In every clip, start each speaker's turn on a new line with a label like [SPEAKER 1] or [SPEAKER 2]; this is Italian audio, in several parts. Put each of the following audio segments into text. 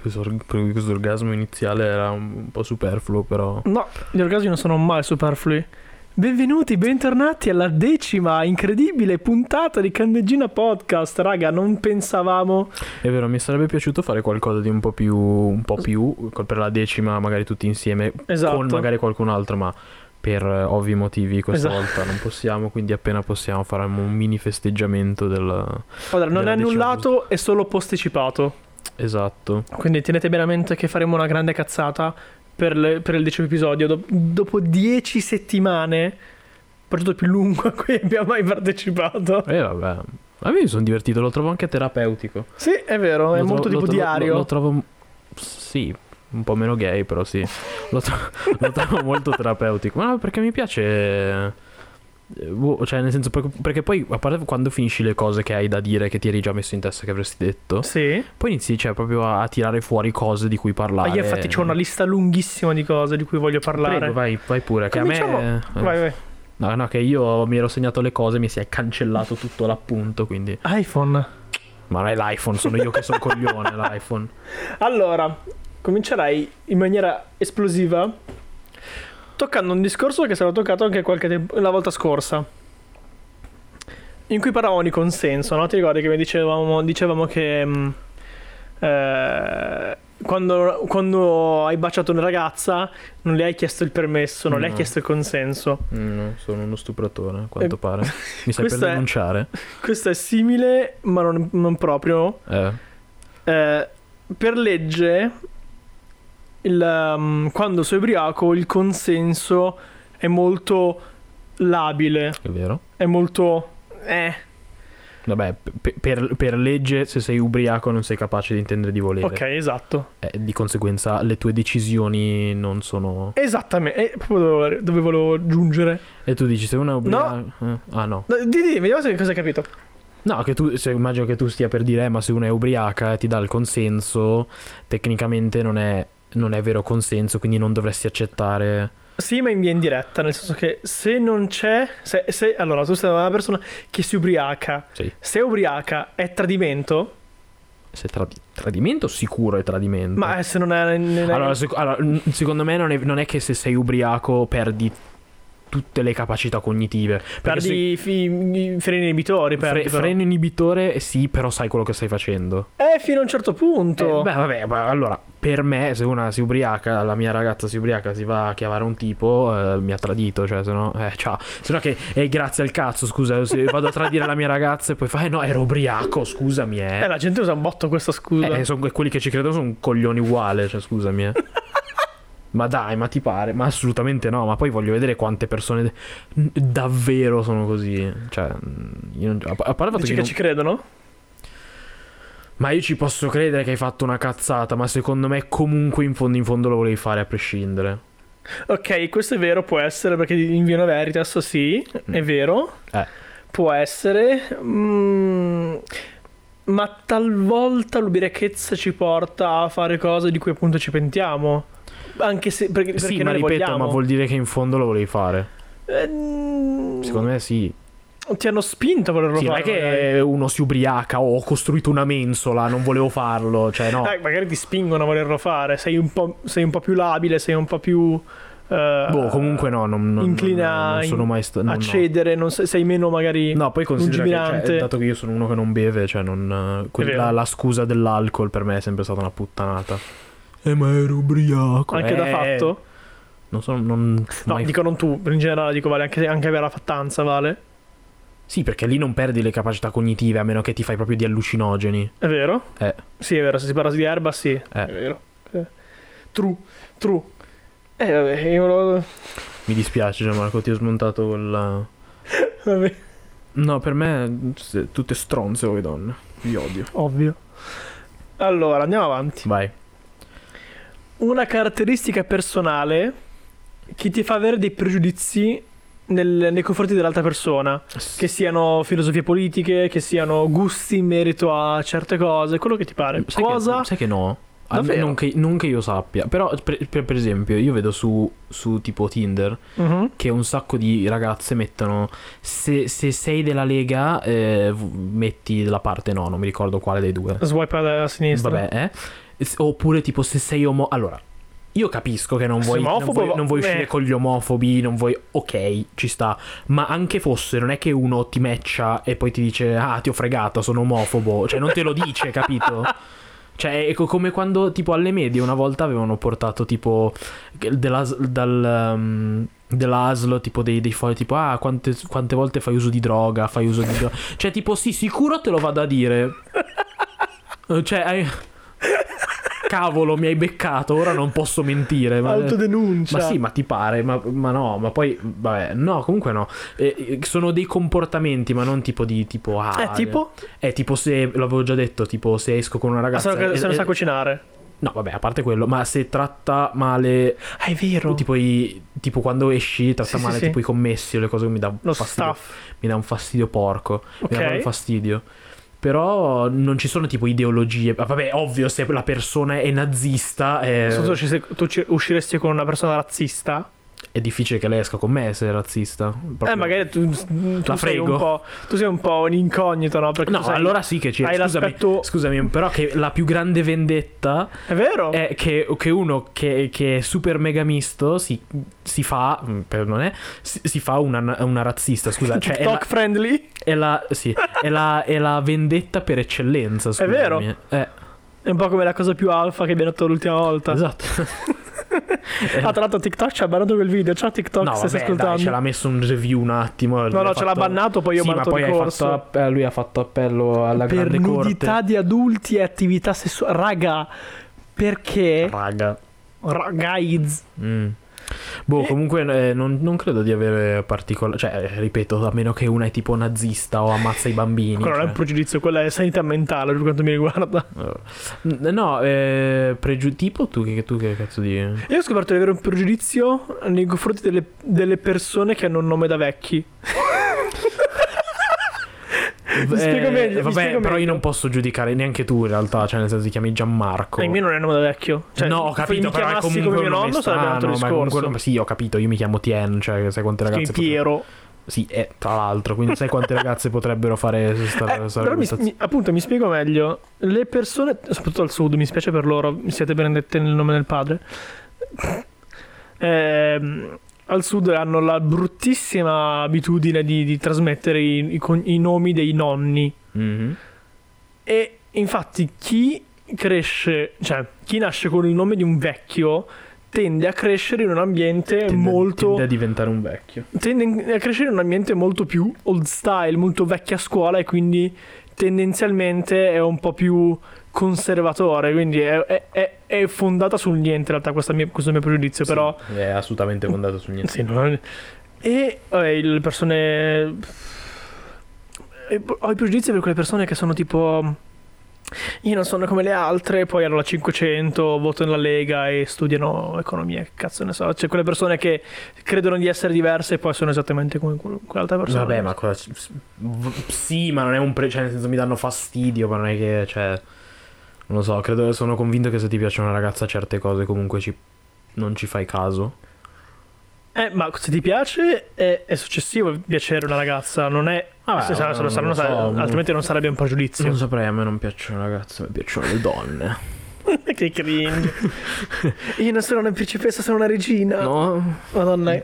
[SPEAKER 1] questo, or- questo orgasmo iniziale era un, un po' superfluo, però.
[SPEAKER 2] No, gli orgasmi non sono mai superflui. Benvenuti, bentornati alla decima incredibile puntata di Candeggina Podcast. Raga, non pensavamo.
[SPEAKER 1] È vero, mi sarebbe piaciuto fare qualcosa di un po' più. un po' più. col- per la decima, magari tutti insieme.
[SPEAKER 2] Esatto.
[SPEAKER 1] Con magari qualcun altro, ma per eh, ovvi motivi questa
[SPEAKER 2] Esatto.
[SPEAKER 1] volta non possiamo. Quindi appena possiamo faremo un mini festeggiamento del.
[SPEAKER 2] Allora, non è
[SPEAKER 1] della decima
[SPEAKER 2] annullato, è solo posticipato.
[SPEAKER 1] Esatto.
[SPEAKER 2] Quindi tenete bene a mente che faremo una grande cazzata per, le- per il decimo episodio. Do- dopo dieci settimane, progetto più lungo a cui abbiamo mai partecipato.
[SPEAKER 1] E vabbè. A me mi sono divertito, lo trovo anche terapeutico.
[SPEAKER 2] Sì, è vero, è
[SPEAKER 1] Lo
[SPEAKER 2] molto
[SPEAKER 1] tro- lo
[SPEAKER 2] tipo
[SPEAKER 1] tro-
[SPEAKER 2] diario.
[SPEAKER 1] Lo, lo trovo. Sì, un po' meno gay, però sì. Lo, tro- lo trovo molto terapeutico. Ma no, perché mi piace. eh, boh, Cioè, nel senso, per- perché poi, a parte quando finisci le cose che hai da dire, che ti eri già messo in testa che avresti detto,
[SPEAKER 2] Sì.
[SPEAKER 1] poi inizi cioè, proprio a, a tirare fuori cose di cui
[SPEAKER 2] Ah,
[SPEAKER 1] parlare.
[SPEAKER 2] io infatti c'ho una lista lunghissima di cose di cui voglio parlare.
[SPEAKER 1] Prego, vai, vai pure. Che a me. eh,
[SPEAKER 2] Cominciamo- Vai, vai.
[SPEAKER 1] No, no, che io mi ero segnato le cose, mi si è cancellato tutto l'appunto. Quindi.
[SPEAKER 2] iPhone.
[SPEAKER 1] Ma non è l'iPhone, sono io che sono coglione. L'iPhone.
[SPEAKER 2] Allora, comincerai in maniera esplosiva toccando un discorso che sarà toccato anche qualche tempo, la volta scorsa. In cui parlavamo di consenso, no? Ti ricordi che mi dicevamo, dicevamo che mm, eh, quando, quando hai baciato una ragazza non le hai chiesto il permesso, non le hai
[SPEAKER 1] No.
[SPEAKER 2] chiesto il consenso.
[SPEAKER 1] Mm, No, sono uno stupratore, a quanto
[SPEAKER 2] Eh,
[SPEAKER 1] pare. Mi stai per
[SPEAKER 2] questo è-
[SPEAKER 1] denunciare?
[SPEAKER 2] Questo è simile, ma non, non proprio.
[SPEAKER 1] Eh,
[SPEAKER 2] Eh, per legge, il, um, quando sei ubriaco, il consenso è molto labile,
[SPEAKER 1] è vero.
[SPEAKER 2] è molto... Eh,
[SPEAKER 1] Vabbè, pe- per, per legge, se sei ubriaco non sei capace di intendere di volere.
[SPEAKER 2] ok, esatto.
[SPEAKER 1] Eh, di conseguenza le tue decisioni non sono...
[SPEAKER 2] Esattamente, eh, proprio dove, dove volevo giungere.
[SPEAKER 1] E tu dici, se uno è ubriaco... eh, ah no.
[SPEAKER 2] No, Di, di, vediamo se cosa hai capito.
[SPEAKER 1] No, che tu, se- immagino che tu stia per dire, eh, ma se uno è ubriaca e ti dà il consenso, tecnicamente non è, non è vero consenso, quindi non dovresti accettare...
[SPEAKER 2] Sì, ma in via indiretta, nel senso che se non c'è... Se, se- allora, tu sei una persona che si ubriaca.
[SPEAKER 1] Sì.
[SPEAKER 2] Se è ubriaca è tradimento,
[SPEAKER 1] Se tra- tradimento sicuro è tradimento.
[SPEAKER 2] ma eh, se non è... non è-
[SPEAKER 1] Allora, sec- allora, n- secondo me non è, non è che se sei ubriaco perdi tutte le capacità cognitive. Perché
[SPEAKER 2] perdi
[SPEAKER 1] se-
[SPEAKER 2] i fi- i freni inibitori,
[SPEAKER 1] fre-
[SPEAKER 2] perdi, però.
[SPEAKER 1] freno inibitore, eh, sì, però sai quello che stai facendo.
[SPEAKER 2] Eh, fino a un certo punto.
[SPEAKER 1] Eh, beh, vabbè, ma allora, per me, se una si ubriaca, la mia ragazza si ubriaca, si va a chiamare un tipo, eh, mi ha tradito, cioè, se no, eh, ciao. Se no che, eh, grazie al cazzo, scusa, se vado a tradire la mia ragazza e poi fai, no, ero ubriaco, scusami, eh.
[SPEAKER 2] Eh, la gente usa un botto questa scusa.
[SPEAKER 1] Eh, son- quelli che ci credono sono un coglione uguale, cioè scusami. eh. ma dai, ma ti pare? Ma assolutamente no, ma poi voglio vedere quante persone n- davvero sono così. Cioè, io non- a, a parte il fatto che
[SPEAKER 2] Dici che
[SPEAKER 1] esatto, non-
[SPEAKER 2] ci credono?
[SPEAKER 1] ma io ci posso credere che hai fatto una cazzata, ma secondo me comunque in fondo in fondo lo volevi fare a prescindere.
[SPEAKER 2] Ok, questo è vero, può essere, perché in Vino Veritas sì, è vero.
[SPEAKER 1] Eh.
[SPEAKER 2] Può essere. mm, ma talvolta l'ubirechezza ci porta a fare cose di cui appunto ci pentiamo. Anche se... Perché,
[SPEAKER 1] sì,
[SPEAKER 2] perché
[SPEAKER 1] ma
[SPEAKER 2] noi
[SPEAKER 1] ripeto,
[SPEAKER 2] vogliamo.
[SPEAKER 1] ma vuol dire che in fondo lo volevi fare.
[SPEAKER 2] Ehm,
[SPEAKER 1] Secondo me sì.
[SPEAKER 2] Ti hanno spinto a volerlo
[SPEAKER 1] Sì, non
[SPEAKER 2] fare.
[SPEAKER 1] è
[SPEAKER 2] magari.
[SPEAKER 1] che uno si ubriaca o ho costruito una mensola, non volevo farlo, cioè no.
[SPEAKER 2] Eh, magari ti spingono a volerlo fare, sei un po', sei un po' più labile, sei un po' più... eh,
[SPEAKER 1] Boh, comunque no, non, non-
[SPEAKER 2] inclina
[SPEAKER 1] non sono
[SPEAKER 2] in-
[SPEAKER 1] mai stato...
[SPEAKER 2] a cedere, non sei, sei meno magari...
[SPEAKER 1] No, poi considera che, cioè,
[SPEAKER 2] lungimirante.
[SPEAKER 1] dato che io sono uno che non beve, cioè non, eh, quella-
[SPEAKER 2] È vero.
[SPEAKER 1] la scusa dell'alcol per me è sempre stata una puttanata. Eh, ma ero ubriaco.
[SPEAKER 2] Anche da
[SPEAKER 1] Eh,
[SPEAKER 2] fatto?
[SPEAKER 1] Non so, non...
[SPEAKER 2] No,
[SPEAKER 1] mai-
[SPEAKER 2] dico non tu, in generale dico vale anche, anche per la fattanza, vale.
[SPEAKER 1] Sì, perché lì non perdi le capacità cognitive, a meno che ti fai proprio di allucinogeni.
[SPEAKER 2] È vero?
[SPEAKER 1] Eh.
[SPEAKER 2] Sì, è vero, se si parla di erba, sì. È vero. Eh. True, true. Eh, vabbè, io lo...
[SPEAKER 1] Mi dispiace, Gianmarco, ti ho smontato quel...
[SPEAKER 2] vabbè,
[SPEAKER 1] No, per me se- tutte stronze voi donne. Vi odio.
[SPEAKER 2] ovvio. Allora, andiamo avanti.
[SPEAKER 1] Vai.
[SPEAKER 2] Una caratteristica personale che ti fa avere dei pregiudizi nel- nei confronti dell'altra persona.
[SPEAKER 1] Eh,
[SPEAKER 2] Che siano filosofie politiche, che siano gusti in merito a certe cose, quello che ti pare.
[SPEAKER 1] Sai
[SPEAKER 2] Cosa?
[SPEAKER 1] Che, sai che no? Al-
[SPEAKER 2] Davvero?
[SPEAKER 1] Non che, non che io sappia, però per, per- per esempio io vedo su, su tipo Tinder
[SPEAKER 2] Mhm.
[SPEAKER 1] che un sacco di ragazze mettono se, se sei della Lega eh, v- metti la parte no, non mi ricordo quale dei due.
[SPEAKER 2] Swipe a, a sinistra.
[SPEAKER 1] Vabbè, eh. s- oppure tipo se sei omo... Allora, io capisco che non
[SPEAKER 2] Se
[SPEAKER 1] vuoi, non
[SPEAKER 2] omofobo
[SPEAKER 1] vuoi,
[SPEAKER 2] va-
[SPEAKER 1] non vuoi
[SPEAKER 2] eh.
[SPEAKER 1] uscire con gli omofobi, non vuoi... Ok, ci sta. Ma anche fosse, non è che uno ti matcha e poi ti dice ah ti ho fregato, sono omofobo. Cioè non te lo dice, capito? Cioè, è co- come quando tipo alle medie una volta avevano portato tipo della, dal, um, dell'aslo tipo dei, dei fogli tipo ah quante, quante volte fai uso di droga, fai uso di droga. Cioè tipo sì sicuro te lo vado a dire. Eh, Cioè hai- cavolo mi hai beccato, ora non posso mentire. Ma...
[SPEAKER 2] Autodenuncia.
[SPEAKER 1] Ma sì, ma ti pare, ma, ma no, ma poi, vabbè, no, comunque no. Eh, eh, sono dei comportamenti, ma non tipo di tipo... Ah,
[SPEAKER 2] Eh, tipo?
[SPEAKER 1] eh, tipo se, l'avevo già detto, tipo se esco con una
[SPEAKER 2] Ah,
[SPEAKER 1] ragazza...
[SPEAKER 2] se non-
[SPEAKER 1] eh,
[SPEAKER 2] se non
[SPEAKER 1] eh,
[SPEAKER 2] sa cucinare.
[SPEAKER 1] No, vabbè, a parte quello, ma se tratta male...
[SPEAKER 2] Ah, è vero.
[SPEAKER 1] Tipo, i- tipo quando esci tratta
[SPEAKER 2] Sì, sì,
[SPEAKER 1] male
[SPEAKER 2] sì.
[SPEAKER 1] tipo i commessi o le cose che mi dà
[SPEAKER 2] Lo
[SPEAKER 1] fastidio.
[SPEAKER 2] staff.
[SPEAKER 1] Mi dà un fastidio porco. Mi dà
[SPEAKER 2] Ok.
[SPEAKER 1] proprio fastidio. Però non ci sono tipo ideologie. Ah, Vabbè, ovvio, se la persona è nazista è,
[SPEAKER 2] Se tu uscissi- tu ci- usciresti con una persona razzista?
[SPEAKER 1] è difficile che lei esca con me se è razzista. Proprio-
[SPEAKER 2] Eh, magari tu, tu
[SPEAKER 1] La
[SPEAKER 2] sei
[SPEAKER 1] frego.
[SPEAKER 2] un po'. Tu sei un po' un incognito, no? Perché
[SPEAKER 1] No,
[SPEAKER 2] tu sei-
[SPEAKER 1] allora sì che c'è.
[SPEAKER 2] hai
[SPEAKER 1] Scusami,
[SPEAKER 2] l'aspetto-
[SPEAKER 1] scusami, però che la più grande vendetta
[SPEAKER 2] È vero?
[SPEAKER 1] è che, che uno che, che è super mega misto si, si fa, mm, perdone, si, si fa una, una razzista, scusa. Cioè, è
[SPEAKER 2] TikTok
[SPEAKER 1] la,
[SPEAKER 2] friendly?
[SPEAKER 1] è, la, sì, è, la, è la vendetta per eccellenza, scusami.
[SPEAKER 2] vero.
[SPEAKER 1] Eh,
[SPEAKER 2] È un po' come la cosa più alfa che abbiamo detto l'ultima volta.
[SPEAKER 1] esatto.
[SPEAKER 2] Ah, tra l'altro TikTok ci ha bannato quel video. Ciao TikTok
[SPEAKER 1] No,
[SPEAKER 2] se
[SPEAKER 1] vabbè,
[SPEAKER 2] stai
[SPEAKER 1] dai,
[SPEAKER 2] ascoltando.
[SPEAKER 1] ce l'ha messo un review un attimo.
[SPEAKER 2] no, no, ce l'ha
[SPEAKER 1] fatto-
[SPEAKER 2] bannato, poi io
[SPEAKER 1] Sì,
[SPEAKER 2] ho
[SPEAKER 1] ma
[SPEAKER 2] mandato
[SPEAKER 1] poi hai
[SPEAKER 2] ricorso.
[SPEAKER 1] fatto app- eh, lui ha fatto appello alla
[SPEAKER 2] per
[SPEAKER 1] grande
[SPEAKER 2] nudità
[SPEAKER 1] corte.
[SPEAKER 2] di adulti e attività sessuali. Raga, perché?
[SPEAKER 1] Raga.
[SPEAKER 2] Ragaiz.
[SPEAKER 1] Mm. Boh, comunque eh, non, non credo di avere particolari. Cioè, eh, ripeto, a meno che una è tipo nazista o ammazza i bambini.
[SPEAKER 2] Quello non è
[SPEAKER 1] cioè.
[SPEAKER 2] un pregiudizio, quella è sanità mentale per quanto mi riguarda.
[SPEAKER 1] Eh, No, eh, pregiu- tipo tu che, tu che cazzo di.
[SPEAKER 2] Io ho scoperto di avere un pregiudizio nei confronti delle, delle persone che hanno un nome da vecchi. Mi spiego
[SPEAKER 1] Eh,
[SPEAKER 2] meglio. mi
[SPEAKER 1] Vabbè,
[SPEAKER 2] spiego
[SPEAKER 1] però io
[SPEAKER 2] meglio.
[SPEAKER 1] non posso giudicare neanche tu in realtà. Cioè, nel senso, ti chiami Gianmarco.
[SPEAKER 2] Eh, Il mio non è un nome da vecchio. Cioè,
[SPEAKER 1] no, ho
[SPEAKER 2] se
[SPEAKER 1] capito,
[SPEAKER 2] mi
[SPEAKER 1] però è
[SPEAKER 2] chiamassi
[SPEAKER 1] comunque
[SPEAKER 2] come
[SPEAKER 1] un
[SPEAKER 2] mio
[SPEAKER 1] nome
[SPEAKER 2] nonno sarebbe un altro
[SPEAKER 1] strano, ma comunque-
[SPEAKER 2] discorso.
[SPEAKER 1] ma sì, ho capito, io mi chiamo Tien, cioè sai quante
[SPEAKER 2] Chiami
[SPEAKER 1] ragazze potrebbero-
[SPEAKER 2] Piero.
[SPEAKER 1] Sì, eh, tra l'altro, quindi sai quante ragazze potrebbero fare
[SPEAKER 2] Eh,
[SPEAKER 1] stare,
[SPEAKER 2] però mi- mi- appunto mi spiego meglio le persone soprattutto al sud mi spiace per loro mi siete benedette nel nome del padre Ehm, al sud hanno la bruttissima abitudine di, di trasmettere i, i con- i nomi dei nonni
[SPEAKER 1] Mm-hmm.
[SPEAKER 2] e infatti chi cresce cioè chi nasce con il nome di un vecchio tende a crescere in un ambiente molto
[SPEAKER 1] tende a diventare un vecchio.
[SPEAKER 2] tende a crescere in un ambiente molto più old style, molto vecchia scuola e quindi tendenzialmente è un po' più conservatore, quindi è, è- è- è fondata sul niente in realtà questa mia- questo mio pregiudizio, però...
[SPEAKER 1] Sì, è assolutamente fondato su niente.
[SPEAKER 2] Sì, no? E vabbè, le persone... e Ho i pregiudizi per quelle persone che sono tipo... Io non sono come le altre, poi hanno la 500, votano la Lega e studiano economia, che cazzo ne so. Cioè quelle persone che credono di essere diverse e poi sono esattamente come quel- quell'altra persona.
[SPEAKER 1] Vabbè, ma cosa c- s- v- Sì, ma non è un pre... Cioè, nel senso, mi danno fastidio, ma non è che... Cioè... Non lo so, credo... Sono convinto che se ti piace una ragazza certe cose comunque ci... Non ci fai caso.
[SPEAKER 2] Eh, ma se ti piace è, è successivo il piacere a una ragazza, non è...
[SPEAKER 1] Ah,
[SPEAKER 2] se sarà-
[SPEAKER 1] no,
[SPEAKER 2] se
[SPEAKER 1] non
[SPEAKER 2] lo saranno-
[SPEAKER 1] lo so.
[SPEAKER 2] altrimenti non sarebbe un pregiudizio.
[SPEAKER 1] Non saprei, a me non piacciono le ragazze, mi piacciono le donne.
[SPEAKER 2] che cringe. Io non sono una principessa, sono una regina.
[SPEAKER 1] No?
[SPEAKER 2] Madonna,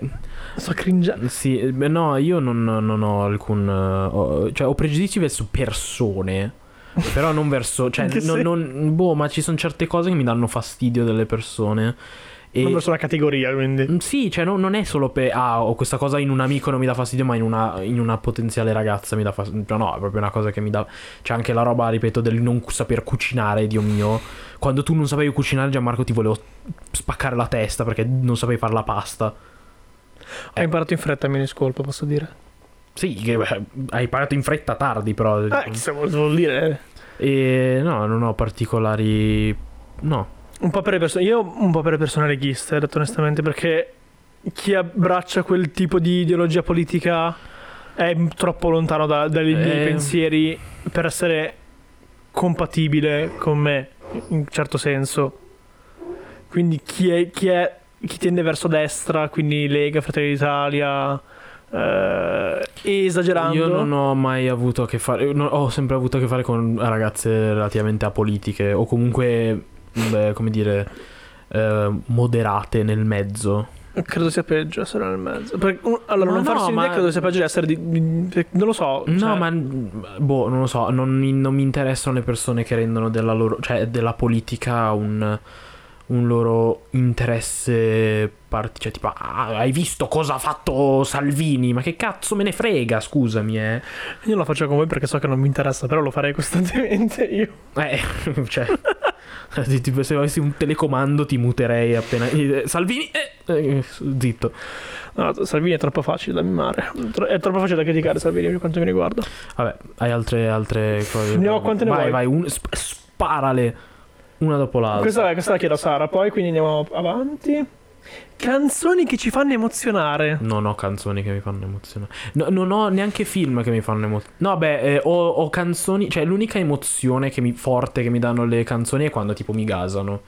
[SPEAKER 2] sto cringiando.
[SPEAKER 1] Sì, eh, beh, no, io non, non ho alcun... eh, ho- cioè, ho pregiudizi verso persone, però non verso... Cioè,
[SPEAKER 2] In che
[SPEAKER 1] non, non- boh, ma ci sono certe cose che mi danno fastidio delle persone. E,
[SPEAKER 2] Non verso una categoria, quindi.
[SPEAKER 1] Mm, Sì, cioè no- non è solo per... Ah, ho questa cosa in un amico non mi dà fastidio, ma in una, in una potenziale ragazza mi dà fastidio. No, no, è proprio una cosa che mi dà... C'è anche la roba, ripeto, del non cu- saper cucinare, Dio mio. Quando tu non sapevi cucinare, Gianmarco ti volevo spaccare la testa perché non sapevi fare la pasta.
[SPEAKER 2] Ho imparato in fretta, mi discolpo, posso dire.
[SPEAKER 1] Sì, che, beh, hai imparato in fretta tardi, però... eh,
[SPEAKER 2] Ah, chissà cosa vuol dire.
[SPEAKER 1] E no, non ho particolari... No.
[SPEAKER 2] Un po' per le persone. Io un po' per le persone leghiste, detto onestamente, perché chi abbraccia quel tipo di ideologia politica è troppo lontano da- dai miei
[SPEAKER 1] Eh.
[SPEAKER 2] pensieri per essere compatibile con me, in un certo senso. Quindi chi è. Chi, è, chi tende verso destra, quindi Lega, Fratelli d'Italia. eh, esagerando.
[SPEAKER 1] Io non ho mai avuto a che fare... no, ho sempre avuto a che fare con ragazze relativamente apolitiche o comunque beh, come dire, eh, moderate nel mezzo.
[SPEAKER 2] Credo sia peggio essere nel mezzo. Perché, un- allora,
[SPEAKER 1] Ma
[SPEAKER 2] non
[SPEAKER 1] no,
[SPEAKER 2] farsi un'idea
[SPEAKER 1] ma-
[SPEAKER 2] credo sia peggio di essere di... di- di- Non lo so.
[SPEAKER 1] No,
[SPEAKER 2] cioè,
[SPEAKER 1] ma boh, non lo so, non mi, non mi interessano le persone che rendono della loro, cioè della politica un, un loro interesse part- cioè tipo "Ah, hai visto cosa ha fatto Salvini? Ma che cazzo me ne frega, scusami, eh.
[SPEAKER 2] Io lo faccio con voi perché so che non mi interessa, però lo farei costantemente io.
[SPEAKER 1] Eh, cioè ti- tipo, se avessi un telecomando ti muterei appena eh, Salvini eh, eh, zitto.
[SPEAKER 2] No, Salvini è troppo facile da mimare. Tro- È troppo facile da criticare Salvini per quanto mi riguarda.
[SPEAKER 1] Vabbè, hai altre altre cose.
[SPEAKER 2] Ne ho quante ne
[SPEAKER 1] vai,
[SPEAKER 2] vuoi.
[SPEAKER 1] vai, un- sp- sparale una dopo l'altra.
[SPEAKER 2] Questa, questa la chiedo a Sara, poi quindi andiamo avanti. Canzoni che ci fanno emozionare.
[SPEAKER 1] Non ho canzoni che mi fanno emozionare. No, non ho neanche film che mi fanno emozionare. No, beh, eh, ho, ho canzoni. Cioè, l'unica emozione che mi- forte che mi danno le canzoni è quando tipo mi gasano.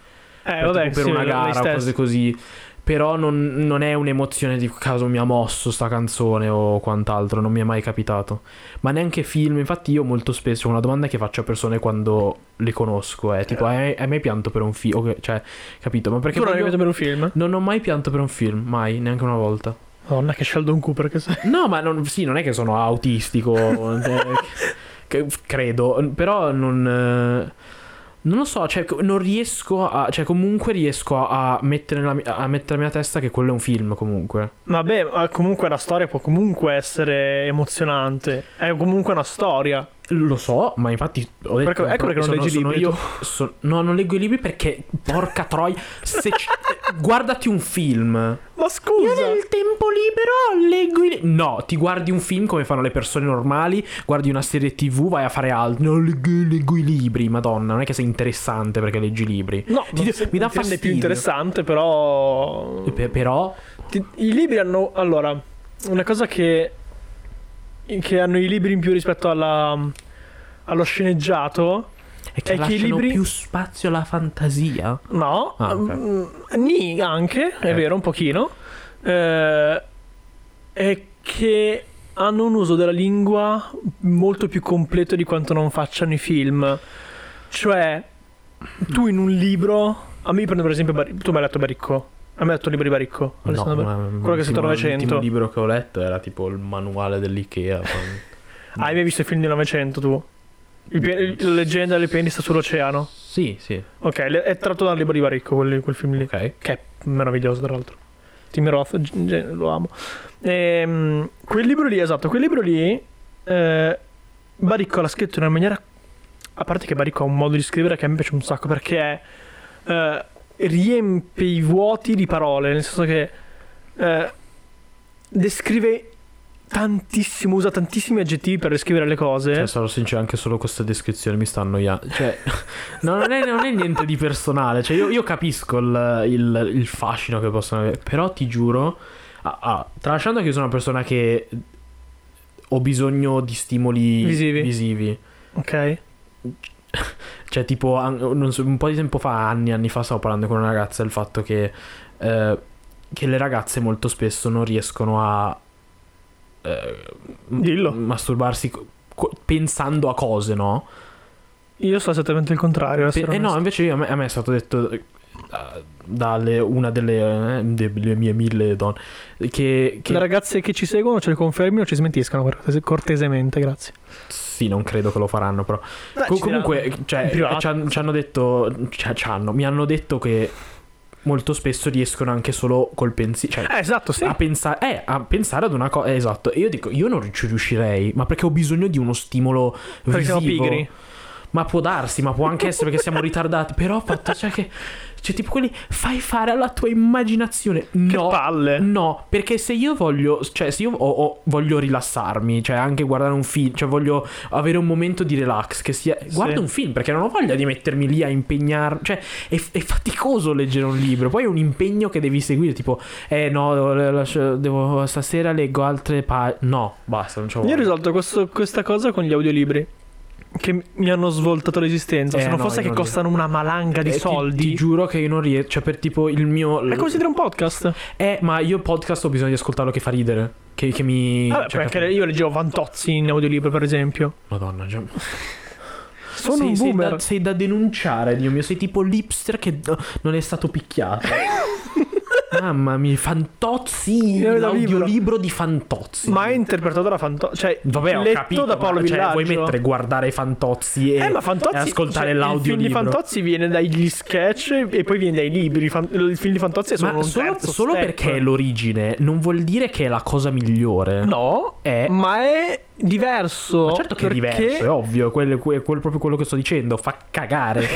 [SPEAKER 2] Eh,
[SPEAKER 1] Per-
[SPEAKER 2] vabbè,
[SPEAKER 1] tipo, per
[SPEAKER 2] sì,
[SPEAKER 1] una
[SPEAKER 2] lei
[SPEAKER 1] gara o
[SPEAKER 2] stessa.
[SPEAKER 1] cose così. Però non, non è un'emozione di caso mi ha mosso sta canzone o quant'altro, non mi è mai capitato. Ma neanche film, infatti io molto spesso una domanda che faccio a persone quando le conosco è tipo, "Eh, hai mai pianto per un film? Cioè, capito? Ma perché
[SPEAKER 2] Tu non hai
[SPEAKER 1] voglio-
[SPEAKER 2] capito per un film?
[SPEAKER 1] non ho mai pianto per un film, mai, neanche una volta.
[SPEAKER 2] Madonna, che Sheldon Cooper che sei.
[SPEAKER 1] No, ma non, sì, non è che sono autistico, eh, che- credo, però non... eh, Non lo so, cioè, co- non riesco a... Cioè, comunque riesco a, a mettere nella, mi- a mettere nella mia testa che quello è un film, comunque.
[SPEAKER 2] Vabbè, ma comunque la storia può comunque essere emozionante. È comunque una storia.
[SPEAKER 1] Lo so, ma infatti... Ho detto,
[SPEAKER 2] Perché- ecco perché non
[SPEAKER 1] sono-
[SPEAKER 2] leggi i
[SPEAKER 1] sono
[SPEAKER 2] libri,
[SPEAKER 1] io-
[SPEAKER 2] tu.
[SPEAKER 1] sono- no, non leggo i libri perché, porca troia, se... ci- eh, guardati un film.
[SPEAKER 2] Ma
[SPEAKER 1] Io
[SPEAKER 2] scusa!
[SPEAKER 1] nel tempo libero leggo i... No, ti guardi un film come fanno le persone normali, guardi una serie tv, vai a fare altro. No, leggo, leggo i libri, madonna, non è che sei interessante perché leggi i libri.
[SPEAKER 2] No,
[SPEAKER 1] Ti- mi dà
[SPEAKER 2] non- non ti rende
[SPEAKER 1] fastidio.
[SPEAKER 2] più interessante, però.
[SPEAKER 1] Pe- però...
[SPEAKER 2] Ti- I libri hanno. Allora, una cosa che. che hanno i libri in più rispetto alla. allo sceneggiato.
[SPEAKER 1] È che
[SPEAKER 2] È che i
[SPEAKER 1] lasciano
[SPEAKER 2] libri-
[SPEAKER 1] più spazio alla fantasia.
[SPEAKER 2] No,
[SPEAKER 1] Ah, ok.
[SPEAKER 2] mm, ni anche, è
[SPEAKER 1] Ok.
[SPEAKER 2] vero, un pochino. eh, è che hanno un uso della lingua molto più completo di quanto non facciano i film. Cioè, tu in un libro. A me prendo per esempio. Bari- tu mi hai letto Baricco. A me hai letto il libro di Baricco. Alessandro Baricco.
[SPEAKER 1] quello
[SPEAKER 2] che è stato
[SPEAKER 1] L'ultimo
[SPEAKER 2] 900.
[SPEAKER 1] libro che ho letto era tipo il manuale dell'Ikea.
[SPEAKER 2] Hai mai visto i film di Novecento tu? Il pia- il- la leggenda del pianista sull'oceano.
[SPEAKER 1] Sì, sì,
[SPEAKER 2] Ok, le- è tratto dal libro di Baricco quel, quel film lì.
[SPEAKER 1] ok.
[SPEAKER 2] Che è meraviglioso, tra l'altro. Tim Roth, g- g- lo amo. Ehm, quel libro lì, esatto, quel libro lì. eh, Baricco l'ha scritto in una maniera. A parte che Baricco ha un modo di scrivere che a me piace un sacco perché è, eh, riempie i vuoti di parole, nel senso che eh, descrive tantissimo, usa tantissimi aggettivi per descrivere le cose.
[SPEAKER 1] Cioè, sarò sincero, anche solo questa descrizione mi sta annoiando. Cioè, no, non, è, non è niente di personale. Cioè, io, io capisco il, il- il fascino che possono avere. Però ti giuro, ah, ah, tralasciando che io sono una persona che ho bisogno di stimoli
[SPEAKER 2] Visivi.
[SPEAKER 1] visivi.
[SPEAKER 2] ok.
[SPEAKER 1] Cioè, tipo, an- non so, un po' di tempo fa, anni, anni fa, stavo parlando con una ragazza del fatto che, eh, che le ragazze molto spesso non riescono a eh, m-
[SPEAKER 2] Dillo.
[SPEAKER 1] masturbarsi co- co- pensando a cose, no?
[SPEAKER 2] Io so esattamente il contrario.
[SPEAKER 1] Pe-
[SPEAKER 2] essere
[SPEAKER 1] eh no,
[SPEAKER 2] onesto.
[SPEAKER 1] invece io- a me, a me è stato detto eh, dalle una delle, eh, delle mie mille donne che, che
[SPEAKER 2] Le ragazze che ci seguono ce le confermino o ci smentiscano cortese- cortesemente, grazie.
[SPEAKER 1] sì, non credo che lo faranno, però Co- comunque cioè,
[SPEAKER 2] Ah, In privato.
[SPEAKER 1] ci, han- ci hanno detto cioè, ci hanno- mi hanno detto che molto spesso riescono anche solo col pensiero cioè,
[SPEAKER 2] Eh, esatto, sì.
[SPEAKER 1] a, pensa- eh, a pensare ad una cosa esatto e io dico io non ci riuscirei ma perché ho bisogno di uno stimolo
[SPEAKER 2] Perché siamo
[SPEAKER 1] visivo.
[SPEAKER 2] pigri.
[SPEAKER 1] Ma può darsi, ma può anche essere perché siamo ritardati. Però ho fatto, cioè che. Cioè, tipo quelli. Fai fare alla tua immaginazione.
[SPEAKER 2] Che
[SPEAKER 1] No.
[SPEAKER 2] palle.
[SPEAKER 1] No, perché se io voglio, cioè se io ho- ho- voglio rilassarmi, cioè anche guardare un film, cioè voglio avere un momento di relax, che sia... Guardo un film perché non ho voglia di mettermi lì a impegnarmi, cioè è, è faticoso leggere un libro, poi è un impegno che devi seguire, tipo, eh no, lascio- devo, stasera leggo altre pagine... No, basta, non c'ho
[SPEAKER 2] Io ho
[SPEAKER 1] voglia.
[SPEAKER 2] risolto questo- questa cosa con gli audiolibri. Che mi- mi hanno svoltato l'esistenza.
[SPEAKER 1] Eh,
[SPEAKER 2] Se non
[SPEAKER 1] no,
[SPEAKER 2] fosse
[SPEAKER 1] io
[SPEAKER 2] che
[SPEAKER 1] non-
[SPEAKER 2] costano una malanga di
[SPEAKER 1] Eh, ti- Ti,
[SPEAKER 2] soldi.
[SPEAKER 1] giuro che io non riesco, cioè per tipo il mio...
[SPEAKER 2] è come si dire un podcast.
[SPEAKER 1] Eh, ma io podcast ho bisogno di ascoltarlo che fa ridere, che, che mi...
[SPEAKER 2] Vabbè,
[SPEAKER 1] cioè,
[SPEAKER 2] perché
[SPEAKER 1] cap-
[SPEAKER 2] io leggevo Vantozzi in audiolibro, per esempio.
[SPEAKER 1] Madonna, già...
[SPEAKER 2] Sono
[SPEAKER 1] sei,
[SPEAKER 2] un
[SPEAKER 1] sei
[SPEAKER 2] boomer.
[SPEAKER 1] da, sei da denunciare, Dio mio, sei tipo l'ipster che no, non è stato picchiato. Mamma mia, Fantozzi,
[SPEAKER 2] Era da libro.
[SPEAKER 1] l'audiolibro di Fantozzi.
[SPEAKER 2] Ma è interpretato da Fantozzi. Cioè,
[SPEAKER 1] Vabbè, ho
[SPEAKER 2] letto
[SPEAKER 1] capito,
[SPEAKER 2] da
[SPEAKER 1] ma,
[SPEAKER 2] Paolo
[SPEAKER 1] cioè,
[SPEAKER 2] Villaggio.
[SPEAKER 1] vuoi mettere guardare Fantozzi e,
[SPEAKER 2] eh, ma
[SPEAKER 1] e
[SPEAKER 2] Fantozzi,
[SPEAKER 1] ascoltare
[SPEAKER 2] cioè,
[SPEAKER 1] l'audio
[SPEAKER 2] Il film di Fantozzi viene dagli sketch e poi viene dai libri. Fan- Il film di Fantozzi è solo
[SPEAKER 1] Ma
[SPEAKER 2] un
[SPEAKER 1] solo,
[SPEAKER 2] terzo
[SPEAKER 1] solo
[SPEAKER 2] step.
[SPEAKER 1] perché è l'origine non vuol dire che è la cosa migliore.
[SPEAKER 2] No,
[SPEAKER 1] È-
[SPEAKER 2] ma è diverso.
[SPEAKER 1] Eh. Ma certo che è
[SPEAKER 2] perché-
[SPEAKER 1] diverso, è ovvio, quello- que- quel- proprio quello che sto dicendo, fa cagare.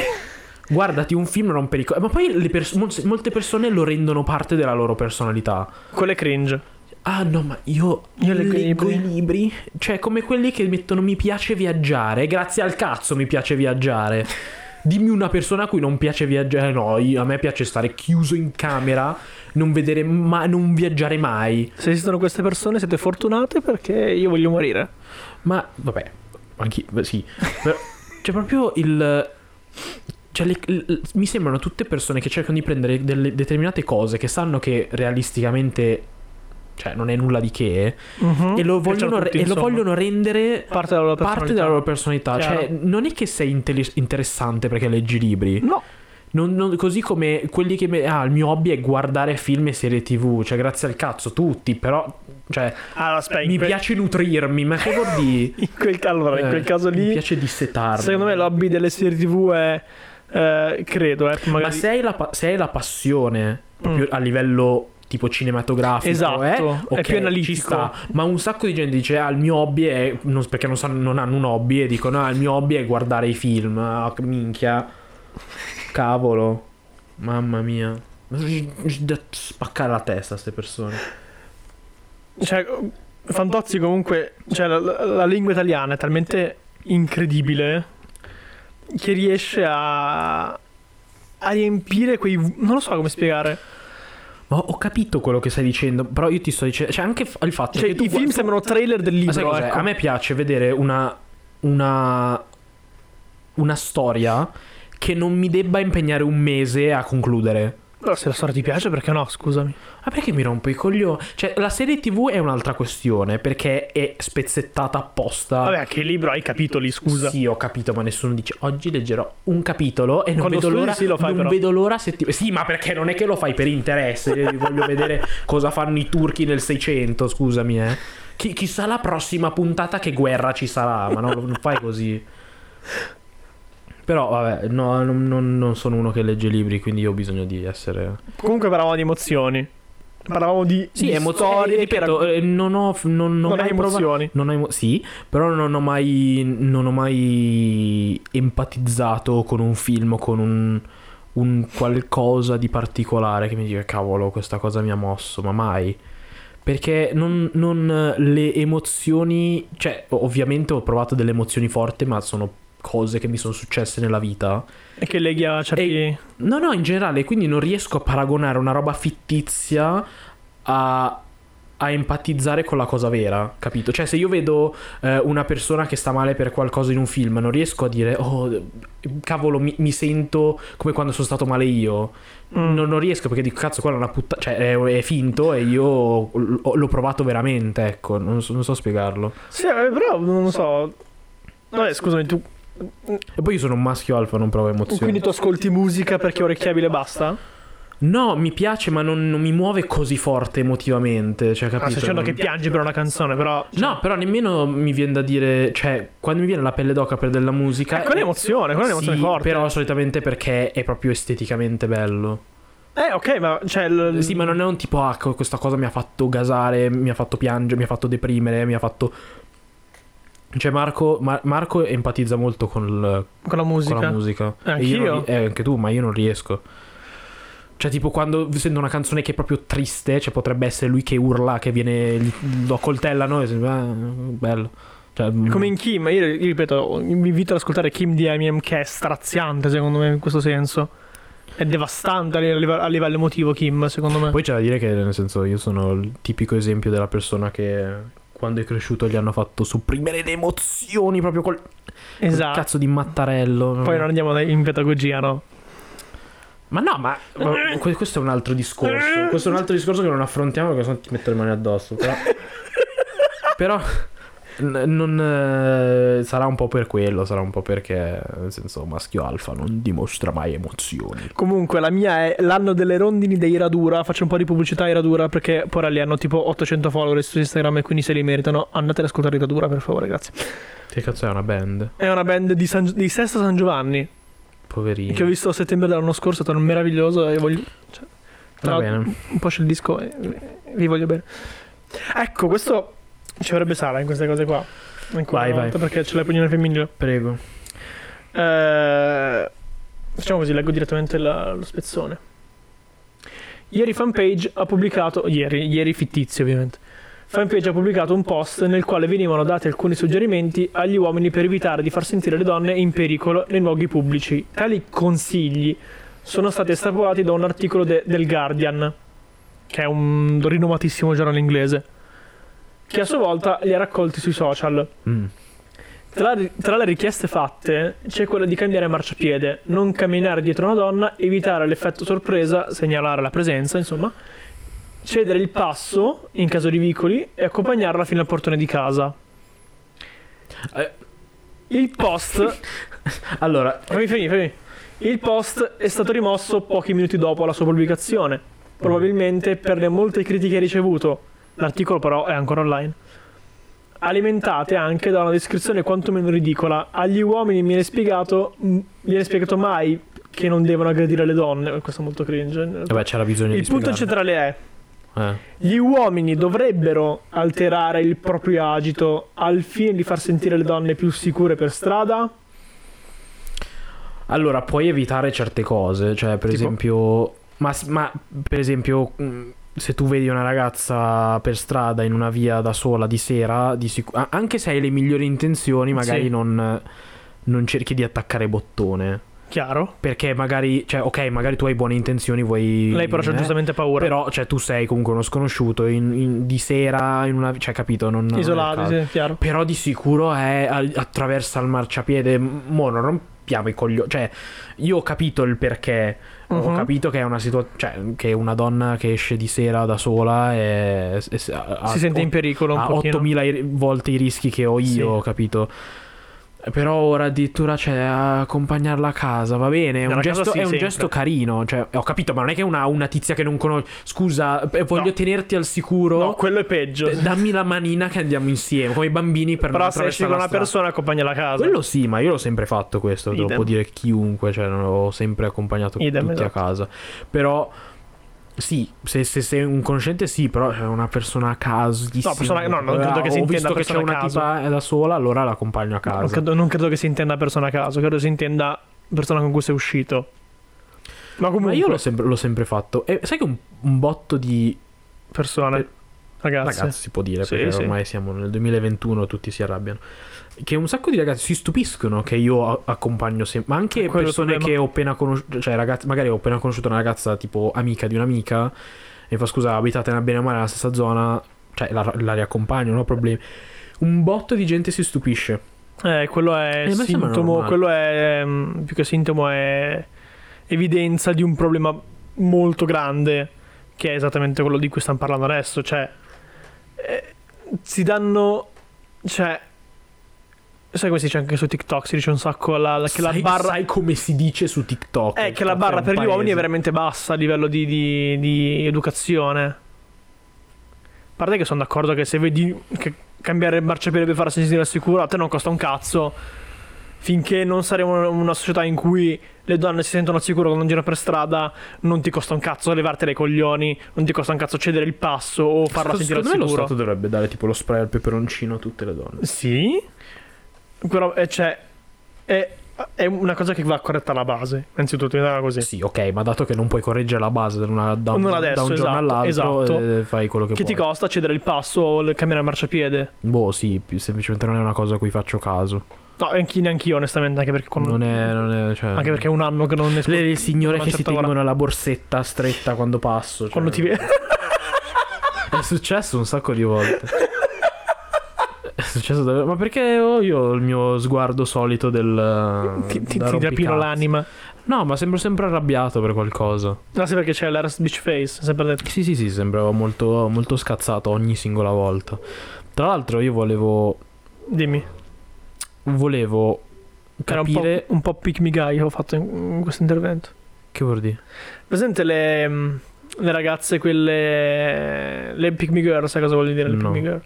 [SPEAKER 1] Guardati un film non per i co- Ma poi le pers- mol- molte persone lo rendono parte della loro personalità.
[SPEAKER 2] Quello è cringe.
[SPEAKER 1] Ah no, ma io,
[SPEAKER 2] Io leggo
[SPEAKER 1] leggo,
[SPEAKER 2] i
[SPEAKER 1] i
[SPEAKER 2] libri.
[SPEAKER 1] libri. Cioè, come quelli che mettono mi piace viaggiare. Grazie al cazzo mi piace viaggiare. Dimmi una persona a cui non piace viaggiare. No, io- a me piace stare chiuso in camera, non vedere ma- non viaggiare mai.
[SPEAKER 2] Se esistono queste persone siete fortunate perché io voglio morire.
[SPEAKER 1] Ma vabbè, anche beh, sì. Però, cioè, proprio il. Cioè, le- l- mi sembrano tutte persone che cercano di prendere delle determinate cose che sanno che realisticamente. Cioè, non è nulla di che.
[SPEAKER 2] Mm?
[SPEAKER 1] E
[SPEAKER 2] Eh,
[SPEAKER 1] lo
[SPEAKER 2] certo,
[SPEAKER 1] vogliono, re- e lo vogliono rendere
[SPEAKER 2] parte della loro
[SPEAKER 1] Mhm. parte della loro personalità.
[SPEAKER 2] Chiaro.
[SPEAKER 1] Cioè, non è che sei intelli- interessante perché leggi libri.
[SPEAKER 2] No,
[SPEAKER 1] Non- non- così come quelli che. me- ah, il mio hobby è guardare film e serie TV. Cioè, grazie al cazzo, tutti. Però. Cioè,
[SPEAKER 2] allora aspetta,
[SPEAKER 1] mi
[SPEAKER 2] Eh, in, quel-
[SPEAKER 1] piace nutrirmi, ma che vuol dire?
[SPEAKER 2] in quel, allora, in
[SPEAKER 1] Eh,
[SPEAKER 2] quel caso
[SPEAKER 1] Mi
[SPEAKER 2] lì,
[SPEAKER 1] piace dissetarmi.
[SPEAKER 2] secondo me l'hobby delle serie TV è eh, credo, eh,
[SPEAKER 1] Ma
[SPEAKER 2] magari
[SPEAKER 1] se hai la, pa- se hai la passione proprio
[SPEAKER 2] Mm.
[SPEAKER 1] a livello tipo cinematografico,
[SPEAKER 2] Esatto,
[SPEAKER 1] eh,
[SPEAKER 2] è
[SPEAKER 1] ok,
[SPEAKER 2] più analitico.
[SPEAKER 1] ci sta. Ma un sacco di gente dice: Ah, il mio hobby è. non- perché non, sanno- non hanno un hobby e dicono: Ah, il mio hobby è guardare i film. Ah, minchia, cavolo, mamma mia. Da spaccare la testa a queste persone.
[SPEAKER 2] cioè, Fantozzi comunque, cioè, la, la- la lingua italiana è talmente incredibile che riesce a a riempire quei vu- non lo so come spiegare.
[SPEAKER 1] Ma ho ho capito quello che stai dicendo, però io ti sto dicendo. Cioè, anche f- il fatto
[SPEAKER 2] Cioè,
[SPEAKER 1] che tu
[SPEAKER 2] i film
[SPEAKER 1] gu-
[SPEAKER 2] sembrano trailer del
[SPEAKER 1] Ma sai
[SPEAKER 2] libro,
[SPEAKER 1] cos'è?
[SPEAKER 2] ecco.
[SPEAKER 1] A me piace vedere una, una, una storia che non mi debba impegnare un mese a concludere.
[SPEAKER 2] Però se la storia ti piace perché no, scusami.
[SPEAKER 1] Ma perché mi rompo i coglioni? Cioè, la serie TV è un'altra questione, perché è spezzettata apposta.
[SPEAKER 2] Vabbè, che libro hai capitoli, scusa.
[SPEAKER 1] Ah. Sì, ho capito, ma nessuno dice oggi leggerò un capitolo e non
[SPEAKER 2] Quando
[SPEAKER 1] vedo
[SPEAKER 2] studi
[SPEAKER 1] l'ora.
[SPEAKER 2] sì, lo fai,
[SPEAKER 1] non
[SPEAKER 2] però.
[SPEAKER 1] vedo l'ora se ti- Sì, ma perché non è che lo fai per interesse? Io voglio vedere cosa fanno i turchi nel 600, scusami, eh. Chi- chissà la prossima puntata che guerra ci sarà, ma no, non fai così. Però, vabbè, no, non, non- non sono uno che legge libri, quindi io ho bisogno di essere.
[SPEAKER 2] Comunque parlavamo di emozioni. Parlavamo di,
[SPEAKER 1] Sì,
[SPEAKER 2] di
[SPEAKER 1] è
[SPEAKER 2] storie che
[SPEAKER 1] ripeto,
[SPEAKER 2] racc-
[SPEAKER 1] eh, non ho. Non, non ho
[SPEAKER 2] non hai
[SPEAKER 1] mai provato-
[SPEAKER 2] emozioni.
[SPEAKER 1] Non ho emo- sì, però non ho, mai, non ho mai empatizzato con un film, o con un, un qualcosa di particolare che mi dica cavolo, questa cosa mi ha mosso, ma mai. Perché non, non le emozioni, cioè ovviamente ho provato delle emozioni forti, ma sono cose che mi sono successe nella vita.
[SPEAKER 2] E che leghi a certi
[SPEAKER 1] No, no, in generale, quindi non riesco a paragonare una roba fittizia a, a empatizzare con la cosa vera, capito? Cioè, se io vedo eh, una persona che sta male per qualcosa in un film, non riesco a dire, oh, cavolo, mi, mi sento come quando sono stato male io.
[SPEAKER 2] Mm.
[SPEAKER 1] Non, non riesco perché dico, cazzo, quella è una puttana, cioè, è, è finto e io l- l'ho provato veramente, ecco, non so, non so spiegarlo.
[SPEAKER 2] Sì, eh, però non lo so. Vabbè, scusami, tu
[SPEAKER 1] E poi io sono un maschio alfa, non provo emozioni.
[SPEAKER 2] quindi tu ascolti musica perché è orecchiabile e basta?
[SPEAKER 1] No, mi piace, ma non, non mi muove così forte emotivamente, cioè,
[SPEAKER 2] Ah,
[SPEAKER 1] capito?
[SPEAKER 2] stai dicendo
[SPEAKER 1] Non-
[SPEAKER 2] che piangi per una canzone, però cioè,
[SPEAKER 1] No, però nemmeno mi viene da dire, cioè, quando mi viene la pelle d'oca per della musica...
[SPEAKER 2] Eh, quella è emozione, quella è un'emozione
[SPEAKER 1] Sì,
[SPEAKER 2] forte.
[SPEAKER 1] Però solitamente perché è proprio esteticamente bello.
[SPEAKER 2] Eh, ok, ma cioè il-
[SPEAKER 1] Sì, ma non è un tipo, ah, co- questa cosa mi ha fatto gasare, mi ha fatto piangere, mi ha fatto deprimere, mi ha fatto... Cioè, Marco, Mar- Marco empatizza molto con, il-
[SPEAKER 2] con la
[SPEAKER 1] con
[SPEAKER 2] musica.
[SPEAKER 1] la musica.
[SPEAKER 2] Eh,
[SPEAKER 1] E io non
[SPEAKER 2] anch'io.
[SPEAKER 1] ri- eh, anche tu, ma io non riesco. Cioè, tipo, quando sento una canzone che è proprio triste, cioè, potrebbe essere lui che urla, che viene, gli- lo coltellano e sembra, bello. Cioè, mm.
[SPEAKER 2] Come in Kim, io io ripeto, vi invito ad ascoltare Kim di Eminem che è straziante secondo me in questo senso. È devastante a livello, a livello emotivo Kim, secondo me.
[SPEAKER 1] Poi c'è da dire che, nel senso, io sono il tipico esempio della persona che quando è cresciuto gli hanno fatto supprimere le emozioni proprio col col
[SPEAKER 2] esatto.
[SPEAKER 1] cazzo di mattarello.
[SPEAKER 2] Poi non andiamo dai- in pedagogia, no?
[SPEAKER 1] Ma no, ma ma que- questo è un altro discorso. Questo è un altro discorso che non affrontiamo perché sennò ti metto le mani addosso. Però. però N- non, eh, sarà un po' per quello, sarà un po' perché, nel senso, maschio alfa non dimostra mai emozioni.
[SPEAKER 2] Comunque la mia è l'anno delle rondini dei Radura, faccio un po' di pubblicità ai Radura perché porelli hanno tipo 800 follower su Instagram e quindi se li meritano andate ad ascoltare i Radura per favore, grazie.
[SPEAKER 1] Che cazzo è una band?
[SPEAKER 2] È una band di, San- di Sesto San Giovanni
[SPEAKER 1] Poverino.
[SPEAKER 2] che ho visto a settembre dell'anno scorso, è stato meraviglioso e voglio... cioè,
[SPEAKER 1] Va
[SPEAKER 2] tra-
[SPEAKER 1] bene.
[SPEAKER 2] un po' c'è il disco e e vi voglio bene. Ecco, questo ci avrebbe Sara in queste cose qua. Ancora
[SPEAKER 1] Vai,
[SPEAKER 2] una
[SPEAKER 1] vai.
[SPEAKER 2] volta perché c'è l'opinione femminile.
[SPEAKER 1] Prego.
[SPEAKER 2] Eh, facciamo così, leggo direttamente la- lo spezzone. Ieri Fanpage ha pubblicato, ieri, ieri fittizio ovviamente, Fanpage ha pubblicato un post nel quale venivano dati alcuni suggerimenti agli uomini per evitare di far sentire le donne in pericolo nei luoghi pubblici. Tali consigli sono stati estrapolati da un articolo de- del Guardian, che è un rinomatissimo giornale inglese, che a sua volta li ha raccolti sui social.
[SPEAKER 1] Mm.
[SPEAKER 2] Tra, tra le richieste fatte c'è quella di cambiare marciapiede, non camminare dietro una donna, evitare l'effetto sorpresa, segnalare la presenza, insomma, cedere il passo in caso di vicoli e accompagnarla fino al portone di casa.
[SPEAKER 1] Eh.
[SPEAKER 2] Il post,
[SPEAKER 1] Allora,
[SPEAKER 2] fammi, finire, fammi. Il post è stato rimosso pochi minuti dopo la sua pubblicazione, probabilmente per le molte critiche ricevuto. L'articolo però è ancora online alimentate anche da una descrizione quantomeno ridicola. Agli uomini mi viene spiegato, mh, viene spiegato mai che non devono aggredire le donne. Questo è molto cringe.
[SPEAKER 1] vabbè, c'era bisogno di
[SPEAKER 2] Il punto
[SPEAKER 1] spiegarlo.
[SPEAKER 2] centrale è.
[SPEAKER 1] Eh.
[SPEAKER 2] Gli uomini dovrebbero alterare il proprio agito al fine di far sentire le donne più sicure per strada?
[SPEAKER 1] Allora, puoi evitare certe cose, cioè per
[SPEAKER 2] Tipo?
[SPEAKER 1] esempio... Ma, s- ma, per esempio, mm, se tu vedi una ragazza per strada in una via da sola di sera, di sicu- a- anche se hai le migliori intenzioni, magari
[SPEAKER 2] Sì.
[SPEAKER 1] non, non cerchi di attaccare bottone.
[SPEAKER 2] Chiaro?
[SPEAKER 1] Perché magari, cioè, ok, magari tu hai buone intenzioni, vuoi...
[SPEAKER 2] Lei però c'ha
[SPEAKER 1] eh,
[SPEAKER 2] giustamente paura.
[SPEAKER 1] Però, cioè, tu sei comunque uno sconosciuto in- in- di sera, in una... Cioè, capito? Non, non è il
[SPEAKER 2] Isolati,
[SPEAKER 1] caso.
[SPEAKER 2] sì, chiaro.
[SPEAKER 1] Però di sicuro è al- attraversa il marciapiede. Mo, non rompiamo i coglioni. Cioè, io ho capito il perché. Ho
[SPEAKER 2] Mhm.
[SPEAKER 1] capito che è una situazione. Cioè, che una donna che esce di sera da sola e, e se- ha-
[SPEAKER 2] si sente
[SPEAKER 1] ha-
[SPEAKER 2] in pericolo un
[SPEAKER 1] ha
[SPEAKER 2] pochino.
[SPEAKER 1] 8000 i- volte i rischi che ho io,
[SPEAKER 2] Sì.
[SPEAKER 1] ho capito. Però ora addirittura c'è accompagnarla a casa, va bene, è
[SPEAKER 2] Alla
[SPEAKER 1] un,
[SPEAKER 2] casa
[SPEAKER 1] gesto,
[SPEAKER 2] sì,
[SPEAKER 1] è un
[SPEAKER 2] sempre.
[SPEAKER 1] gesto carino, cioè, ho capito, ma non è che una, una tizia che non conosco, scusa, eh, voglio
[SPEAKER 2] No.
[SPEAKER 1] tenerti al sicuro,
[SPEAKER 2] No, quello è peggio.
[SPEAKER 1] D- Dammi la manina che andiamo insieme, come i bambini per non
[SPEAKER 2] Però se esci
[SPEAKER 1] attraversare
[SPEAKER 2] con
[SPEAKER 1] la
[SPEAKER 2] una
[SPEAKER 1] strada.
[SPEAKER 2] persona accompagna la casa.
[SPEAKER 1] Quello sì, ma io l'ho sempre fatto questo, devo
[SPEAKER 2] Idem.
[SPEAKER 1] può dire chiunque, cioè non ho sempre accompagnato
[SPEAKER 2] Idem,
[SPEAKER 1] tutti a
[SPEAKER 2] esatto.
[SPEAKER 1] casa. Però sì, se, se sei un conoscente sì, però è una persona a caso
[SPEAKER 2] No, persona- no, non credo che si
[SPEAKER 1] ho visto
[SPEAKER 2] intenda
[SPEAKER 1] che c'è
[SPEAKER 2] persona a
[SPEAKER 1] una
[SPEAKER 2] caso.
[SPEAKER 1] tipa è da sola, allora l'accompagno a
[SPEAKER 2] Non
[SPEAKER 1] casa.
[SPEAKER 2] credo, non credo che si intenda persona a caso, credo si intenda persona con cui sei uscito. Ma comunque,
[SPEAKER 1] ma io l'ho sempre, l'ho sempre fatto. E sai che un, un botto di
[SPEAKER 2] persone, ragazzi,
[SPEAKER 1] ragazzi si può dire,
[SPEAKER 2] Sì,
[SPEAKER 1] perché
[SPEAKER 2] sì.
[SPEAKER 1] ormai siamo nel 2021, tutti si arrabbiano. Che un sacco di ragazzi si stupiscono che io a- accompagno sempre, ma anche
[SPEAKER 2] Quello è il
[SPEAKER 1] persone
[SPEAKER 2] problema.
[SPEAKER 1] che ho appena conosciuto, cioè ragazzi, magari ho appena conosciuto una ragazza tipo amica di un'amica e fa scusa, abitate nella bene o male nella stessa zona, cioè la, la riaccompagno, non ho problemi. Un botto di gente si stupisce.
[SPEAKER 2] Eh, quello è
[SPEAKER 1] Eh, ma sembra
[SPEAKER 2] sintomo,
[SPEAKER 1] normale.
[SPEAKER 2] quello è mm, più che sintomo è evidenza di un problema molto grande che è esattamente quello di cui stiamo parlando adesso, cioè eh, si danno cioè sai come si dice anche su TikTok, si dice un sacco la- la- che
[SPEAKER 1] sai,
[SPEAKER 2] la barra
[SPEAKER 1] sai come si dice su TikTok?
[SPEAKER 2] È Eh, che la
[SPEAKER 1] Cazzo,
[SPEAKER 2] barra
[SPEAKER 1] un
[SPEAKER 2] per gli uomini
[SPEAKER 1] paese.
[SPEAKER 2] è veramente bassa a livello di, di- di educazione. A parte che sono d'accordo che se vedi che cambiare marciapiede per farsi sentire al sicuro a te non costa un cazzo. Finché non saremo una società in cui le donne si sentono al sicuro quando girano per strada, non ti costa un cazzo levartela i coglioni, non ti costa un cazzo cedere il passo o farla
[SPEAKER 1] Secondo
[SPEAKER 2] sentire al
[SPEAKER 1] me lo
[SPEAKER 2] sicuro.
[SPEAKER 1] Stato dovrebbe dare tipo lo spray al peperoncino a tutte le donne.
[SPEAKER 2] Sì, però eh, cioè, è, è una cosa che va corretta alla base. Innanzitutto, mettiamola così.
[SPEAKER 1] Sì, ok, ma dato che non puoi correggere la base da, una- da un,
[SPEAKER 2] Non adesso,
[SPEAKER 1] da un giorno
[SPEAKER 2] esatto,
[SPEAKER 1] all'altro,
[SPEAKER 2] esatto.
[SPEAKER 1] eh, fai quello che,
[SPEAKER 2] Che ti
[SPEAKER 1] puoi.
[SPEAKER 2] costa cedere il passo o il- cambiare il marciapiede?
[SPEAKER 1] boh, sì, più- semplicemente non è una cosa a cui faccio caso.
[SPEAKER 2] No, anche neanche io, onestamente, anche perché, con-
[SPEAKER 1] Non è. Non è cioè...
[SPEAKER 2] anche perché è un anno che non esco.
[SPEAKER 1] Le, le signore
[SPEAKER 2] con una
[SPEAKER 1] che si
[SPEAKER 2] certa
[SPEAKER 1] tengono la borsetta stretta quando passo. cioè,
[SPEAKER 2] Quando ti vedi.
[SPEAKER 1] È successo un sacco di volte. È successo davvero. Ma perché ho io ho il mio sguardo solito del.
[SPEAKER 2] ti, ti,
[SPEAKER 1] da
[SPEAKER 2] ti rapino
[SPEAKER 1] rompicazzo.
[SPEAKER 2] l'anima.
[SPEAKER 1] No, ma sembro sempre arrabbiato per qualcosa.
[SPEAKER 2] No, sì, perché c'è l'Eras Beach Face, sempre detto.
[SPEAKER 1] Sì, sì, sì, sembrava molto, molto scazzato ogni singola volta. Tra l'altro, io volevo
[SPEAKER 2] Dimmi.
[SPEAKER 1] Volevo
[SPEAKER 2] Era un
[SPEAKER 1] capire...
[SPEAKER 2] po', un po' pick me guy ho fatto in, in questo intervento.
[SPEAKER 1] Che vuol dire?
[SPEAKER 2] Presente le, mm, le ragazze, quelle. le pick me girl, sai cosa voglio dire? Le
[SPEAKER 1] No.
[SPEAKER 2] pick me girl.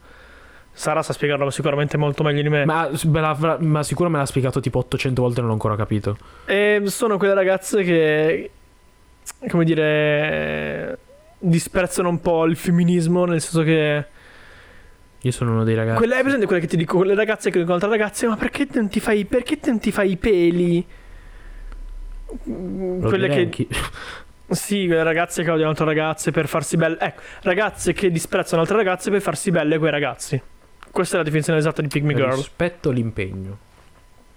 [SPEAKER 2] Sara sa spiegarlo sicuramente molto meglio di me.
[SPEAKER 1] Ma, me l'ha- ma sicuro me l'ha spiegato tipo 800 volte e non l'ho ancora capito.
[SPEAKER 2] E Ehm, sono quelle ragazze che, come dire, disprezzano un po' il femminismo, nel senso che...
[SPEAKER 1] Io sono uno dei ragazzi.
[SPEAKER 2] Quelle, hai presente quelle che ti dico, quelle ragazze che incontrano altre ragazze, ma perché non ti fai, perché non ti fai i peli? Mm,
[SPEAKER 1] Lo
[SPEAKER 2] Quelle
[SPEAKER 1] direi
[SPEAKER 2] che...
[SPEAKER 1] anch'io.
[SPEAKER 2] Sì, quelle ragazze che odiano altre ragazze per farsi belle... Ecco, ragazze che disprezzano altre ragazze per farsi belle quei ragazzi. Questa è la definizione esatta di Pygmy Girl.
[SPEAKER 1] Rispetto l'impegno.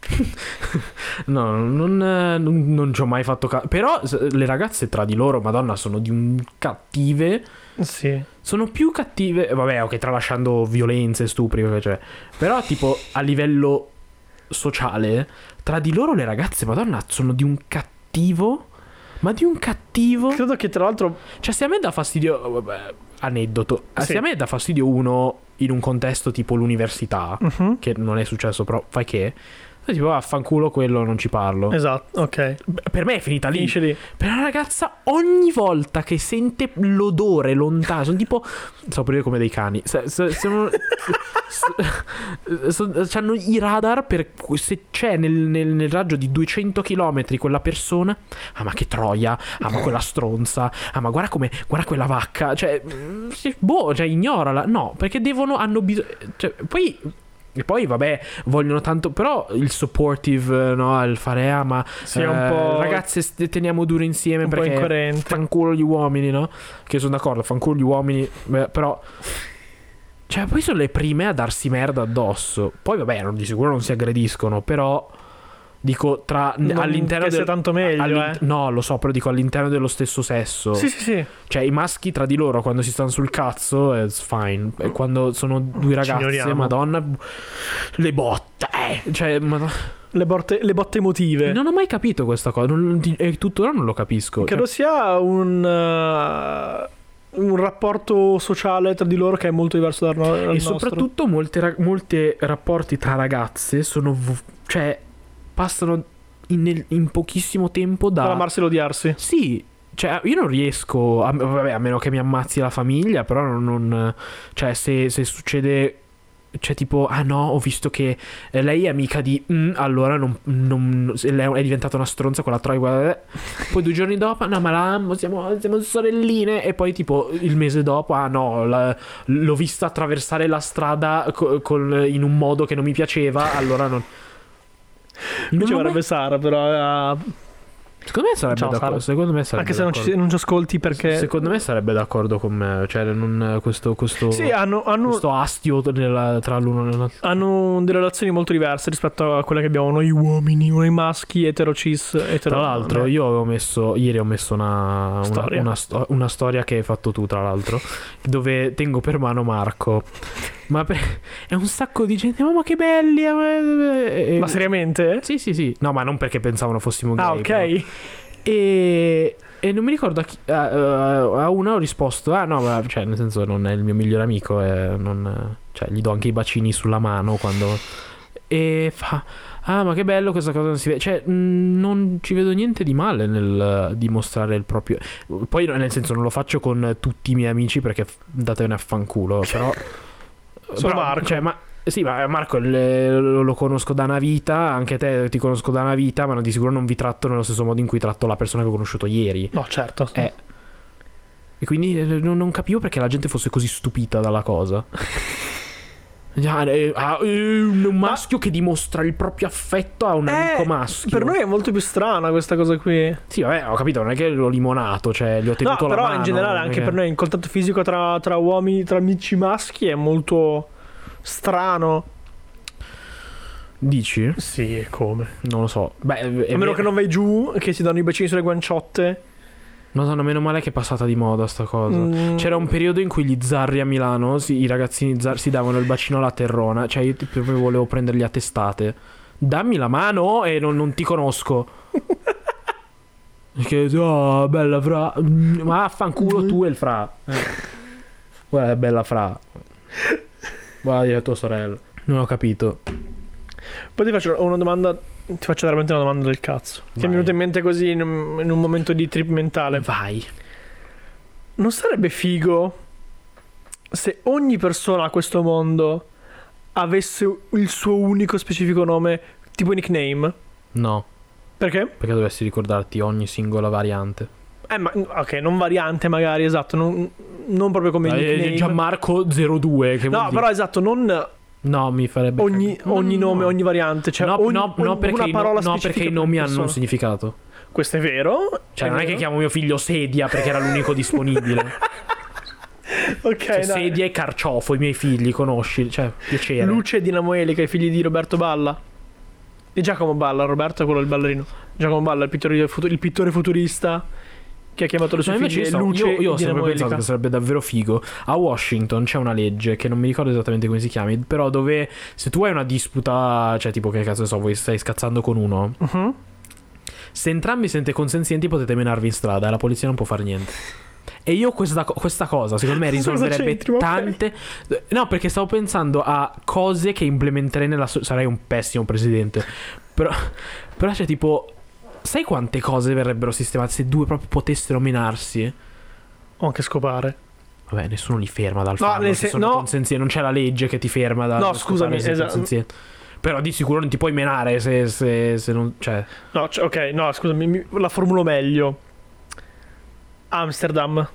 [SPEAKER 1] no, non, eh, non- non ci ho mai fatto caso. Però s- le ragazze tra di loro, madonna, sono di un cattive.
[SPEAKER 2] Sì.
[SPEAKER 1] Sono più cattive. eh, Vabbè, ok, tralasciando violenze, stupri, ok, cioè. Però, tipo, a livello sociale, tra di loro le ragazze, madonna, sono di un cattivo. Ma di un cattivo.
[SPEAKER 2] Credo che tra l'altro...
[SPEAKER 1] Cioè, se a me dà fastidio. oh, Vabbè, aneddoto.
[SPEAKER 2] Ah, Sì.
[SPEAKER 1] Se a me dà fastidio uno in un contesto tipo l'università,
[SPEAKER 2] Mhm.
[SPEAKER 1] che non è successo, però fai che. Poi tipo, ah, fanculo quello, non ci parlo.
[SPEAKER 2] Esatto, ok.
[SPEAKER 1] Per me è finita lì.
[SPEAKER 2] Finisce lì.
[SPEAKER 1] Per la ragazza, ogni volta che sente l'odore lontano, sono tipo. So per dire come dei cani. Se- se- sono- s- son- c'hanno i radar per. cui Se c'è nel, nel- nel raggio di 200 km quella persona. Ah, ma che troia! Ah, ma quella stronza! Ah, ma guarda come. Guarda quella vacca! Cioè. mm, sì, Boh, cioè, ignorala. No, perché devono. Hanno bisogno. Cioè, poi. E poi, vabbè, vogliono tanto. Però il supportive, no? Il fare, ah, ma
[SPEAKER 2] Sì, è un
[SPEAKER 1] eh,
[SPEAKER 2] po'...
[SPEAKER 1] Ragazze, st- teniamo duro insieme
[SPEAKER 2] un po'
[SPEAKER 1] perché
[SPEAKER 2] incoerente.
[SPEAKER 1] fanculo gli uomini, no? Che sono d'accordo, fanculo gli uomini, beh, però. Cioè, poi sono le prime a darsi merda addosso. Poi, vabbè, non- di sicuro non si aggrediscono, però. Dico, tra.
[SPEAKER 2] Non
[SPEAKER 1] all'interno
[SPEAKER 2] che sia
[SPEAKER 1] del.
[SPEAKER 2] tanto meglio,
[SPEAKER 1] all'in-
[SPEAKER 2] eh.
[SPEAKER 1] No, lo so, però dico all'interno dello stesso sesso.
[SPEAKER 2] Sì, sì, sì.
[SPEAKER 1] Cioè, i maschi tra di loro quando si stanno sul cazzo, it's fine. E quando sono due ragazze,
[SPEAKER 2] ignoriamo.
[SPEAKER 1] madonna. Le botte. eh. Cioè, madonna.
[SPEAKER 2] Le, borte- le botte emotive.
[SPEAKER 1] Non ho mai capito questa cosa. Non, ti- e tuttora non lo capisco. Cioè,
[SPEAKER 2] Credo sia un, uh, un rapporto sociale tra di loro che è molto diverso dal, no- dal
[SPEAKER 1] e
[SPEAKER 2] nostro.
[SPEAKER 1] soprattutto molte, ra- molte rapporti tra ragazze sono. v- cioè, passano in, nel- in pochissimo tempo
[SPEAKER 2] Tra
[SPEAKER 1] da.
[SPEAKER 2] amarsi e l'odiarsi.
[SPEAKER 1] Sì. Cioè, io non riesco. A, vabbè, a meno che mi ammazzi la famiglia, però non. non- cioè, se, se succede. Cioè, tipo, ah no, ho visto che eh, lei è amica di. mm, allora non. non- se lei è diventata una stronza con la troia. guarda- eh. Poi due giorni dopo, "Ah, no, ma la amo, siamo, siamo sorelline. E poi, tipo, il mese dopo, ah no, la- l'ho vista attraversare la strada co- col- in un modo che non mi piaceva, allora non.
[SPEAKER 2] Lui ci
[SPEAKER 1] l'ho mai-
[SPEAKER 2] vorrebbe Sara, però. ah,
[SPEAKER 1] Secondo me sarebbe
[SPEAKER 2] Ciao,
[SPEAKER 1] d'accordo.
[SPEAKER 2] Sara.
[SPEAKER 1] Secondo me sarebbe
[SPEAKER 2] anche se non
[SPEAKER 1] d'accordo.
[SPEAKER 2] ci, non ci ascolti perché.
[SPEAKER 1] Secondo me sarebbe d'accordo con me, cioè non questo, questo,
[SPEAKER 2] Sì, ah, hanno, hanno-
[SPEAKER 1] questo astio nella- tra l'uno e l'altro.
[SPEAKER 2] hanno delle relazioni molto diverse rispetto a quelle che abbiamo noi uomini, noi maschi, etero cis.
[SPEAKER 1] Tra
[SPEAKER 2] Etero
[SPEAKER 1] l'altro, io avevo messo, ieri ho messo una, una-
[SPEAKER 2] Storia.
[SPEAKER 1] una sto- una storia che hai fatto tu, tra l'altro, dove tengo per mano Marco. Ma per- è un sacco di gente, "Oh, ma che belli! eh, eh, eh".
[SPEAKER 2] Ma seriamente?
[SPEAKER 1] Sì, sì, sì. No, ma non perché pensavano fossimo gay.
[SPEAKER 2] Ah,
[SPEAKER 1] però.
[SPEAKER 2] ok.
[SPEAKER 1] E, e non mi ricordo a, chi, a, eh, a- a una ho risposto: Ah, no, ma cioè, nel senso, non è il mio migliore amico. eh, non- cioè, gli do anche i bacini sulla mano quando. E fa. Ah, ma che bello questa cosa non si vede. Cioè, mh, non ci vedo niente di male nel dimostrare il proprio. Poi, nel senso, non lo faccio con tutti i miei amici perché f- datevene a fanculo. Però.
[SPEAKER 2] Sono
[SPEAKER 1] però,
[SPEAKER 2] Marco.
[SPEAKER 1] Cioè, ma. Sì, ma Marco le- lo lo conosco da una vita, anche te ti conosco da una vita, ma di sicuro non vi tratto nello stesso modo in cui tratto la persona che ho conosciuto ieri.
[SPEAKER 2] No, certo.
[SPEAKER 1] Eh. E quindi eh, non, non capivo perché la gente fosse così stupita dalla cosa. Ah, eh, ah, eh, un maschio che dimostra il proprio affetto a un
[SPEAKER 2] Eh,
[SPEAKER 1] amico maschio.
[SPEAKER 2] Per noi è molto più strana questa cosa qui.
[SPEAKER 1] Sì, vabbè, ho capito, non è che l'ho limonato, cioè gli ho
[SPEAKER 2] No,
[SPEAKER 1] tenuto la
[SPEAKER 2] però
[SPEAKER 1] mano.
[SPEAKER 2] in generale
[SPEAKER 1] non è
[SPEAKER 2] anche
[SPEAKER 1] che-
[SPEAKER 2] per noi il contatto fisico tra, tra uomini, tra amici maschi è molto strano.
[SPEAKER 1] Dici?
[SPEAKER 2] Sì, come?
[SPEAKER 1] Non lo so. Beh,
[SPEAKER 2] A meno che non vai giù, che si danno i bacini sulle guanciotte.
[SPEAKER 1] Madonna, meno male che è passata di moda sta cosa.
[SPEAKER 2] Mm.
[SPEAKER 1] C'era un periodo in cui gli zarri a Milano, si- i ragazzini zarri si davano il bacino alla terrona, cioè io ti- proprio volevo prenderli a testate. Dammi la mano e non, non ti conosco. Che oh, bella fra. Mm, Ma affanculo tu e il fra. Eh. Guarda, che bella fra. Guarda, è tua sorella. Non ho capito.
[SPEAKER 2] Poi ti faccio una domanda. Ti faccio veramente una domanda del cazzo. Ti è
[SPEAKER 1] Vai.
[SPEAKER 2] venuta in mente così in un, in un momento di trip mentale.
[SPEAKER 1] Vai.
[SPEAKER 2] Non sarebbe figo se ogni persona a questo mondo avesse il suo unico specifico nome, tipo nickname?
[SPEAKER 1] No,
[SPEAKER 2] Perché?
[SPEAKER 1] perché dovresti ricordarti ogni singola variante.
[SPEAKER 2] Eh, ma ok, non variante magari, esatto, non, non proprio come il
[SPEAKER 1] Eh,
[SPEAKER 2] nickname.
[SPEAKER 1] Gianmarco02. Che vuol
[SPEAKER 2] no,
[SPEAKER 1] dire?
[SPEAKER 2] però esatto, non
[SPEAKER 1] No, mi farebbe.
[SPEAKER 2] ogni,
[SPEAKER 1] cagare.
[SPEAKER 2] ogni
[SPEAKER 1] No,
[SPEAKER 2] nome,
[SPEAKER 1] no.
[SPEAKER 2] ogni variante, cioè
[SPEAKER 1] no,
[SPEAKER 2] ogni,
[SPEAKER 1] no, no,
[SPEAKER 2] ogni-
[SPEAKER 1] perché
[SPEAKER 2] una
[SPEAKER 1] i no-
[SPEAKER 2] parola
[SPEAKER 1] no,
[SPEAKER 2] specifica
[SPEAKER 1] perché i
[SPEAKER 2] per
[SPEAKER 1] nomi
[SPEAKER 2] persona.
[SPEAKER 1] hanno un significato.
[SPEAKER 2] Questo è vero?
[SPEAKER 1] Cioè,
[SPEAKER 2] è
[SPEAKER 1] non è che
[SPEAKER 2] vero.
[SPEAKER 1] chiamo mio figlio Sedia perché era l'unico disponibile.
[SPEAKER 2] Ok,
[SPEAKER 1] Cioè,
[SPEAKER 2] dai.
[SPEAKER 1] Sedia e Carciofo, i miei figli, conosci. Cioè, piacere.
[SPEAKER 2] Luce e Dinamo Elica, i figli di Roberto Balla. Di Giacomo Balla, Roberto è quello del ballerino. Giacomo Balla, il pittore, futu- il pittore futurista che ha chiamato
[SPEAKER 1] No,
[SPEAKER 2] le sue
[SPEAKER 1] invece
[SPEAKER 2] figlie
[SPEAKER 1] io, stavo-
[SPEAKER 2] Luce
[SPEAKER 1] io, io ho
[SPEAKER 2] e
[SPEAKER 1] sempre
[SPEAKER 2] Dinamo
[SPEAKER 1] pensato
[SPEAKER 2] Elica.
[SPEAKER 1] che sarebbe davvero figo. A Washington c'è una legge che non mi ricordo esattamente come si chiami, però dove se tu hai una disputa, cioè tipo che cazzo ne so, voi stai scazzando con uno,
[SPEAKER 2] Mhm.
[SPEAKER 1] se entrambi siete consenzienti potete menarvi in strada e la polizia non può fare niente. E io questa, co- questa cosa, secondo me,
[SPEAKER 2] Cosa
[SPEAKER 1] risolverebbe
[SPEAKER 2] c'entri, ma ok.
[SPEAKER 1] tante... No, perché stavo pensando a cose che implementerei nella... so- sarei un pessimo presidente. Però, però c'è tipo... Sai quante cose verrebbero sistemate se due proprio potessero menarsi?
[SPEAKER 2] Oh, che scopare.
[SPEAKER 1] Vabbè, nessuno li ferma dal
[SPEAKER 2] No,
[SPEAKER 1] farlo.
[SPEAKER 2] nel
[SPEAKER 1] se
[SPEAKER 2] sen-
[SPEAKER 1] sono
[SPEAKER 2] no.
[SPEAKER 1] consenzienti, non c'è la legge che ti ferma dal
[SPEAKER 2] No,
[SPEAKER 1] dal
[SPEAKER 2] scusami,
[SPEAKER 1] fare se
[SPEAKER 2] esatto.
[SPEAKER 1] consenzienti. Però di sicuro non ti puoi menare se, se- se non. Cioè.
[SPEAKER 2] No, cioè, ok, no, scusami, mi- la formulo meglio. Amsterdam.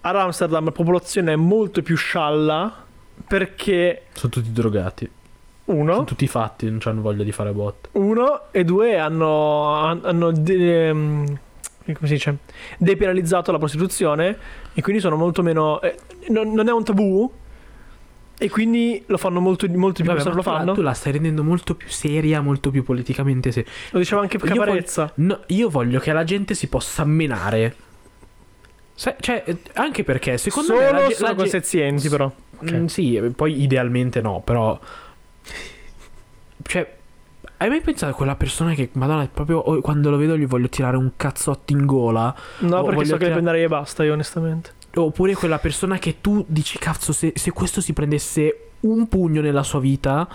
[SPEAKER 2] Ad Amsterdam la popolazione è molto più scialla perché
[SPEAKER 1] Sono tutti drogati. Sono
[SPEAKER 2] uno,
[SPEAKER 1] tutti fatti, non hanno voglia di fare botte.
[SPEAKER 2] uno e due hanno, han- hanno de- ehm, come si dice? depenalizzato la prostituzione e quindi sono molto meno... eh, non, non è un tabù e quindi lo fanno molto, molto più
[SPEAKER 1] Vabbè,
[SPEAKER 2] persone
[SPEAKER 1] ma
[SPEAKER 2] lo
[SPEAKER 1] tu la-
[SPEAKER 2] fanno.
[SPEAKER 1] tu la stai rendendo molto più seria, molto più politicamente seria.
[SPEAKER 2] Lo diceva anche
[SPEAKER 1] voglio-
[SPEAKER 2] Caparezza.
[SPEAKER 1] No, io voglio che la gente si possa menare. Sai- cioè, eh, anche perché secondo
[SPEAKER 2] Solo
[SPEAKER 1] me. La, ge-
[SPEAKER 2] sono
[SPEAKER 1] la ge-
[SPEAKER 2] consenzienti però. Ok.
[SPEAKER 1] Mm, sì, eh, poi idealmente no, però... Cioè, hai mai pensato a quella persona che, madonna, è proprio oh, quando lo vedo gli voglio tirare un cazzotto in gola?
[SPEAKER 2] No,
[SPEAKER 1] Oh, voglio
[SPEAKER 2] perché so che le
[SPEAKER 1] tirare-
[SPEAKER 2] prenderei e basta io onestamente.
[SPEAKER 1] Oppure quella persona che tu dici, cazzo, se, se questo si prendesse un pugno nella sua vita,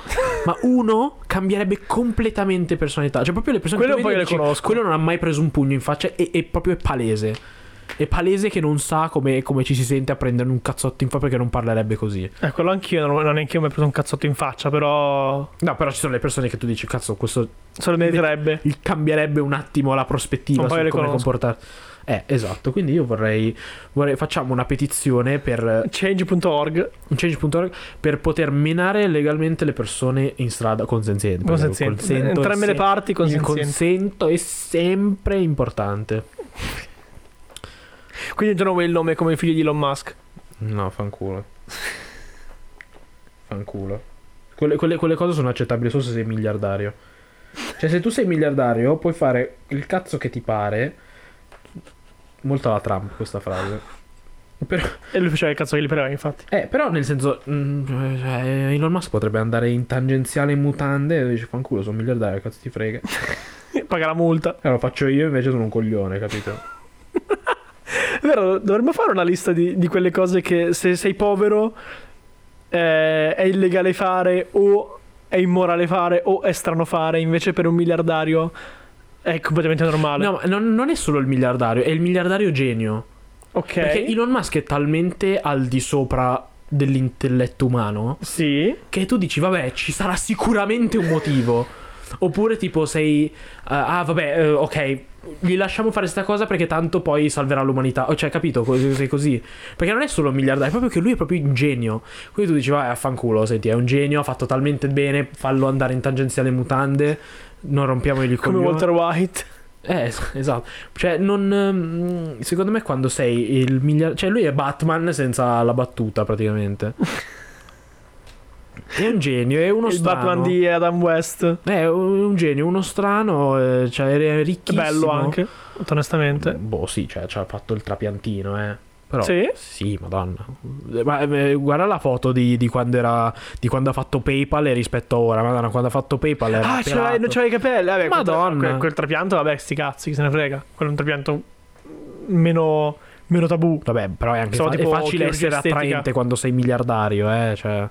[SPEAKER 1] ma uno cambierebbe completamente personalità. Cioè, proprio le persone
[SPEAKER 2] Quello
[SPEAKER 1] che tu
[SPEAKER 2] poi
[SPEAKER 1] vedi
[SPEAKER 2] le
[SPEAKER 1] e dici,
[SPEAKER 2] conosco.
[SPEAKER 1] Quello non ha mai preso un pugno in faccia e, e proprio è palese. È palese che non sa come, come ci si sente a prendere un cazzotto in faccia perché non parlerebbe così.
[SPEAKER 2] Eh, quello anch'io, non, non neanche io mi ho preso un cazzotto in faccia, però
[SPEAKER 1] No, però ci sono le persone che tu dici, cazzo, questo
[SPEAKER 2] se lo meriterebbe.
[SPEAKER 1] il- cambierebbe un attimo la prospettiva
[SPEAKER 2] Un
[SPEAKER 1] su
[SPEAKER 2] paio
[SPEAKER 1] come
[SPEAKER 2] le conosco.
[SPEAKER 1] comportarsi. Eh, esatto, quindi io vorrei, vorrei facciamo una petizione per eh,
[SPEAKER 2] Change.org,
[SPEAKER 1] change.org per poter menare legalmente le persone in strada consenzienti. perché il
[SPEAKER 2] consenzienti.
[SPEAKER 1] consento è
[SPEAKER 2] Entrambe le
[SPEAKER 1] se-
[SPEAKER 2] parti
[SPEAKER 1] Il
[SPEAKER 2] consenzienti.
[SPEAKER 1] consento è sempre importante.
[SPEAKER 2] Quindi John Wayne il nome come i figli di Elon Musk.
[SPEAKER 1] No, fanculo. fanculo. Quelle, quelle, quelle cose sono accettabili solo se sei miliardario. Cioè, se tu sei miliardario, puoi fare il cazzo che ti pare. Molto alla Trump questa frase. Però,
[SPEAKER 2] E lui faceva il cazzo che gli pareva, infatti.
[SPEAKER 1] eh, però nel senso, mm, cioè, Elon Musk potrebbe andare in tangenziale in mutande e dice: Fanculo, sono miliardario, cazzo ti frega.
[SPEAKER 2] Paga la multa.
[SPEAKER 1] Eh, lo faccio io, invece sono un coglione, capito?
[SPEAKER 2] È vero, dovremmo fare una lista di, di quelle cose che se sei povero eh, è illegale fare o è immorale fare o è strano fare, invece per un miliardario è completamente normale.
[SPEAKER 1] No, ma non, non è solo il miliardario, è il miliardario genio.
[SPEAKER 2] ok.
[SPEAKER 1] Perché Elon Musk è talmente al di sopra dell'intelletto umano
[SPEAKER 2] Sì.
[SPEAKER 1] che tu dici, vabbè, ci sarà sicuramente un motivo. Oppure tipo sei, eh, ah vabbè, eh, ok, gli lasciamo fare sta cosa perché tanto poi salverà l'umanità. Oh, cioè, capito, Co- sei così. Perché non è solo un miliardario, è proprio che lui è proprio un genio. Quindi tu dici, vabbè, affanculo, senti, è un genio, ha fatto talmente bene, fallo andare in tangenziale mutande, non rompiamogli il
[SPEAKER 2] Come
[SPEAKER 1] coglione.
[SPEAKER 2] Walter White.
[SPEAKER 1] Eh, es- esatto. Cioè, non. ehm, Secondo me, quando sei il miglior. Cioè, lui è Batman senza la battuta, praticamente. È un genio, è uno
[SPEAKER 2] il
[SPEAKER 1] strano. Eh,
[SPEAKER 2] Batman di Adam West.
[SPEAKER 1] È un genio, uno strano, eh, cioè, è ricchissimo.
[SPEAKER 2] Bello anche, onestamente.
[SPEAKER 1] Boh, sì, cioè, ci ha fatto il trapiantino, eh. Però,
[SPEAKER 2] Sì?
[SPEAKER 1] sì, madonna. Eh, Ma, eh, guarda la foto di, di quando era. Di quando ha fatto PayPal e rispetto a ora. Madonna, quando ha fatto PayPal era.
[SPEAKER 2] Ah, c'era,
[SPEAKER 1] pelato.
[SPEAKER 2] non c'aveva i capelli. Vabbè, quel-
[SPEAKER 1] Madonna.
[SPEAKER 2] Quel, quel trapianto, vabbè, sti cazzi, chi se ne frega. Quello è un trapianto meno, meno tabù.
[SPEAKER 1] Vabbè, però è anche
[SPEAKER 2] Sono
[SPEAKER 1] fa- è
[SPEAKER 2] tipo
[SPEAKER 1] facile
[SPEAKER 2] chirurgia
[SPEAKER 1] essere
[SPEAKER 2] estetica.
[SPEAKER 1] attraente quando sei miliardario, eh. Cioè.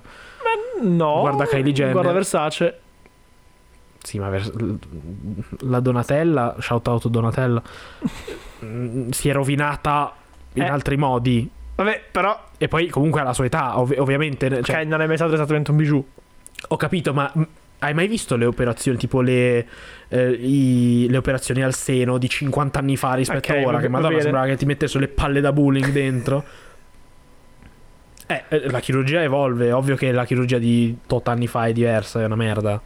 [SPEAKER 2] No.
[SPEAKER 1] Guarda Kylie Jenner.
[SPEAKER 2] Guarda Versace.
[SPEAKER 1] Sì, ma vers- la Donatella, shout out Donatella, mm, si è rovinata in
[SPEAKER 2] Eh.
[SPEAKER 1] altri modi.
[SPEAKER 2] Vabbè, però
[SPEAKER 1] E poi comunque alla sua età, ov- ovviamente. ne- cioè,
[SPEAKER 2] ok, non è mai stato esattamente un bijou.
[SPEAKER 1] Ho capito, ma mm, hai mai visto le operazioni, tipo le, eh, i- le operazioni al seno di 50 anni fa rispetto
[SPEAKER 2] Ok,
[SPEAKER 1] a ora?
[SPEAKER 2] va-
[SPEAKER 1] Che
[SPEAKER 2] va
[SPEAKER 1] madonna
[SPEAKER 2] bene.
[SPEAKER 1] sembrava che ti mettessero le palle da bowling dentro. Eh, eh, la chirurgia evolve, ovvio che la chirurgia di 8 anni fa è diversa, è una merda.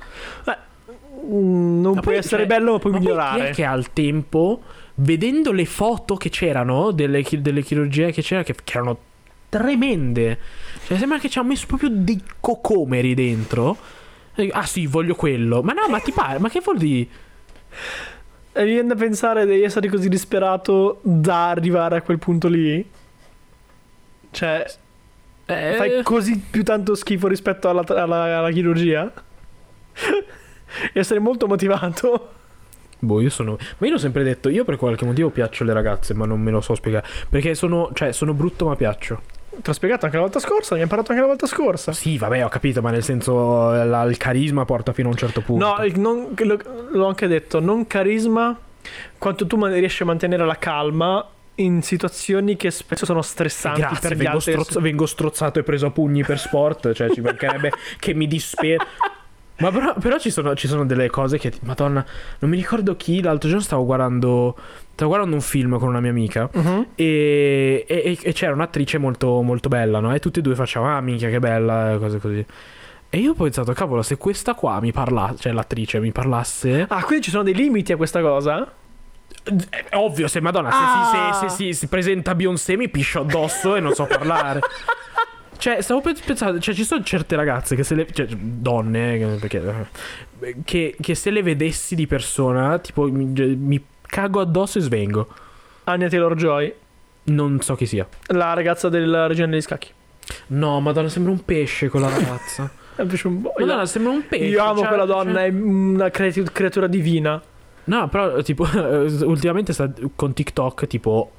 [SPEAKER 2] Mm, non
[SPEAKER 1] Ma
[SPEAKER 2] puoi
[SPEAKER 1] poi,
[SPEAKER 2] essere
[SPEAKER 1] cioè,
[SPEAKER 2] bello, ma puoi
[SPEAKER 1] Ma poi chi
[SPEAKER 2] migliorare.
[SPEAKER 1] è che al tempo, vedendo le foto che c'erano, delle, chi- delle chirurgie che c'erano, che, che erano tremende, cioè sembra che ci ha messo proprio dei cocomeri dentro. Eh, Ah sì, voglio quello. Ma no, ma ti pare, ma che vuol dire?
[SPEAKER 2] E mi viene da pensare di essere così disperato da arrivare a quel punto lì. Cioè,
[SPEAKER 1] Eh,
[SPEAKER 2] fai così più tanto schifo rispetto alla, alla- alla chirurgia? essere molto motivato.
[SPEAKER 1] boh, io sono... Ma io l'ho sempre detto, io per qualche motivo piaccio alle ragazze, ma non me lo so spiegare. Perché sono, cioè, sono brutto ma piaccio.
[SPEAKER 2] Te l'ho spiegato anche la volta scorsa, ne abbiamo parlato anche la volta scorsa.
[SPEAKER 1] Sì, vabbè, ho capito, ma nel senso eh, la- il carisma porta fino a un certo punto.
[SPEAKER 2] No, il- non- lo- l'ho anche detto, non carisma quanto tu man- riesci a mantenere la calma in situazioni che spesso sono stressanti
[SPEAKER 1] Grazie,
[SPEAKER 2] per gli
[SPEAKER 1] vengo,
[SPEAKER 2] altri.
[SPEAKER 1] strozz- vengo strozzato e preso a pugni per sport, cioè ci mancherebbe che mi disperi. Ma però, però ci, sono, ci sono delle cose che... Madonna, non mi ricordo chi, l'altro giorno stavo guardando, stavo guardando un film con una mia amica
[SPEAKER 2] Mhm.
[SPEAKER 1] e, e- e c'era un'attrice molto, molto bella, no? E tutti e due facevamo, ah minchia che bella, e cose così. E io ho pensato, cavolo, se questa qua mi parlasse, cioè l'attrice mi parlasse...
[SPEAKER 2] Ah, quindi ci sono dei limiti a questa cosa?
[SPEAKER 1] È Eh, ovvio, se Madonna, se,
[SPEAKER 2] Ah!
[SPEAKER 1] si, se- se si- si presenta Beyoncé mi piscio addosso e non so parlare. Cioè, stavo pe- pensando, cioè, ci sono certe ragazze che se le. Cioè, donne, eh, perché. eh, Che, che se le vedessi di persona, tipo, mi, cioè, mi cago addosso e svengo.
[SPEAKER 2] Anya Taylor Joy,
[SPEAKER 1] Non so chi sia.
[SPEAKER 2] la ragazza della regina degli scacchi.
[SPEAKER 1] No, Madonna, sembra un pesce quella ragazza.
[SPEAKER 2] Eh, Mi piace un po'. Io-
[SPEAKER 1] Madonna, sembra un pesce.
[SPEAKER 2] Io amo
[SPEAKER 1] cioè-
[SPEAKER 2] quella donna,
[SPEAKER 1] cioè-
[SPEAKER 2] è una creati- creatura divina.
[SPEAKER 1] No, però eh, tipo ultimamente sta con TikTok tipo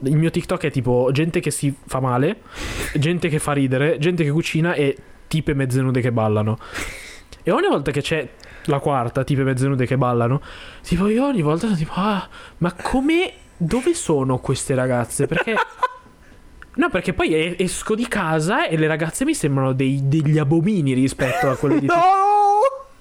[SPEAKER 1] il mio TikTok è tipo gente che si fa male, gente che fa ridere, gente che cucina e tipe mezze nude che ballano. E ogni volta che c'è la quarta, tipe mezze nude che ballano, tipo io ogni volta sono tipo ah, ma come dove sono queste ragazze? Perché No, perché poi e- esco di casa e le ragazze mi sembrano dei- degli abomini rispetto a quelle di TikTok.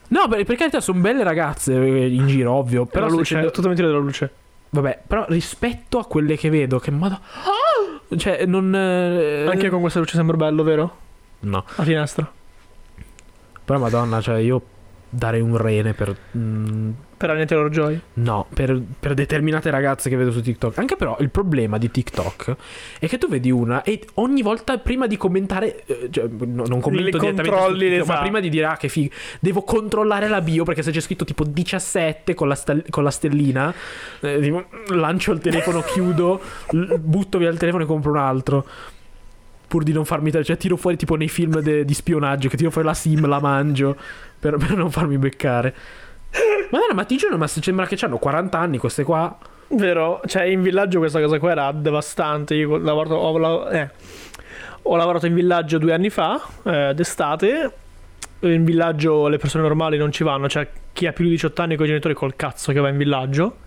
[SPEAKER 2] No!
[SPEAKER 1] No, per, per carità, sono belle ragazze eh, in giro, ovvio.
[SPEAKER 2] Per
[SPEAKER 1] Però
[SPEAKER 2] la
[SPEAKER 1] sto
[SPEAKER 2] luce,
[SPEAKER 1] dicendo-
[SPEAKER 2] tutta mentira della luce.
[SPEAKER 1] Vabbè, però rispetto a quelle che vedo, che modo. Cioè, non. eh,
[SPEAKER 2] Anche con questa luce sembra bello, vero?
[SPEAKER 1] No.
[SPEAKER 2] La finestra.
[SPEAKER 1] Però, madonna, cioè, io darei un rene per. mm,
[SPEAKER 2] Per Anya Taylor Joy.
[SPEAKER 1] No, per, per determinate ragazze che vedo su TikTok. Anche però il problema di TikTok è che tu vedi una e ogni volta prima di commentare, eh, cioè, no- non commento
[SPEAKER 2] Le
[SPEAKER 1] direttamente su
[SPEAKER 2] controlli, esatto.
[SPEAKER 1] TikTok,
[SPEAKER 2] le
[SPEAKER 1] ma
[SPEAKER 2] sa.
[SPEAKER 1] prima di dire ah che figo, devo controllare la bio perché se c'è scritto tipo 17 con la, stel- con la stellina, eh, tipo, lancio il telefono, chiudo, l- butto via il telefono e compro un altro. Pur di non farmi tra- cioè tiro fuori tipo nei film de- di spionaggio che tiro fuori la sim, la mangio per, per non farmi beccare. Madonna, ma ti giuro, ma se sembra che hanno 40 anni queste qua.
[SPEAKER 2] Vero? Cioè, in villaggio questa cosa qua era devastante. Io ho lavorato, ho lav- eh. Ho lavorato in villaggio due anni fa, eh, d'estate. In villaggio le persone normali non ci vanno, cioè chi ha più di 18 anni con i genitori col cazzo che va in villaggio.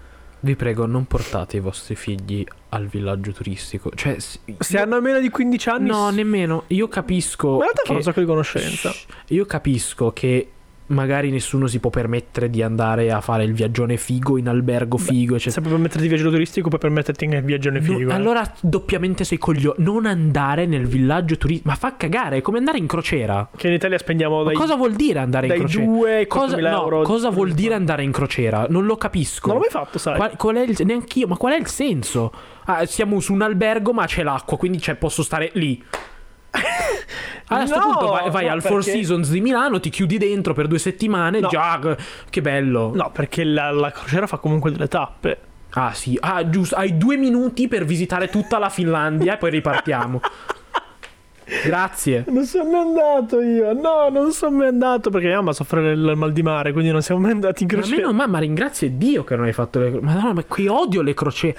[SPEAKER 1] Vi prego, non portate i vostri figli al villaggio turistico. Cioè, s-
[SPEAKER 2] Se hanno meno di 15 anni...
[SPEAKER 1] no,
[SPEAKER 2] s-
[SPEAKER 1] nemmeno. Io capisco.
[SPEAKER 2] Ma in realtà fanno
[SPEAKER 1] che-
[SPEAKER 2] un sacco di conoscenza.
[SPEAKER 1] Shh, Io capisco che magari nessuno si può permettere di andare a fare il viaggione figo in albergo figo, eccetera.
[SPEAKER 2] Se puoi permetterti il viaggio turistico, puoi permetterti anche il viaggio nel
[SPEAKER 1] No,
[SPEAKER 2] figo. eh.
[SPEAKER 1] allora doppiamente sei coglio. Non andare nel villaggio turistico. Ma fa cagare, è come andare in crociera.
[SPEAKER 2] Che in Italia spendiamo
[SPEAKER 1] Ma
[SPEAKER 2] dai,
[SPEAKER 1] cosa vuol dire andare in
[SPEAKER 2] dai
[SPEAKER 1] crociera?
[SPEAKER 2] 2 ai
[SPEAKER 1] Cosa,
[SPEAKER 2] 4.000
[SPEAKER 1] no,
[SPEAKER 2] euro.
[SPEAKER 1] cosa vuol dire andare in crociera? Non lo capisco.
[SPEAKER 2] Non l'ho mai fatto, sai.
[SPEAKER 1] Qual, qual è il, neanch'io, ma qual è il senso? Ah, siamo su un albergo, ma c'è l'acqua, quindi c'è- posso stare lì. A questo
[SPEAKER 2] No,
[SPEAKER 1] punto vai, vai
[SPEAKER 2] no,
[SPEAKER 1] al Four
[SPEAKER 2] perché-
[SPEAKER 1] Seasons di Milano, ti chiudi dentro per due settimane.
[SPEAKER 2] No.
[SPEAKER 1] Già, che- che bello.
[SPEAKER 2] No, perché la, la crociera fa comunque delle tappe.
[SPEAKER 1] Ah, sì. Ah, giusto. Hai due minuti per visitare tutta la Finlandia e poi ripartiamo. Grazie.
[SPEAKER 2] Non sono mai andato io, no, non sono mai andato perché mia mamma soffre del mal di mare, quindi non siamo mai andati in
[SPEAKER 1] Ma
[SPEAKER 2] crociera.
[SPEAKER 1] meno, mamma, ringrazia Dio che non hai fatto le crociere. Madonna, ma qui odio le crociere.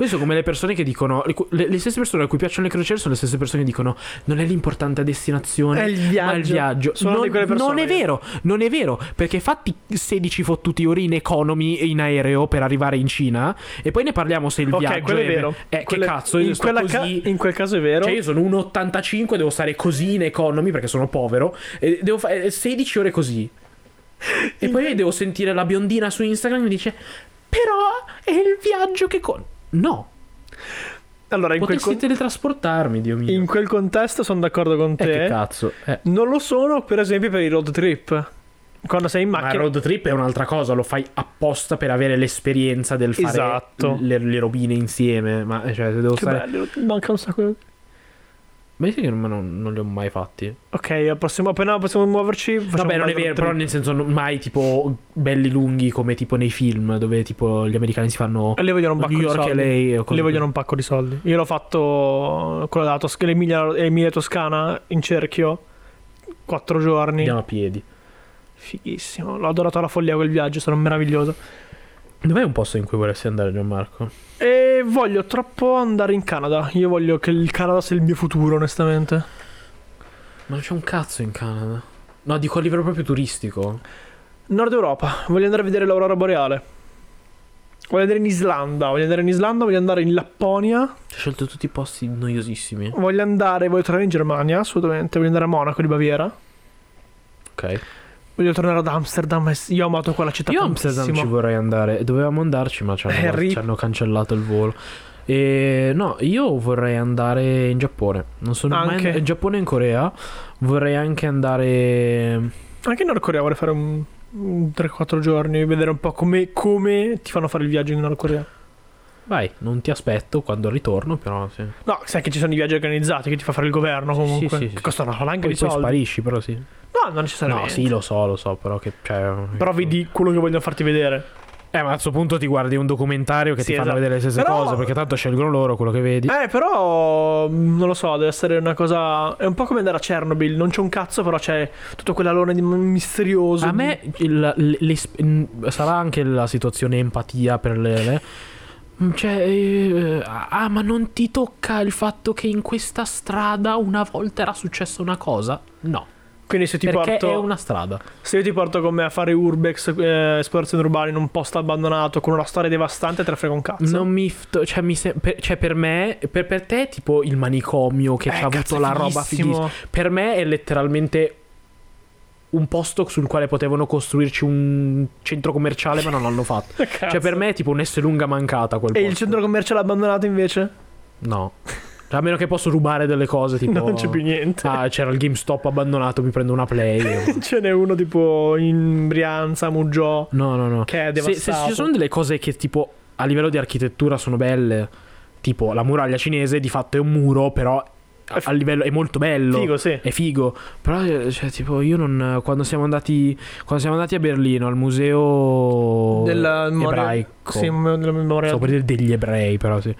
[SPEAKER 1] Questo come le persone che dicono. Le, le stesse persone a cui piacciono le crociere sono le stesse persone che dicono: Non è l'importante a destinazione,
[SPEAKER 2] È il
[SPEAKER 1] ma il
[SPEAKER 2] viaggio.
[SPEAKER 1] viaggio.
[SPEAKER 2] Sono
[SPEAKER 1] non,
[SPEAKER 2] di quelle persone.
[SPEAKER 1] non è vero, non è vero. Perché fatti 16 fottuti ore in economy in aereo per arrivare in Cina. E poi ne parliamo se il
[SPEAKER 2] ok,
[SPEAKER 1] viaggio.
[SPEAKER 2] quello è vero.
[SPEAKER 1] Eh, che
[SPEAKER 2] Quello è-
[SPEAKER 1] cazzo, io
[SPEAKER 2] in,
[SPEAKER 1] sto
[SPEAKER 2] quella
[SPEAKER 1] così.
[SPEAKER 2] ca- in quel caso è vero.
[SPEAKER 1] Cioè, io sono 1,85, devo stare così in economy perché sono povero. E devo fare 16 ore così. E poi devo sentire la biondina su Instagram che mi dice: Però è il viaggio che. con-". No,
[SPEAKER 2] allora, in quel,
[SPEAKER 1] potessi
[SPEAKER 2] con-
[SPEAKER 1] teletrasportarmi, Dio mio.
[SPEAKER 2] in quel contesto sono d'accordo con
[SPEAKER 1] Eh,
[SPEAKER 2] te.
[SPEAKER 1] che cazzo. Eh.
[SPEAKER 2] non lo sono, per esempio, per i road trip. Quando sei in
[SPEAKER 1] Ma
[SPEAKER 2] macchina.
[SPEAKER 1] il road trip è un'altra cosa, lo fai apposta per avere l'esperienza del fare
[SPEAKER 2] Esatto.
[SPEAKER 1] le, le robine insieme. Ma cioè, se devo
[SPEAKER 2] Che
[SPEAKER 1] stare.
[SPEAKER 2] bello, manca un sacco.
[SPEAKER 1] Ma io sì che non, non- non li ho mai fatti.
[SPEAKER 2] Ok, al prossimo, appena possiamo muoverci. facciamo
[SPEAKER 1] Vabbè,
[SPEAKER 2] un
[SPEAKER 1] non è
[SPEAKER 2] altro
[SPEAKER 1] vero,
[SPEAKER 2] trip.
[SPEAKER 1] però nel senso non- mai tipo belli lunghi come tipo nei film dove tipo gli americani si fanno
[SPEAKER 2] E Le vogliono un pacco
[SPEAKER 1] New
[SPEAKER 2] di
[SPEAKER 1] York e
[SPEAKER 2] soldi.
[SPEAKER 1] lei o cose
[SPEAKER 2] Le
[SPEAKER 1] così.
[SPEAKER 2] vogliono un pacco di soldi. Io l'ho fatto quello della Tosc- l'Emilia, l'Emilia Toscana in cerchio. Quattro giorni.
[SPEAKER 1] andiamo a piedi.
[SPEAKER 2] Fighissimo. L'ho adorato alla follia quel viaggio, sono meraviglioso.
[SPEAKER 1] Dov'è un posto in cui vorresti andare, Gianmarco?
[SPEAKER 2] E voglio troppo andare in Canada. Io voglio che il Canada sia il mio futuro, onestamente.
[SPEAKER 1] Ma non c'è un cazzo in Canada. No, dico a livello proprio turistico.
[SPEAKER 2] Nord Europa, voglio andare a vedere l'aurora boreale. Voglio andare in Islanda, voglio andare in Islanda, voglio andare in Lapponia,
[SPEAKER 1] Ho scelto tutti i posti noiosissimi.
[SPEAKER 2] voglio andare, voglio tornare in Germania, assolutamente, voglio andare a Monaco di Baviera,
[SPEAKER 1] Ok.
[SPEAKER 2] voglio tornare ad Amsterdam, e s- io ho amato quella città
[SPEAKER 1] Io a
[SPEAKER 2] tantissimo.
[SPEAKER 1] Amsterdam ci vorrei andare. Dovevamo andarci, ma ci hanno,
[SPEAKER 2] Eh, rip.
[SPEAKER 1] ci hanno cancellato il volo. E no, io vorrei andare in Giappone. Non sono mai
[SPEAKER 2] Anche.
[SPEAKER 1] in Giappone e in Corea. Vorrei anche andare.
[SPEAKER 2] Anche in Nord Corea vorrei fare un, 3-4 giorni, vedere un po' come, come ti fanno fare il viaggio in Nord Corea.
[SPEAKER 1] Vai, non ti aspetto quando ritorno, però sì.
[SPEAKER 2] No, sai che ci sono i viaggi organizzati che ti fa fare il governo comunque,
[SPEAKER 1] sì, sì,
[SPEAKER 2] che
[SPEAKER 1] sì.
[SPEAKER 2] costano una
[SPEAKER 1] Poi,
[SPEAKER 2] valanga
[SPEAKER 1] poi
[SPEAKER 2] di soldi.
[SPEAKER 1] sparisci, però sì.
[SPEAKER 2] No, non
[SPEAKER 1] No,
[SPEAKER 2] necessariamente.
[SPEAKER 1] sì, lo so, lo so, però che cioè,
[SPEAKER 2] Però vedi quello che vogliono farti vedere.
[SPEAKER 1] Eh, ma a questo punto ti guardi un documentario che
[SPEAKER 2] Sì,
[SPEAKER 1] ti fanno
[SPEAKER 2] esatto.
[SPEAKER 1] vedere le stesse
[SPEAKER 2] Però-
[SPEAKER 1] cose, perché tanto scelgono loro quello che vedi.
[SPEAKER 2] Eh, però mh, non lo so, deve essere una cosa. È un po' come andare a Chernobyl. Non c'è un cazzo, però c'è tutto quell'alone di misterioso.
[SPEAKER 1] A me il- l- l'esp- n- sarà anche la situazione empatia per le. le- Mm, Cioè, eh, ah, ma non ti tocca il fatto che in questa strada una volta era successa una cosa? No,
[SPEAKER 2] Quindi se ti
[SPEAKER 1] perché
[SPEAKER 2] porto.
[SPEAKER 1] è una strada.
[SPEAKER 2] Se io ti porto con me a fare urbex, eh, esplorazioni urbane in un posto abbandonato con una storia devastante, te ne frega un cazzo.
[SPEAKER 1] Non mi. f- cioè, mi se- per, cioè, per me, per, per te, è tipo il manicomio che
[SPEAKER 2] Eh,
[SPEAKER 1] ci ha avuto
[SPEAKER 2] cazzo,
[SPEAKER 1] la
[SPEAKER 2] è
[SPEAKER 1] roba
[SPEAKER 2] fighissimo.
[SPEAKER 1] fighissima. Per me è letteralmente un posto sul quale potevano costruirci un centro commerciale, ma non l'hanno fatto.
[SPEAKER 2] Cazzo.
[SPEAKER 1] Cioè, per me è tipo un'esselunga mancata quel
[SPEAKER 2] E
[SPEAKER 1] posto.
[SPEAKER 2] il centro commerciale abbandonato invece?
[SPEAKER 1] No. Cioè, a meno che posso rubare delle cose, tipo.
[SPEAKER 2] Non c'è più niente.
[SPEAKER 1] Ah, c'era il GameStop abbandonato, mi prendo una play. o-
[SPEAKER 2] Ce n'è uno tipo in Brianza, Muggio.
[SPEAKER 1] No, no, no.
[SPEAKER 2] Che è
[SPEAKER 1] Se,
[SPEAKER 2] devastato.
[SPEAKER 1] se ci sono delle cose che tipo a livello di architettura sono belle, tipo la muraglia cinese di fatto è un muro, però a, a livello è molto bello.
[SPEAKER 2] Figo, sì.
[SPEAKER 1] È figo, però eh, cioè, tipo io non quando siamo andati quando siamo andati a Berlino al museo
[SPEAKER 2] Della memoria-
[SPEAKER 1] ebraico.
[SPEAKER 2] Sì, me- della memoria.
[SPEAKER 1] Stavo per dire degli ebrei, però sì.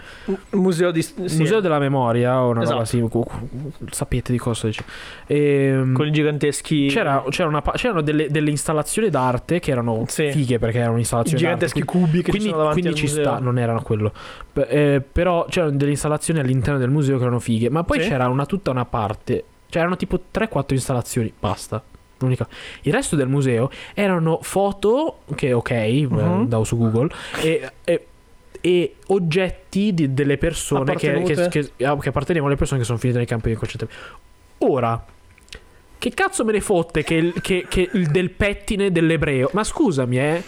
[SPEAKER 2] Museo di. Sì.
[SPEAKER 1] Museo della memoria o una roba
[SPEAKER 2] Esatto.
[SPEAKER 1] sì, cu- cu- sapete di cosa dice. Ehm,
[SPEAKER 2] Con i giganteschi.
[SPEAKER 1] c'era, c'era una pa- c'erano delle, delle installazioni d'arte che erano
[SPEAKER 2] Sì.
[SPEAKER 1] fighe perché erano
[SPEAKER 2] I
[SPEAKER 1] installazioni d'arte.
[SPEAKER 2] giganteschi cubi che
[SPEAKER 1] quindi,
[SPEAKER 2] ci sono davanti
[SPEAKER 1] quindi
[SPEAKER 2] al
[SPEAKER 1] ci
[SPEAKER 2] museo.
[SPEAKER 1] sta, non erano quello. P- eh, però c'erano delle installazioni all'interno del museo che erano fighe, ma poi
[SPEAKER 2] Sì.
[SPEAKER 1] c'era una, tutta una parte, cioè erano tipo 3-4 installazioni, basta. L'unica. Il resto del museo erano foto, che ok, eh,
[SPEAKER 2] Mhm.
[SPEAKER 1] andavo su Google, e, e- e oggetti di- delle persone che, che,
[SPEAKER 2] Appartenute.
[SPEAKER 1] che- ah, che appartenevano alle persone che sono finite nei campi di concentramento. Ora, che cazzo me ne fotte che il, che- che il del pettine dell'ebreo? Ma scusami, eh.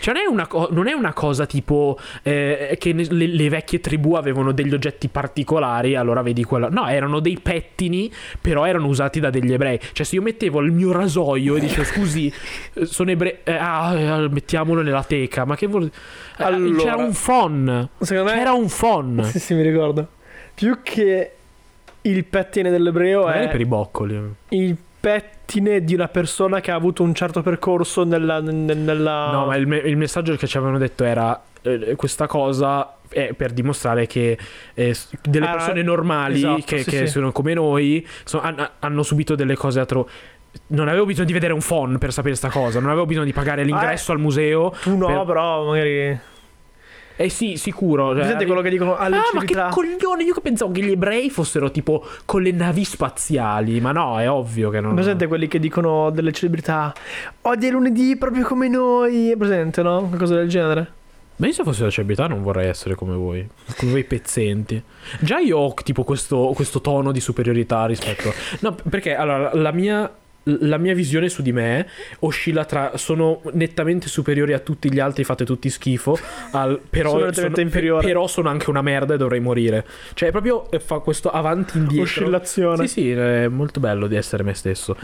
[SPEAKER 1] Cioè, non è una, co- non è una cosa tipo eh, che ne- le, le vecchie tribù avevano degli oggetti particolari, allora vedi quella. No, erano dei pettini, però erano usati da degli ebrei. Cioè, se io mettevo il mio rasoio e dicevo, scusi, eh, sono ebrei. ah, eh, mettiamolo nella teca. Ma che vuol. eh,
[SPEAKER 2] Allora.
[SPEAKER 1] c'era un phon.
[SPEAKER 2] Secondo me
[SPEAKER 1] C'era un phon.
[SPEAKER 2] Sì, sì, mi ricordo. Più che il pettine dell'ebreo
[SPEAKER 1] Magari
[SPEAKER 2] è
[SPEAKER 1] per i boccoli. eh.
[SPEAKER 2] il pettine di una persona che ha avuto un certo percorso nella. nel- nella-
[SPEAKER 1] No, ma il, me- il messaggio che ci avevano detto era eh, questa cosa è per dimostrare che eh, s- delle
[SPEAKER 2] Ah,
[SPEAKER 1] persone normali
[SPEAKER 2] esatto,
[SPEAKER 1] che,
[SPEAKER 2] sì,
[SPEAKER 1] che
[SPEAKER 2] sì.
[SPEAKER 1] sono come noi so- han- hanno, subito delle cose atro. Non avevo bisogno di vedere un phon
[SPEAKER 2] Ah, eh.
[SPEAKER 1] per sapere sta cosa, non avevo bisogno di pagare l'ingresso al museo.
[SPEAKER 2] Tu no,
[SPEAKER 1] per-
[SPEAKER 2] però magari.
[SPEAKER 1] Eh sì, sicuro. Cioè,
[SPEAKER 2] Presente quello che dicono alle
[SPEAKER 1] Ah, ma che
[SPEAKER 2] civiltà?
[SPEAKER 1] coglione! Io che pensavo che gli ebrei fossero tipo con le navi spaziali, ma no, è ovvio che non.
[SPEAKER 2] Presente quelli che dicono delle celebrità Odia i lunedì proprio come noi È presente, no? Una cosa del genere
[SPEAKER 1] Ma io se fossi una celebrità non vorrei essere come voi, come voi pezzenti. Già io ho tipo questo, questo tono di superiorità rispetto... No, perché allora la mia, la mia visione su di me oscilla tra... Sono nettamente superiore a tutti gli altri, fate tutti schifo, al, però,
[SPEAKER 2] Sono
[SPEAKER 1] sono,
[SPEAKER 2] nettamente inferiore.
[SPEAKER 1] però sono anche una merda e dovrei morire. Cioè proprio eh, fa questo avanti indietro.
[SPEAKER 2] Oscillazione
[SPEAKER 1] Sì, sì, è molto bello di essere me stesso.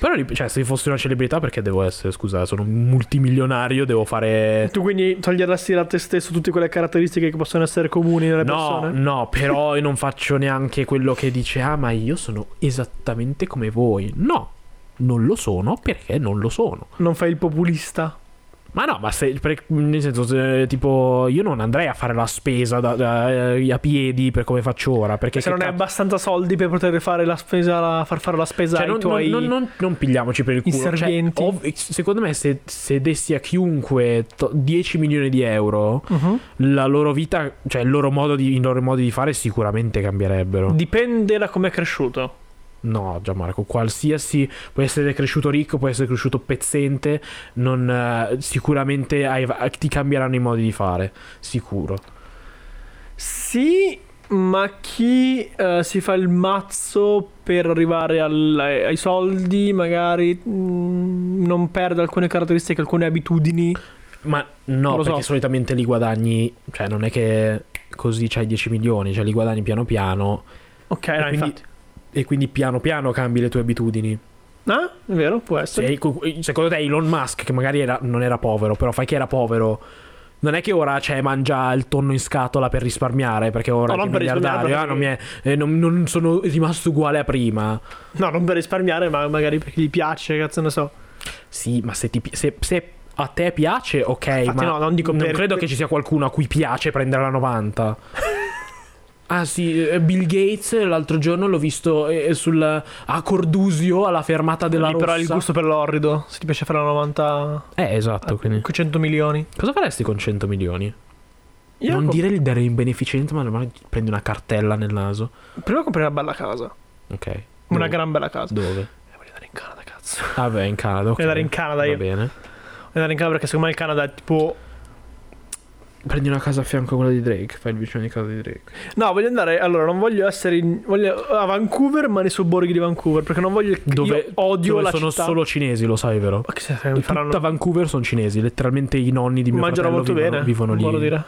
[SPEAKER 1] Però, rip- cioè, se fossi una celebrità, perché devo essere? Scusa, sono un multimilionario, devo fare...
[SPEAKER 2] Tu quindi toglieresti da te stesso Tutte quelle caratteristiche che possono essere comuni nelle
[SPEAKER 1] No,
[SPEAKER 2] persone
[SPEAKER 1] no, però io non faccio neanche quello che dice, ah, ma io sono esattamente come voi. No, non lo sono perché non lo sono.
[SPEAKER 2] Non fai il populista
[SPEAKER 1] Ma no, ma se, per- nel senso, se, tipo, io non andrei a fare la spesa da- da- eh, a piedi per come faccio ora. Perché
[SPEAKER 2] Se Cioè, non
[SPEAKER 1] che
[SPEAKER 2] hai
[SPEAKER 1] cazzo-
[SPEAKER 2] abbastanza soldi per poter fare la spesa Far fare la spesa
[SPEAKER 1] cioè,
[SPEAKER 2] ai
[SPEAKER 1] non,
[SPEAKER 2] tuoi
[SPEAKER 1] non- non- non- non pigliamoci per il
[SPEAKER 2] i
[SPEAKER 1] culo. Cioè,
[SPEAKER 2] serventi.
[SPEAKER 1] ov- secondo me, se, se dessi a chiunque to- 10 milioni di euro,
[SPEAKER 2] Mhm.
[SPEAKER 1] la loro vita, cioè il loro modo di, i loro modi di fare sicuramente cambierebbero.
[SPEAKER 2] Dipende da come è cresciuto
[SPEAKER 1] No, Gianmarco, qualsiasi può essere cresciuto ricco, può essere cresciuto pezzente, non, eh, sicuramente hai- ti cambieranno i modi di fare, sicuro.
[SPEAKER 2] Sì, ma chi eh, si fa il mazzo per arrivare al- ai ai soldi, magari mm, non perde alcune caratteristiche, alcune abitudini.
[SPEAKER 1] Ma no,
[SPEAKER 2] Non lo so.
[SPEAKER 1] perché solitamente li guadagni, cioè non è che così c'hai 10 milioni, cioè li guadagni piano piano
[SPEAKER 2] Ok,
[SPEAKER 1] E
[SPEAKER 2] no,
[SPEAKER 1] quindi-
[SPEAKER 2] Eh, infatti.
[SPEAKER 1] e quindi piano piano cambi le tue abitudini.
[SPEAKER 2] Ah, è vero, può essere.
[SPEAKER 1] Cioè, co- secondo te Elon Musk, che magari era- non era povero, però fai che era povero, non è che ora cioè, mangia il tonno in scatola per risparmiare, perché ora che
[SPEAKER 2] No,
[SPEAKER 1] è
[SPEAKER 2] non per
[SPEAKER 1] miliardario,
[SPEAKER 2] risparmiare,
[SPEAKER 1] ah, non, mi è- eh, non- non sono rimasto uguale a prima.
[SPEAKER 2] No, non per risparmiare, ma magari perché gli piace, cazzo ne so.
[SPEAKER 1] Sì, ma se, ti pi- se- se a te piace, ok,
[SPEAKER 2] Infatti
[SPEAKER 1] ma
[SPEAKER 2] no, non dico per-
[SPEAKER 1] credo che ci sia qualcuno a cui piace prendere la 90. Ah sì, eh, Bill Gates l'altro giorno l'ho visto eh, sul, a Cordusio alla fermata della
[SPEAKER 2] Lì però
[SPEAKER 1] rossa.
[SPEAKER 2] hai il gusto Ah, per l'orrido, se ti piace fare la 90
[SPEAKER 1] Eh esatto, quindi.
[SPEAKER 2] 100 milioni.
[SPEAKER 1] Cosa faresti con 100 milioni?
[SPEAKER 2] Io
[SPEAKER 1] non
[SPEAKER 2] comp-
[SPEAKER 1] dire il dare in beneficenza, ma magari ti prendi una cartella nel naso.
[SPEAKER 2] prima comprare una bella casa,
[SPEAKER 1] Ok.
[SPEAKER 2] una
[SPEAKER 1] Dove?
[SPEAKER 2] gran bella casa.
[SPEAKER 1] Dove?
[SPEAKER 2] Eh, voglio andare in Canada, cazzo.
[SPEAKER 1] Ah beh, in Canada. ok.
[SPEAKER 2] Voglio andare in Canada
[SPEAKER 1] Va
[SPEAKER 2] io. Voglio
[SPEAKER 1] bene.
[SPEAKER 2] andare in Canada perché secondo me il Canada è tipo
[SPEAKER 1] Prendi una casa a fianco a quella di Drake, fai il vicino di casa di Drake.
[SPEAKER 2] No, voglio andare. Allora, non voglio essere in- voglio- a Vancouver, ma nei sobborghi di Vancouver. Perché non voglio.
[SPEAKER 1] Dove,
[SPEAKER 2] io odio
[SPEAKER 1] dove
[SPEAKER 2] la
[SPEAKER 1] sono
[SPEAKER 2] città.
[SPEAKER 1] solo cinesi, lo sai vero?
[SPEAKER 2] Ma che se ne
[SPEAKER 1] Tutta
[SPEAKER 2] faranno.
[SPEAKER 1] Vancouver sono cinesi, letteralmente i nonni di mio
[SPEAKER 2] Mangiano
[SPEAKER 1] fratello
[SPEAKER 2] molto
[SPEAKER 1] vivono,
[SPEAKER 2] bene.
[SPEAKER 1] vivono lì.
[SPEAKER 2] voglio dire.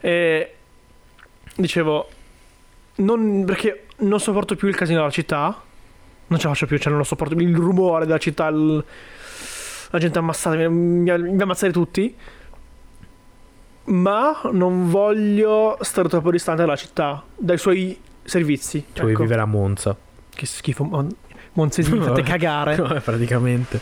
[SPEAKER 2] E. Dicevo. Non, perché non sopporto più il casino della città. Non ce la faccio più. Cioè, non lo sopporto più. Il rumore della città. il- la gente ammassata. Mi, mi, mi ammazzare tutti. Ma non voglio stare troppo distante dalla città. Dai suoi servizi.
[SPEAKER 1] Cioè, vuoi
[SPEAKER 2] ecco.
[SPEAKER 1] vivere a Monza.
[SPEAKER 2] Che schifo, Mon- Monzesi mi fate
[SPEAKER 1] Vabbè.
[SPEAKER 2] cagare.
[SPEAKER 1] Eh, praticamente.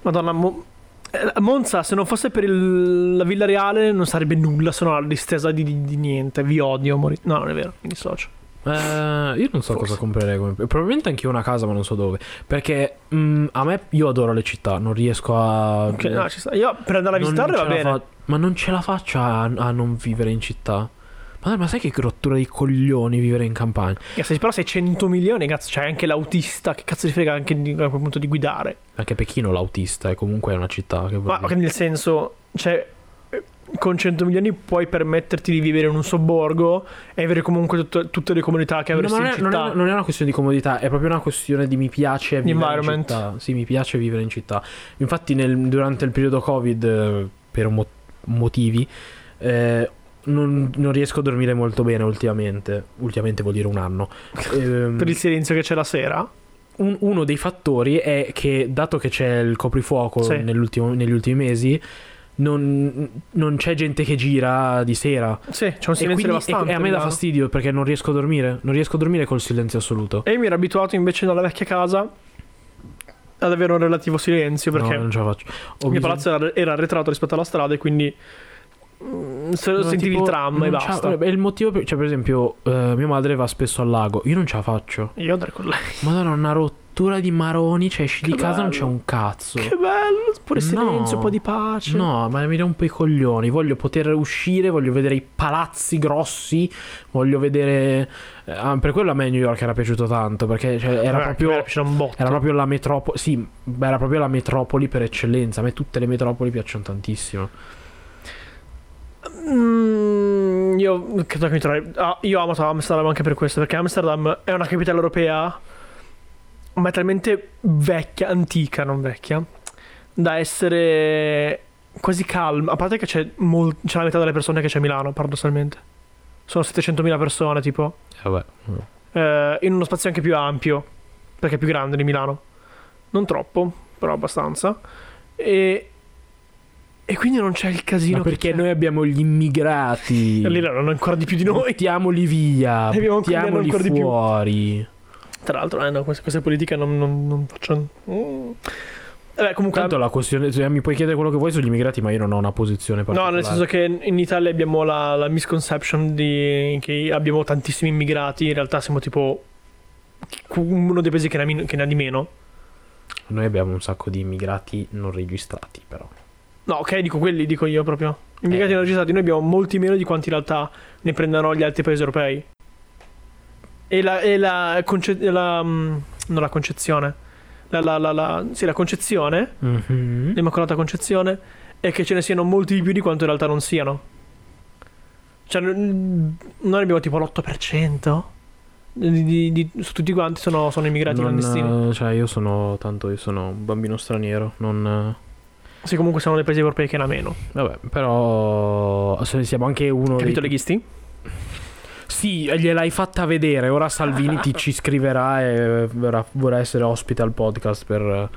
[SPEAKER 2] Madonna, Mo- eh, Monza, se non fosse per il- la Villa Reale, non sarebbe nulla, se non la distesa di, di- di niente. Vi odio, mori- No, non è vero, mi dissocio.
[SPEAKER 1] Eh, io non so
[SPEAKER 2] Forse.
[SPEAKER 1] cosa comprerei come... Probabilmente anche io una casa, ma non so dove. Perché mm, a me io adoro le città, non riesco a.
[SPEAKER 2] Ok, no, ci sta. Io per andare a
[SPEAKER 1] Non
[SPEAKER 2] visitarle
[SPEAKER 1] ce
[SPEAKER 2] va
[SPEAKER 1] la
[SPEAKER 2] bene.
[SPEAKER 1] fa- ma non ce la faccio a, a non vivere in città. Ma, ma sai che rottura di coglioni vivere in campagna?
[SPEAKER 2] Eh, se- Però sei 100 milioni, cazzo, c'è anche l'autista. Che cazzo ti frega anche di, a quel punto di guidare?
[SPEAKER 1] Anche Pechino l'autista è comunque una città che
[SPEAKER 2] Ma
[SPEAKER 1] vuol
[SPEAKER 2] che
[SPEAKER 1] dire.
[SPEAKER 2] nel senso, cioè, eh, con 100 milioni puoi permetterti di vivere in un sobborgo e avere comunque tutte- tutte le comunità che
[SPEAKER 1] No,
[SPEAKER 2] avresti
[SPEAKER 1] ma non,
[SPEAKER 2] in
[SPEAKER 1] è,
[SPEAKER 2] città.
[SPEAKER 1] non è- non è una questione di comodità, è proprio una questione di mi piace vivere in
[SPEAKER 2] Environment.
[SPEAKER 1] città. Sì, mi piace vivere in città. Infatti, nel- durante il periodo Covid, eh, per mo- motivi, eh, non, non riesco a dormire molto bene ultimamente. Ultimamente vuol dire un anno. Ehm,
[SPEAKER 2] Per il silenzio che c'è la sera.
[SPEAKER 1] un- uno dei fattori è che, dato che c'è il coprifuoco
[SPEAKER 2] Sì.
[SPEAKER 1] nell'ultimo- negli ultimi mesi, non, non c'è gente che gira di sera.
[SPEAKER 2] Sì, c'è un
[SPEAKER 1] E,
[SPEAKER 2] silenzio
[SPEAKER 1] quindi-
[SPEAKER 2] devastante. diciamo.
[SPEAKER 1] e- e a me dà
[SPEAKER 2] Milano.
[SPEAKER 1] fastidio perché non riesco a dormire. Non riesco a dormire col silenzio assoluto.
[SPEAKER 2] E io mi ero abituato invece dalla vecchia casa ad avere un relativo silenzio perché
[SPEAKER 1] No, non ce la faccio.
[SPEAKER 2] il
[SPEAKER 1] Ho
[SPEAKER 2] mio
[SPEAKER 1] bisogno-
[SPEAKER 2] palazzo era, era arretrato rispetto alla strada e quindi mm, se-
[SPEAKER 1] No,
[SPEAKER 2] sentivi
[SPEAKER 1] tipo,
[SPEAKER 2] il tram e
[SPEAKER 1] non ce la-
[SPEAKER 2] basta.
[SPEAKER 1] È il motivo per... Cioè, per esempio, eh, mia madre va spesso al lago. Io non ce la faccio.
[SPEAKER 2] Io andrei con lei.
[SPEAKER 1] Madonna, una rotta. rottura di maroni, cioè esci di
[SPEAKER 2] Che
[SPEAKER 1] casa non c'è
[SPEAKER 2] bello.
[SPEAKER 1] un cazzo.
[SPEAKER 2] Che bello, pure
[SPEAKER 1] No.
[SPEAKER 2] silenzio, un po' di pace.
[SPEAKER 1] No, ma mi rompo i coglioni. Voglio poter uscire, voglio vedere i palazzi grossi, voglio vedere. eh, ah, per quello a me New York era piaciuto tanto, perché cioè, era
[SPEAKER 2] Guarda,
[SPEAKER 1] proprio.
[SPEAKER 2] che bello, Eh, c'era un botto.
[SPEAKER 1] Era proprio la metropoli. Sì, beh, era proprio la metropoli per eccellenza. A me tutte le metropoli piacciono tantissimo.
[SPEAKER 2] Mm, io credo che mi trovi. ah, io amo Amsterdam anche per questo, perché Amsterdam è una capitale europea, ma è talmente vecchia, antica, non vecchia, da essere quasi calma. A parte che c'è, mol- c'è la metà delle persone che c'è a Milano, paradossalmente. Sono 700.000 persone, tipo,
[SPEAKER 1] Eh, vabbè.
[SPEAKER 2] eh, in uno spazio anche più ampio, perché è più grande di Milano. Non troppo, però abbastanza. E, e quindi non c'è il casino.
[SPEAKER 1] Ma
[SPEAKER 2] che
[SPEAKER 1] perché
[SPEAKER 2] c'è.
[SPEAKER 1] noi abbiamo gli immigrati.
[SPEAKER 2] E Lì erano ancora di più di noi.
[SPEAKER 1] Buttiamoli via.
[SPEAKER 2] E abbiamo-
[SPEAKER 1] Buttiamoli
[SPEAKER 2] ancora di più.
[SPEAKER 1] fuori.
[SPEAKER 2] Tra l'altro, eh, no, queste, queste politiche non, non- non faccio. Mm. Vabbè, comunque.
[SPEAKER 1] Tanto la questione. cioè, mi puoi chiedere quello che vuoi sugli immigrati, ma io non ho una posizione
[SPEAKER 2] No,
[SPEAKER 1] particolare.
[SPEAKER 2] nel senso che in Italia abbiamo la, la misconception di che abbiamo tantissimi immigrati, in realtà siamo tipo uno dei paesi che ne ha, min- che ne ha di meno.
[SPEAKER 1] Noi abbiamo un sacco di immigrati non registrati, però.
[SPEAKER 2] No, ok, dico quelli, dico io proprio. Immigrati
[SPEAKER 1] Eh.
[SPEAKER 2] non registrati, noi abbiamo molti meno di quanti in realtà ne prendano gli altri paesi europei. E la. E la, conce- la mm, non la concezione. La, la, la, la, sì, la concezione
[SPEAKER 1] Mm-hmm.
[SPEAKER 2] l'Immacolata Concezione è che ce ne siano molti di più di quanto in realtà non siano. Cioè, n- noi abbiamo tipo l'8% di, di- di- su tutti quanti sono, sono immigrati
[SPEAKER 1] Non,
[SPEAKER 2] clandestini.
[SPEAKER 1] eh, cioè, io sono. Tanto io sono un bambino straniero. Non.
[SPEAKER 2] Sì, comunque siamo dei paesi europei che ne ha meno.
[SPEAKER 1] eh, Vabbè, però. se Siamo anche uno.
[SPEAKER 2] Capito,
[SPEAKER 1] dei...
[SPEAKER 2] leghisti?
[SPEAKER 1] Sì, gliel'hai fatta vedere. Ora Salvini ti ci scriverà e verrà- vorrà essere ospite al podcast per.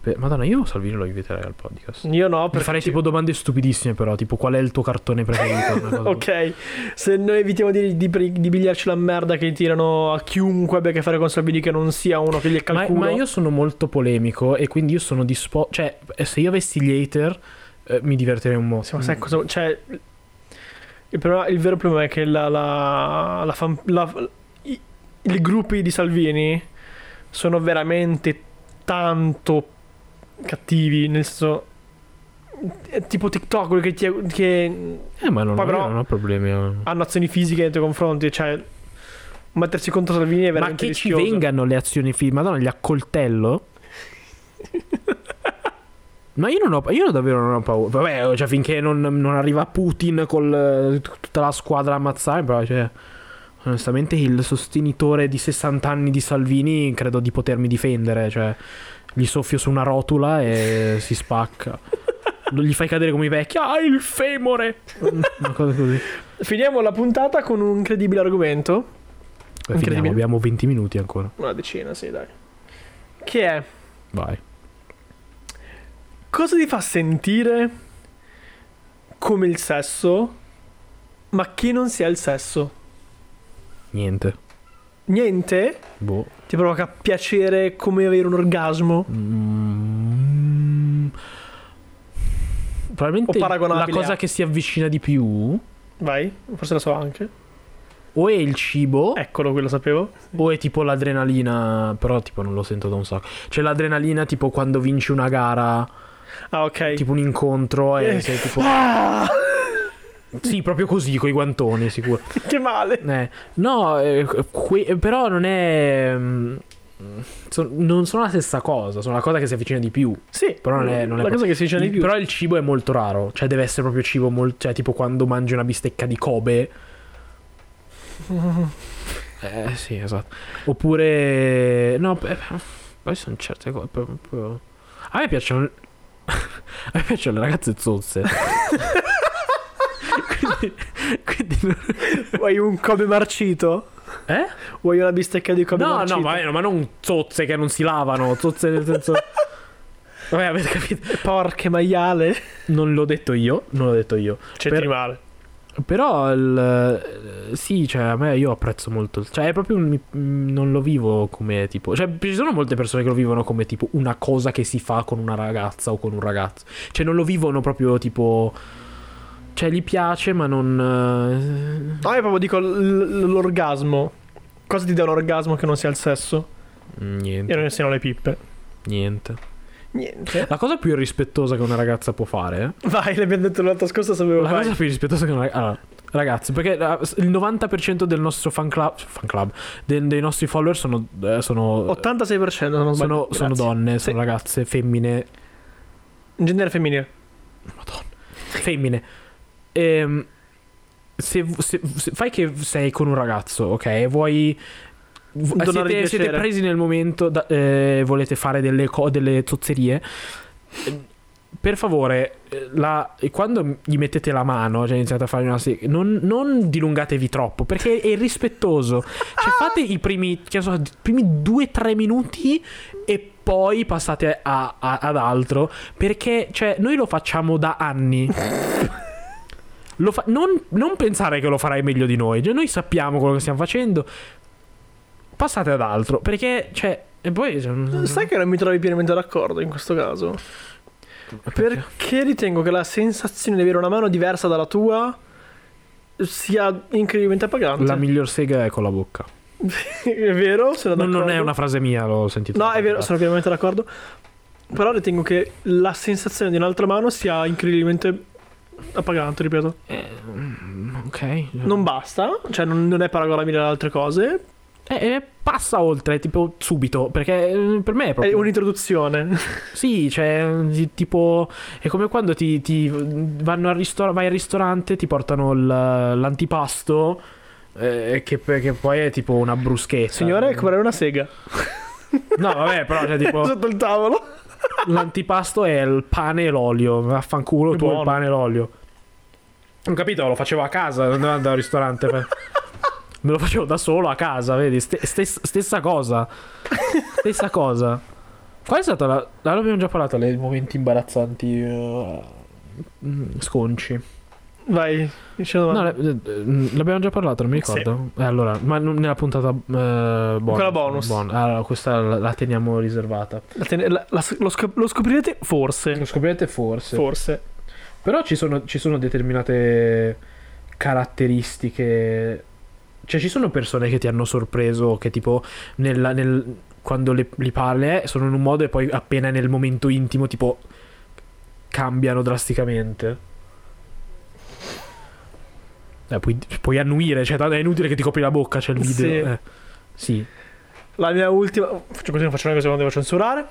[SPEAKER 1] per- Madonna, io Salvini lo inviterei al podcast.
[SPEAKER 2] Io no,
[SPEAKER 1] Per
[SPEAKER 2] perché.
[SPEAKER 1] fare tipo domande stupidissime, però, tipo qual è il tuo cartone preferito? Una cosa
[SPEAKER 2] Ok, se noi evitiamo di, di, di pigliarci la merda che tirano a chiunque abbia a che fare con Salvini che non sia uno che gli è
[SPEAKER 1] Ma,
[SPEAKER 2] calcolo.
[SPEAKER 1] ma io sono molto polemico e quindi io sono disposto. Cioè, se io avessi gli hater, eh, mi divertirei un Mm. po'.
[SPEAKER 2] Sì, ma sai cosa- cioè, il, problema- il vero problema è che la, la, la fan- la- i, i gruppi di Salvini sono veramente tanto cattivi. Nel senso, è tipo TikTok, quelli che, ti- che
[SPEAKER 1] Eh, ma non,
[SPEAKER 2] Poi
[SPEAKER 1] ho-
[SPEAKER 2] però-
[SPEAKER 1] io non ho problemi. eh.
[SPEAKER 2] hanno azioni fisiche nei tuoi confronti. Cioè, mettersi contro Salvini è
[SPEAKER 1] Ma
[SPEAKER 2] veramente
[SPEAKER 1] che
[SPEAKER 2] rischioso.
[SPEAKER 1] ci vengano le azioni film, madonna, gli accoltello. Ma io non ho, io davvero non ho paura. Vabbè, cioè, finché non, non arriva Putin con tutta la squadra a ammazzare, però, cioè, onestamente, il sostenitore di 60 anni di Salvini credo di potermi difendere. Cioè, gli soffio su una rotula e si spacca. Non Gli fai cadere come i vecchi, ah, il femore! Una cosa così.
[SPEAKER 2] Finiamo la puntata con un incredibile argomento.
[SPEAKER 1] Beh, finiamo,
[SPEAKER 2] Incredibile.
[SPEAKER 1] abbiamo 20 minuti ancora.
[SPEAKER 2] Una decina, sì, dai. Che è.
[SPEAKER 1] Vai.
[SPEAKER 2] Cosa ti fa sentire come il sesso, ma che non sia il sesso?
[SPEAKER 1] Niente.
[SPEAKER 2] Niente
[SPEAKER 1] Boh.
[SPEAKER 2] ti provoca piacere come avere un orgasmo?
[SPEAKER 1] Mm. probabilmente
[SPEAKER 2] O paragonabile
[SPEAKER 1] la cosa
[SPEAKER 2] a-
[SPEAKER 1] che si avvicina di più
[SPEAKER 2] Vai, forse lo so anche.
[SPEAKER 1] o è il cibo
[SPEAKER 2] Eccolo, quello sapevo.
[SPEAKER 1] o è tipo l'adrenalina, però tipo non lo sento da un sacco. C'è l'adrenalina tipo quando vinci una gara,
[SPEAKER 2] Ah, ok.
[SPEAKER 1] tipo un incontro e
[SPEAKER 2] Eh.
[SPEAKER 1] sei tipo
[SPEAKER 2] Ah,
[SPEAKER 1] Sì, proprio così coi guantoni, sicuro.
[SPEAKER 2] che male.
[SPEAKER 1] Eh, no, eh, que- però non è mm, so- non sono la stessa cosa, sono la cosa che si avvicina di più.
[SPEAKER 2] Sì,
[SPEAKER 1] Però non è- non è
[SPEAKER 2] la
[SPEAKER 1] pro-
[SPEAKER 2] cosa che si dice di
[SPEAKER 1] Il-
[SPEAKER 2] più.
[SPEAKER 1] Però il cibo è molto raro. Cioè, deve essere proprio cibo molto. Cioè, tipo quando mangi una bistecca di Kobe. Eh, sì, esatto. Oppure. No, beh, poi sono certe cose. proprio- proprio- A me piacciono. A me piacciono le ragazze zozze. quindi. quindi non-
[SPEAKER 2] Vuoi un Kobe marcito?
[SPEAKER 1] Eh?
[SPEAKER 2] Vuoi una bistecca di Kobe
[SPEAKER 1] No,
[SPEAKER 2] marcito?
[SPEAKER 1] no, ma, ma non zozze che non si lavano. Zozze nel senso. Vabbè, avete capito.
[SPEAKER 2] Porche maiale.
[SPEAKER 1] Non l'ho detto io. Non l'ho detto io.
[SPEAKER 2] C'è
[SPEAKER 1] Per-
[SPEAKER 2] di male.
[SPEAKER 1] Però il, eh, sì, cioè a me io apprezzo molto, cioè è proprio un- mi- non lo vivo come tipo, cioè ci sono molte persone che lo vivono come tipo una cosa che si fa con una ragazza o con un ragazzo, cioè non lo vivono proprio tipo cioè gli piace ma non
[SPEAKER 2] Ah, No, io proprio dico l- l- l'orgasmo. Cosa ti dà un orgasmo che non sia il sesso?
[SPEAKER 1] eh, Niente,
[SPEAKER 2] Erano insieme alle pippe.
[SPEAKER 1] niente.
[SPEAKER 2] Niente.
[SPEAKER 1] La cosa più irrispettosa che una ragazza può fare, eh?
[SPEAKER 2] Vai, l'abbiamo detto l'altra scorsa, sapevo
[SPEAKER 1] la
[SPEAKER 2] vai.
[SPEAKER 1] cosa più irrispettosa che una ragazza... Allora, ragazzi, perché eh, il 90% del nostro fan club, fan club de- dei nostri follower sono... eh, sono
[SPEAKER 2] 86% se
[SPEAKER 1] sono,
[SPEAKER 2] non sbaglio.
[SPEAKER 1] sono
[SPEAKER 2] Grazie.
[SPEAKER 1] donne,
[SPEAKER 2] Sì.
[SPEAKER 1] sono ragazze, femmine,
[SPEAKER 2] In genere femminile.
[SPEAKER 1] femmine. Ehm, se, se- se- fai che sei con un ragazzo, ok? E vuoi. v-
[SPEAKER 2] Donare il
[SPEAKER 1] siete,
[SPEAKER 2] piacere.
[SPEAKER 1] siete presi nel momento, da- eh, volete fare delle, co- delle zozzerie. Eh, Per favore, eh, la- quando gli mettete la mano, cioè iniziate a fare una se- non, non dilungatevi troppo perché è irrispettoso. Cioè, fate i primi, che ne so, i primi 2-3 minuti e poi passate a- a- ad altro. Perché, cioè, noi lo facciamo da anni. Lo fa- non, non pensare che lo farai meglio di noi. Cioè, noi sappiamo quello che stiamo facendo. Passate ad altro. Perché, cioè. E poi. cioè,
[SPEAKER 2] Sai che non mi trovi pienamente d'accordo in questo caso?
[SPEAKER 1] perché?
[SPEAKER 2] Perché ritengo che la sensazione di avere una mano diversa dalla tua sia incredibilmente appagante.
[SPEAKER 1] La miglior sega è con la bocca.
[SPEAKER 2] è vero, sono
[SPEAKER 1] Non,
[SPEAKER 2] d'accordo.
[SPEAKER 1] non è una frase mia, l'ho Ah, sentito.
[SPEAKER 2] No, è vero, sono pienamente d'accordo. Però ritengo che la sensazione di un'altra mano sia incredibilmente appagante, ripeto.
[SPEAKER 1] Eh, mm, ok.
[SPEAKER 2] Non basta, cioè non, non è paragonabile ad altre cose.
[SPEAKER 1] Eh, eh, passa oltre, tipo subito. Perché eh, per me è
[SPEAKER 2] È
[SPEAKER 1] proprio.
[SPEAKER 2] un'introduzione.
[SPEAKER 1] Sì, cioè, ti- tipo, è come quando ti, ti vanno al ristor- vai al ristorante, ti portano il- l'antipasto, eh, che, che poi è tipo una bruschetta.
[SPEAKER 2] Signore, comprare una sega
[SPEAKER 1] No, vabbè, però, cioè, tipo,
[SPEAKER 2] sotto il tavolo.
[SPEAKER 1] l'antipasto è il pane e l'olio, vaffanculo
[SPEAKER 2] Che
[SPEAKER 1] tu il
[SPEAKER 2] buono.
[SPEAKER 1] pane e l'olio. Non capito, lo facevo a casa, non andavo al ristorante. per- Me lo facevo da solo a casa, vedi, Ste- stes- stessa cosa. Stessa cosa. Qual è stata la... la- L'abbiamo già parlato, dei momenti imbarazzanti... eh, mm, sconci.
[SPEAKER 2] Vai, dicendo
[SPEAKER 1] No, le- eh, mm, l'abbiamo già parlato, non mi
[SPEAKER 2] Sì.
[SPEAKER 1] ricordo. Eh, allora, ma non- nella puntata eh, bonus.
[SPEAKER 2] Quella bonus.
[SPEAKER 1] Bon- allora, questa la, la teniamo riservata.
[SPEAKER 2] La ten- la- la- lo, scop- lo scoprirete forse.
[SPEAKER 1] Lo scoprirete forse.
[SPEAKER 2] Forse.
[SPEAKER 1] Però ci sono, ci sono determinate caratteristiche. Cioè, ci sono persone che ti hanno sorpreso, che tipo, nella- nel- quando le- li parli eh, sono in un modo e poi appena nel momento intimo, tipo, cambiano drasticamente. Eh, puoi, puoi annuire, cioè, tanto è inutile che ti copri la bocca, c'è il video.
[SPEAKER 2] Sì.
[SPEAKER 1] eh. Sì.
[SPEAKER 2] La mia ultima. Faccio così, non faccio una cosa, non devo censurare.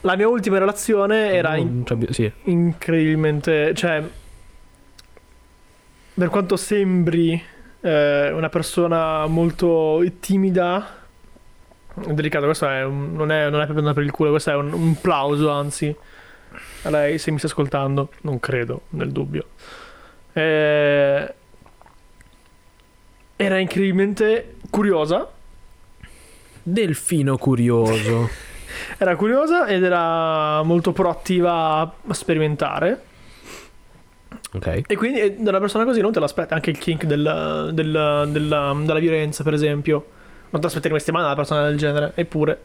[SPEAKER 2] La mia ultima relazione era in-
[SPEAKER 1] Non c'abbia- sì.
[SPEAKER 2] incredibilmente. Cioè. Per quanto sembri eh, una persona molto timida. Delicato, questo è un- non, è, non è proprio andare per il culo, questo è un, un plauso, anzi. A lei, se mi sta ascoltando, non credo, nel dubbio. Eh, era incredibilmente curiosa.
[SPEAKER 1] Delfino curioso.
[SPEAKER 2] Era curiosa ed era molto proattiva a sperimentare.
[SPEAKER 1] ok.
[SPEAKER 2] E quindi eh, da una persona così non te l'aspetta. Anche il kink del- del- della, della violenza, per esempio. Non te l'aspetti in settimana una persona del genere. Eppure.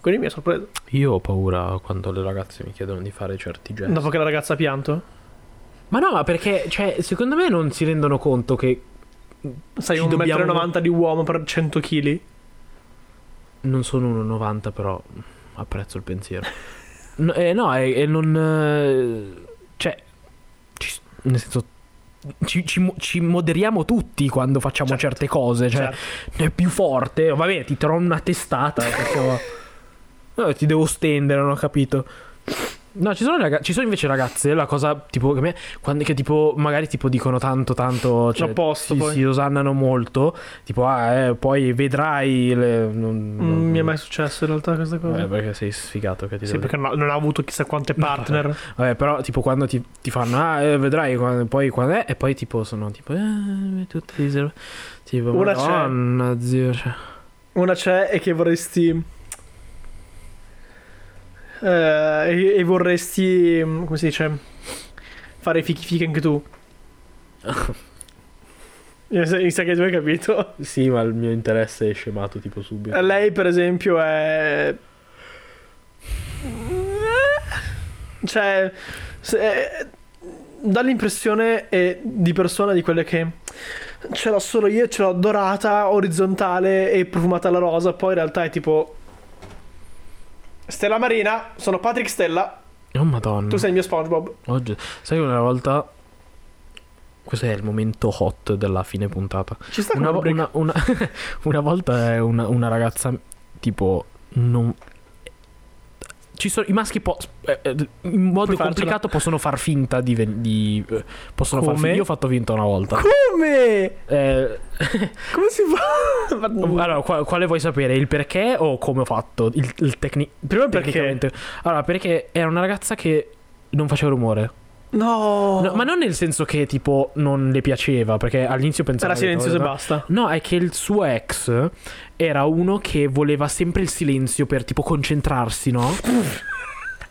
[SPEAKER 2] Quindi mi ha sorpreso.
[SPEAKER 1] Io ho paura quando le ragazze mi chiedono di fare certi gesti.
[SPEAKER 2] Dopo che la ragazza ha pianto.
[SPEAKER 1] Ma no, ma perché, cioè, secondo me non si rendono conto che
[SPEAKER 2] Sai,
[SPEAKER 1] Ci
[SPEAKER 2] un
[SPEAKER 1] dobbiamo-
[SPEAKER 2] 1,90 m di uomo per 100 kg.
[SPEAKER 1] non sono 1,90, però apprezzo il pensiero. No, eh, no, e e non... eh, cioè, ci- nel senso, ci, ci mo- ci moderiamo tutti quando facciamo
[SPEAKER 2] Certo.
[SPEAKER 1] certe cose, cioè, è più forte, vabbè, ti trovo una testata, eh, perché- No, ti devo stendere, non ho capito. No, ci sono, raga- ci sono invece ragazze, la cosa tipo che, a me, quando- che tipo magari tipo dicono tanto tanto, cioè,
[SPEAKER 2] L'opposto,
[SPEAKER 1] si,
[SPEAKER 2] poi.
[SPEAKER 1] si osannano molto, tipo ah, eh, poi vedrai le- non-
[SPEAKER 2] Mm,
[SPEAKER 1] non-
[SPEAKER 2] mi è mai successo in realtà questa cosa.
[SPEAKER 1] Vabbè, perché sei sfigato che ti
[SPEAKER 2] sì,
[SPEAKER 1] devo
[SPEAKER 2] perché no- non ha avuto chissà quante partner.
[SPEAKER 1] dire. Vabbè, però tipo quando ti, ti fanno ah, eh, vedrai quando- poi quando è e poi tipo sono tipo eh, tutte riservate. Tipo
[SPEAKER 2] Una c'è.
[SPEAKER 1] madonna, zio, cioè.
[SPEAKER 2] Una c'è e che vorresti. eh, e, e vorresti. mm, come si dice? Fare fichi fichi anche tu. Mi sa mi sa che tu hai capito.
[SPEAKER 1] Sì, ma il mio interesse è scemato tipo subito.
[SPEAKER 2] Eh, Lei, per esempio, è. Cioè. eh, se- dà l'impressione eh, di persona di quelle che. ce l'ho solo io, ce l'ho dorata, orizzontale e profumata alla rosa, poi in realtà è tipo... Stella Marina, sono Patrick Stella,
[SPEAKER 1] Oh madonna.
[SPEAKER 2] tu sei il mio SpongeBob.
[SPEAKER 1] Oggi... Sai una volta... Questo è il momento hot della fine puntata.
[SPEAKER 2] Ci sta
[SPEAKER 1] Una,
[SPEAKER 2] una,
[SPEAKER 1] vo- una- una- una volta eh, una, una ragazza tipo... Non... Ci sono, I maschi po- eh, eh, in modo
[SPEAKER 2] Puoi farcela.
[SPEAKER 1] complicato possono far finta di... ven- di eh, possono far
[SPEAKER 2] Come?
[SPEAKER 1] finta. Io ho fatto finta una volta.
[SPEAKER 2] Come?
[SPEAKER 1] Eh,
[SPEAKER 2] Come si fa? Ma-
[SPEAKER 1] Allora, qua- quale vuoi sapere? Il perché o come ho fatto? Il, il tecni- Prima il
[SPEAKER 2] perché.
[SPEAKER 1] tecnicamente. Allora, perché era una ragazza che non faceva rumore.
[SPEAKER 2] no.
[SPEAKER 1] No, ma non nel senso che tipo non le piaceva, perché all'inizio pensavo...
[SPEAKER 2] Era
[SPEAKER 1] che-
[SPEAKER 2] silenzioso e basta.
[SPEAKER 1] No, è che il suo ex era uno che voleva sempre il silenzio per tipo concentrarsi, no?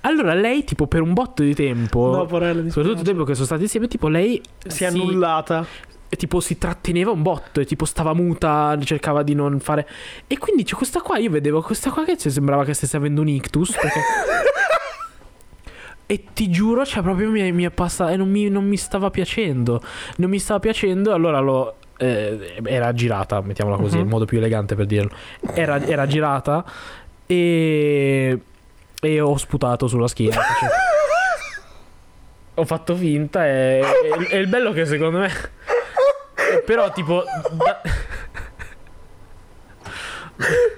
[SPEAKER 1] allora lei tipo per un botto di tempo...
[SPEAKER 2] No, porella, mi
[SPEAKER 1] Soprattutto il
[SPEAKER 2] spiace.
[SPEAKER 1] tempo che sono stati insieme, tipo lei
[SPEAKER 2] Si è annullata.
[SPEAKER 1] e tipo si tratteneva un botto e tipo stava muta, cercava di non fare... E quindi c'è questa qua, io vedevo questa qua che ci sembrava che stesse avendo un ictus. Perché... e ti giuro, cioè proprio mi, mi è passata... E non mi, non mi stava piacendo. Non mi stava piacendo e allora l'ho... eh, era girata, mettiamola così,
[SPEAKER 2] Mhm.
[SPEAKER 1] il modo più elegante per dirlo. Era, era girata e... E ho sputato sulla schiena. cioè. Ho fatto finta e, e- e il bello che secondo me... Però tipo... da-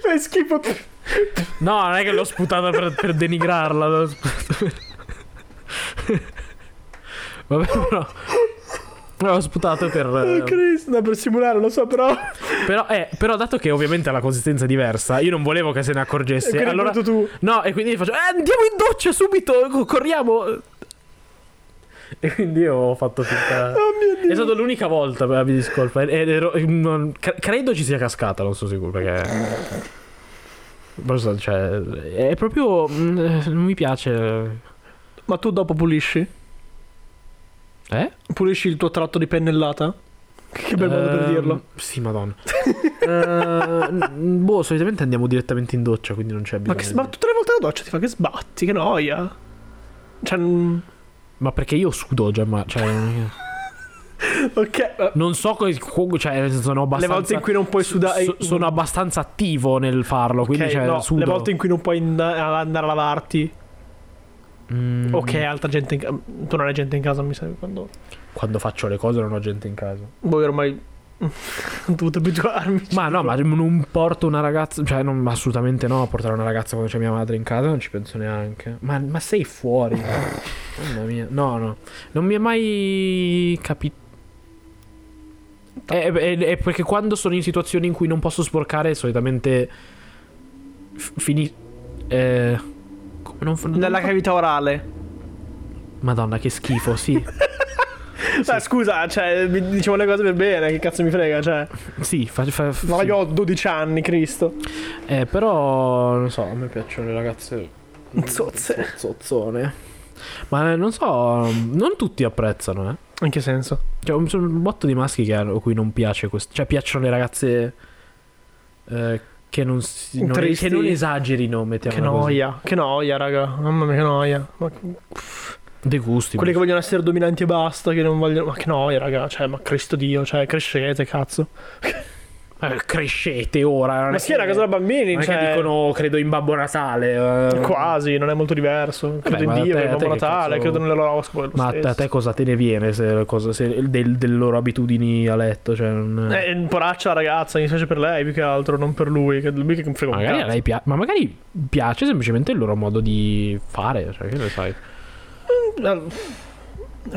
[SPEAKER 2] Fai schifo.
[SPEAKER 1] No, non è che l'ho sputata per, per denigrarla. L'ho sputata per... Vabbè, però... L'ho sputato
[SPEAKER 2] Oh,
[SPEAKER 1] per...
[SPEAKER 2] Cristo. No, per simulare, lo so, però.
[SPEAKER 1] Però, eh, però dato che ovviamente ha la consistenza diversa, io non volevo che se ne accorgesse.
[SPEAKER 2] Quindi
[SPEAKER 1] allora...
[SPEAKER 2] brutto tu. Oh,
[SPEAKER 1] No, e quindi faccio... "Eh, andiamo in doccia subito, co- corriamo! E quindi io ho fatto finta...
[SPEAKER 2] Oh mio
[SPEAKER 1] È
[SPEAKER 2] Dio.
[SPEAKER 1] stata l'unica volta, per mi discolpa. Ed ero- non- cre- credo ci sia cascata, non sono sicuro perché. Non so, cioè, è proprio. mm, Non mi piace.
[SPEAKER 2] Ma tu dopo pulisci?
[SPEAKER 1] Eh?
[SPEAKER 2] Pulisci il tuo tratto di pennellata? Che bel modo per
[SPEAKER 1] Ehm,
[SPEAKER 2] dirlo.
[SPEAKER 1] Sì, madonna. Eh, n- boh, solitamente andiamo direttamente in doccia, quindi non c'è
[SPEAKER 2] Ma,
[SPEAKER 1] bisogno.
[SPEAKER 2] che,
[SPEAKER 1] di-
[SPEAKER 2] ma tutte le volte la doccia ti fa che sbatti, che noia. Cioè, non-
[SPEAKER 1] Ma perché io sudo, cioè, ma. Cioè, non-
[SPEAKER 2] ok. ma
[SPEAKER 1] non so come. Cioè, nel senso, sono
[SPEAKER 2] Le
[SPEAKER 1] abbastanza.
[SPEAKER 2] volte in cui non puoi sudare. Mm,
[SPEAKER 1] so- sono abbastanza attivo nel farlo,
[SPEAKER 2] Ok,
[SPEAKER 1] quindi cioè,
[SPEAKER 2] no,
[SPEAKER 1] sudo.
[SPEAKER 2] Le volte in cui non puoi and- andare a lavarti.
[SPEAKER 1] Mm,
[SPEAKER 2] Ok, altra gente in casa. Tu non hai gente in casa, mi sa. Quando.
[SPEAKER 1] Quando faccio le cose non ho gente in casa.
[SPEAKER 2] Boh, io ormai. Ho dovuto abituarmi.
[SPEAKER 1] Ma no, ma non porto una ragazza, cioè non, assolutamente no, portare una ragazza quando c'è mia madre in casa non ci penso neanche. Ma, ma sei fuori? Mamma mia. No, no, non mi è mai Eh, capito. È, è- è perché quando sono in situazioni in cui non posso sporcare, solitamente f- fini... Eh, come non, f- non-
[SPEAKER 2] Nella cavità orale.
[SPEAKER 1] Madonna, che schifo, sì.
[SPEAKER 2] Beh, scusa, cioè, mi- diciamo le cose per bene, che cazzo mi frega, cioè.
[SPEAKER 1] sì, fa, fa-
[SPEAKER 2] Ma
[SPEAKER 1] sì.
[SPEAKER 2] io ho 12 anni, Cristo.
[SPEAKER 1] Eh, però, non so, a me piacciono le ragazze
[SPEAKER 2] Zozze.
[SPEAKER 1] zozzone. Ma eh, non so, non tutti apprezzano, eh.
[SPEAKER 2] In che senso?
[SPEAKER 1] Cioè, un- sono un botto di maschi che, a cui non piace questo. Cioè, piacciono le ragazze eh, che, non si, non,
[SPEAKER 2] Tristi.
[SPEAKER 1] che non esagerino,
[SPEAKER 2] Che
[SPEAKER 1] mettiamola così.
[SPEAKER 2] noia, che noia, raga. Mamma mia, che noia. Ma
[SPEAKER 1] Dei gusti.
[SPEAKER 2] quelli che vogliono essere dominanti e basta, che non vogliono. Ma che noia, raga. Cioè, ma Cristo Dio, cioè, crescete, cazzo.
[SPEAKER 1] Eh, crescete ora. non
[SPEAKER 2] Ma
[SPEAKER 1] è
[SPEAKER 2] sì,
[SPEAKER 1] che-
[SPEAKER 2] è una cosa da bambini,
[SPEAKER 1] non è
[SPEAKER 2] cioè.
[SPEAKER 1] che dicono, credo in Babbo Natale. eh.
[SPEAKER 2] Quasi, non è molto diverso. Credo
[SPEAKER 1] ma
[SPEAKER 2] in
[SPEAKER 1] a
[SPEAKER 2] Dio,
[SPEAKER 1] te-
[SPEAKER 2] credo
[SPEAKER 1] a te
[SPEAKER 2] in Babbo
[SPEAKER 1] che
[SPEAKER 2] Natale,
[SPEAKER 1] cazzo-
[SPEAKER 2] credo nell'oroscopo. è lo
[SPEAKER 1] Ma a te, a
[SPEAKER 2] stesso.
[SPEAKER 1] te cosa te ne viene se, cosa, se- del, delle loro abitudini a letto? Cioè, non...
[SPEAKER 2] Eh, poraccia la ragazza, mi dispiace per lei più che altro, non per lui. Che lui che frega un
[SPEAKER 1] Magari a
[SPEAKER 2] cazzo.
[SPEAKER 1] lei pia- ma magari piace semplicemente il loro modo di fare, cioè che ne sai.
[SPEAKER 2] Eh,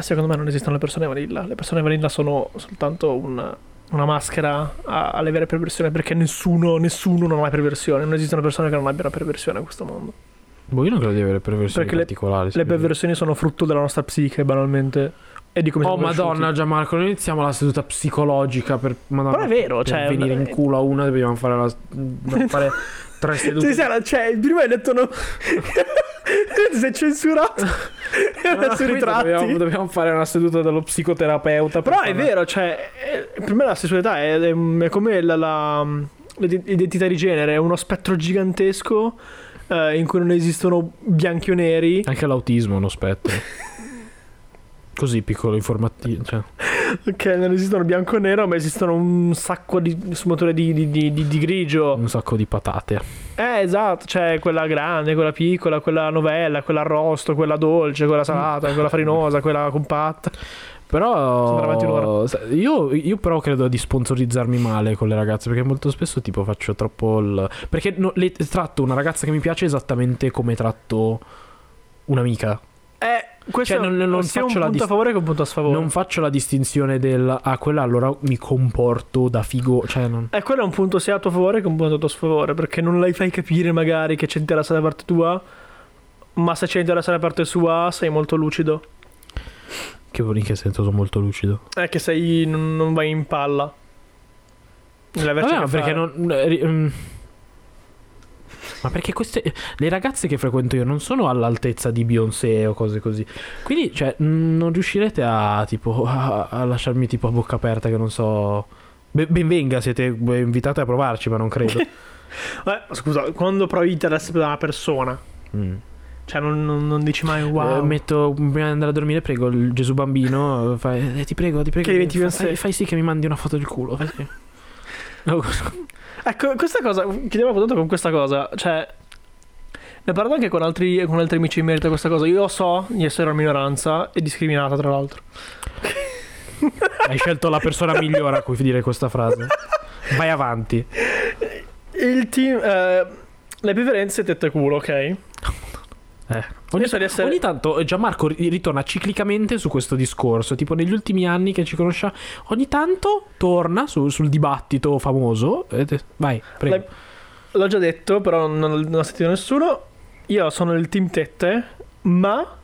[SPEAKER 2] Secondo me non esistono le persone vanilla. Le persone vanilla sono soltanto un- una maschera a- alle vere perversioni perché nessuno, nessuno non ha perversione. Non esistono persone che non abbiano perversione in questo mondo.
[SPEAKER 1] Boh, io non credo di avere perversioni
[SPEAKER 2] Perché le-
[SPEAKER 1] particolari.
[SPEAKER 2] Le
[SPEAKER 1] scusi.
[SPEAKER 2] perversioni sono frutto della nostra psiche, banalmente. E di come
[SPEAKER 1] Oh
[SPEAKER 2] siamo cresciuti.
[SPEAKER 1] madonna Gianmarco, non iniziamo la seduta psicologica per, madonna,
[SPEAKER 2] Però è vero,
[SPEAKER 1] per
[SPEAKER 2] cioè,
[SPEAKER 1] venire in
[SPEAKER 2] eh,
[SPEAKER 1] culo a una dobbiamo fare, la- dobbiamo fare tre sedute.
[SPEAKER 2] Sì, Sara, cioè, prima hai detto no. Ti sei censurato. E
[SPEAKER 1] No, no,
[SPEAKER 2] adesso
[SPEAKER 1] Ah, quindi
[SPEAKER 2] ritratti.
[SPEAKER 1] Dobbiamo, dobbiamo fare una seduta dallo psicoterapeuta. per
[SPEAKER 2] Però è
[SPEAKER 1] fare-
[SPEAKER 2] vero, cioè, è- per me la sessualità è, è- è come la, la- mm, l'identità di genere, è uno spettro gigantesco eh, in cui non esistono bianchi o neri.
[SPEAKER 1] Anche l'autismo è uno spettro. così piccolo informativo. Cioè.
[SPEAKER 2] Ok, non esistono bianco e nero, ma esistono un sacco di sfumature di, di- di- di- di grigio.
[SPEAKER 1] un sacco di patate.
[SPEAKER 2] Eh, esatto, c'è quella grande, quella piccola, quella novella, quella arrosto, quella dolce, quella salata, quella farinosa, quella compatta. Sono arrivati
[SPEAKER 1] Però
[SPEAKER 2] un'ora.
[SPEAKER 1] sa- io, io però credo di sponsorizzarmi male con le ragazze perché molto spesso tipo faccio troppo il... Perché no- le- tratto una ragazza che mi piace esattamente come tratto un'amica.
[SPEAKER 2] Eh, questo
[SPEAKER 1] Cioè, non- non
[SPEAKER 2] sia un
[SPEAKER 1] faccio la
[SPEAKER 2] punto a
[SPEAKER 1] dis-
[SPEAKER 2] favore che un punto a sfavore.
[SPEAKER 1] Non faccio la distinzione del... Ah, quella allora mi comporto da figo. Cioè, non...
[SPEAKER 2] Eh, quello è un punto sia a tuo favore che un punto a tuo sfavore, perché non la fai capire magari che c'è interesse da parte tua, ma se c'è interesse da parte sua sei molto lucido.
[SPEAKER 1] Che in che senso sono molto lucido.
[SPEAKER 2] È che sei, non, non vai in palla. Nell'averci
[SPEAKER 1] Vabbè,
[SPEAKER 2] a
[SPEAKER 1] ma
[SPEAKER 2] che
[SPEAKER 1] perché
[SPEAKER 2] fare.
[SPEAKER 1] non. eh, ri- mm. Ma perché queste. Le ragazze che frequento io non sono all'altezza di Beyoncé o cose così. Quindi, cioè, mm, non riuscirete a tipo. A, a lasciarmi tipo a bocca aperta, che non so. Be- Benvenga, siete eh, invitate a provarci, ma non credo.
[SPEAKER 2] Eh, ma scusa, quando provi interesse per una persona,
[SPEAKER 1] Mm.
[SPEAKER 2] cioè non, non- non dici mai
[SPEAKER 1] Eh,
[SPEAKER 2] wow.
[SPEAKER 1] metto prima di andare a dormire, prego il Gesù bambino. eh, fai- eh, ti prego, ti prego.
[SPEAKER 2] Che diventi
[SPEAKER 1] fa-
[SPEAKER 2] Beyoncé.
[SPEAKER 1] fai, fai sì che mi mandi una foto del culo. fai sì. No,
[SPEAKER 2] Ecco, questa cosa, chiudiamo appunto con questa cosa, cioè... Ne parlo anche con altri, con altri amici in merito a questa cosa. Io so di essere una minoranza e discriminata, tra l'altro.
[SPEAKER 1] hai scelto la persona migliore a cui dire questa frase. Vai avanti.
[SPEAKER 2] Il team. eh, le preferenze tette e culo, ok?
[SPEAKER 1] Eh, Ogni,
[SPEAKER 2] Io so di essere-
[SPEAKER 1] ogni tanto eh, Gianmarco ri- ritorna ciclicamente su questo discorso, tipo negli ultimi anni che ci conosciamo, ogni tanto torna su- sul dibattito famoso. e te- Vai, prego.
[SPEAKER 2] La- L'ho già detto, però non, non ha sentito nessuno. Io sono il team tette, ma.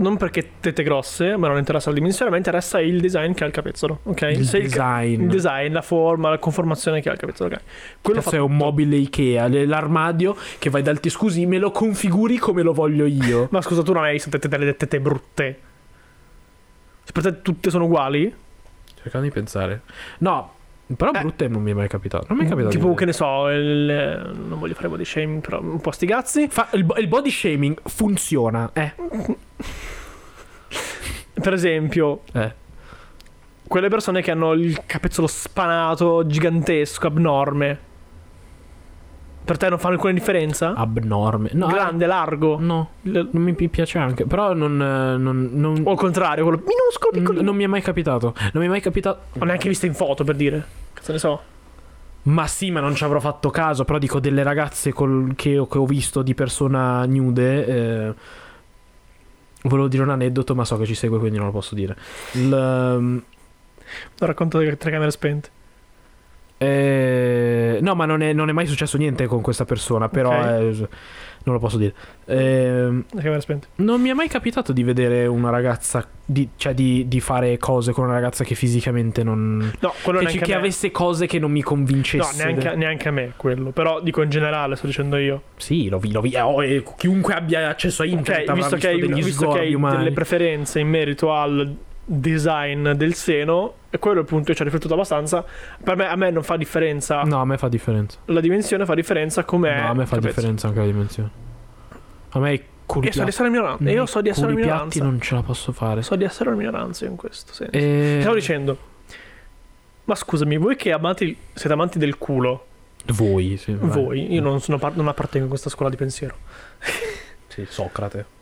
[SPEAKER 2] Non perché tette grosse, ma non interessa la dimensione, ma interessa il design che ha il capezzolo, ok?
[SPEAKER 1] il
[SPEAKER 2] Se il, ca-
[SPEAKER 1] design.
[SPEAKER 2] il design, la forma, la conformazione che ha il capezzolo, ok? Quello
[SPEAKER 1] Cazzo,
[SPEAKER 2] fa
[SPEAKER 1] è cioè, un
[SPEAKER 2] tutto.
[SPEAKER 1] mobile Ikea, le- l'armadio che vai dal ti scusi, me lo configuri come lo voglio io.
[SPEAKER 2] Ma scusa, tu non hai visto tette, delle tette brutte? Se per te tutte sono uguali?
[SPEAKER 1] Cercando di pensare. No, però
[SPEAKER 2] Eh. Mm,
[SPEAKER 1] brutte non mi è mai capitato. Non mi è capitato.
[SPEAKER 2] tipo,
[SPEAKER 1] di-
[SPEAKER 2] che ne so, il- eh, non voglio fare body shaming, però un po' sti cazzi.
[SPEAKER 1] Fa- il, bo- il body shaming
[SPEAKER 2] Ah?
[SPEAKER 1] funziona. Eh.
[SPEAKER 2] Per esempio,
[SPEAKER 1] Eh.
[SPEAKER 2] quelle persone che hanno il capezzolo spanato, gigantesco, abnorme. Per te non fanno alcuna differenza?
[SPEAKER 1] Abnorme. Ah, No,
[SPEAKER 2] Grande, largo.
[SPEAKER 1] no,
[SPEAKER 2] l-
[SPEAKER 1] non mi pi- piace anche. Però non- eh, non- non,
[SPEAKER 2] O al contrario, quello minuscolo,
[SPEAKER 1] Mm,
[SPEAKER 2] piccolino.
[SPEAKER 1] Non mi è mai capitato. Non mi è mai capitato.
[SPEAKER 2] Ho neanche visto in foto, per dire. Cazzo ne so.
[SPEAKER 1] Ma sì, ma non ci avrò fatto caso. Però dico delle ragazze col- che, ho, che ho visto di persona nude. eh, Volevo dire un aneddoto, ma so che ci segue, quindi non lo posso dire. Il, ehm,
[SPEAKER 2] Lo racconto delle telecamere spente.
[SPEAKER 1] eh, no, ma non è, non è mai successo niente con questa persona. Però
[SPEAKER 2] Ok.
[SPEAKER 1] eh, non lo posso dire. Ehm,
[SPEAKER 2] Le camere spente.
[SPEAKER 1] non mi è mai capitato di vedere una ragazza. Di, cioè, di, di fare cose con una ragazza che fisicamente non.
[SPEAKER 2] No, quello
[SPEAKER 1] Che, ci-
[SPEAKER 2] neanche
[SPEAKER 1] che
[SPEAKER 2] a me.
[SPEAKER 1] avesse cose che non mi
[SPEAKER 2] No,
[SPEAKER 1] convincesse.
[SPEAKER 2] neanche, neanche a me quello. Però dico in generale, sto dicendo io.
[SPEAKER 1] Sì, lo vi, lo vi- eh, oh, eh, chiunque abbia accesso a internet avrà
[SPEAKER 2] Ok, Cioè, visto,
[SPEAKER 1] visto,
[SPEAKER 2] che hai,
[SPEAKER 1] degli
[SPEAKER 2] visto che
[SPEAKER 1] sgorbi
[SPEAKER 2] hai
[SPEAKER 1] umani.
[SPEAKER 2] delle preferenze in merito al design del seno, e quello appunto io ci ho riflettuto abbastanza. Per me, a me non fa differenza
[SPEAKER 1] No, a me fa differenza.
[SPEAKER 2] la dimensione fa differenza come
[SPEAKER 1] no, a me fa
[SPEAKER 2] capezzo.
[SPEAKER 1] differenza anche la dimensione. A me i culi
[SPEAKER 2] Io so di
[SPEAKER 1] piatti,
[SPEAKER 2] essere minoranza. Io so di essere
[SPEAKER 1] i culi
[SPEAKER 2] minoranza.
[SPEAKER 1] piatti non ce la posso fare.
[SPEAKER 2] So di essere minoranza in questo senso.
[SPEAKER 1] E...
[SPEAKER 2] Stavo dicendo. Ma scusami, voi che amate, siete amanti del culo,
[SPEAKER 1] Voi, sì, vai.
[SPEAKER 2] voi, io non, sono par- non appartengo a questa scuola di pensiero.
[SPEAKER 1] Sì, Socrate.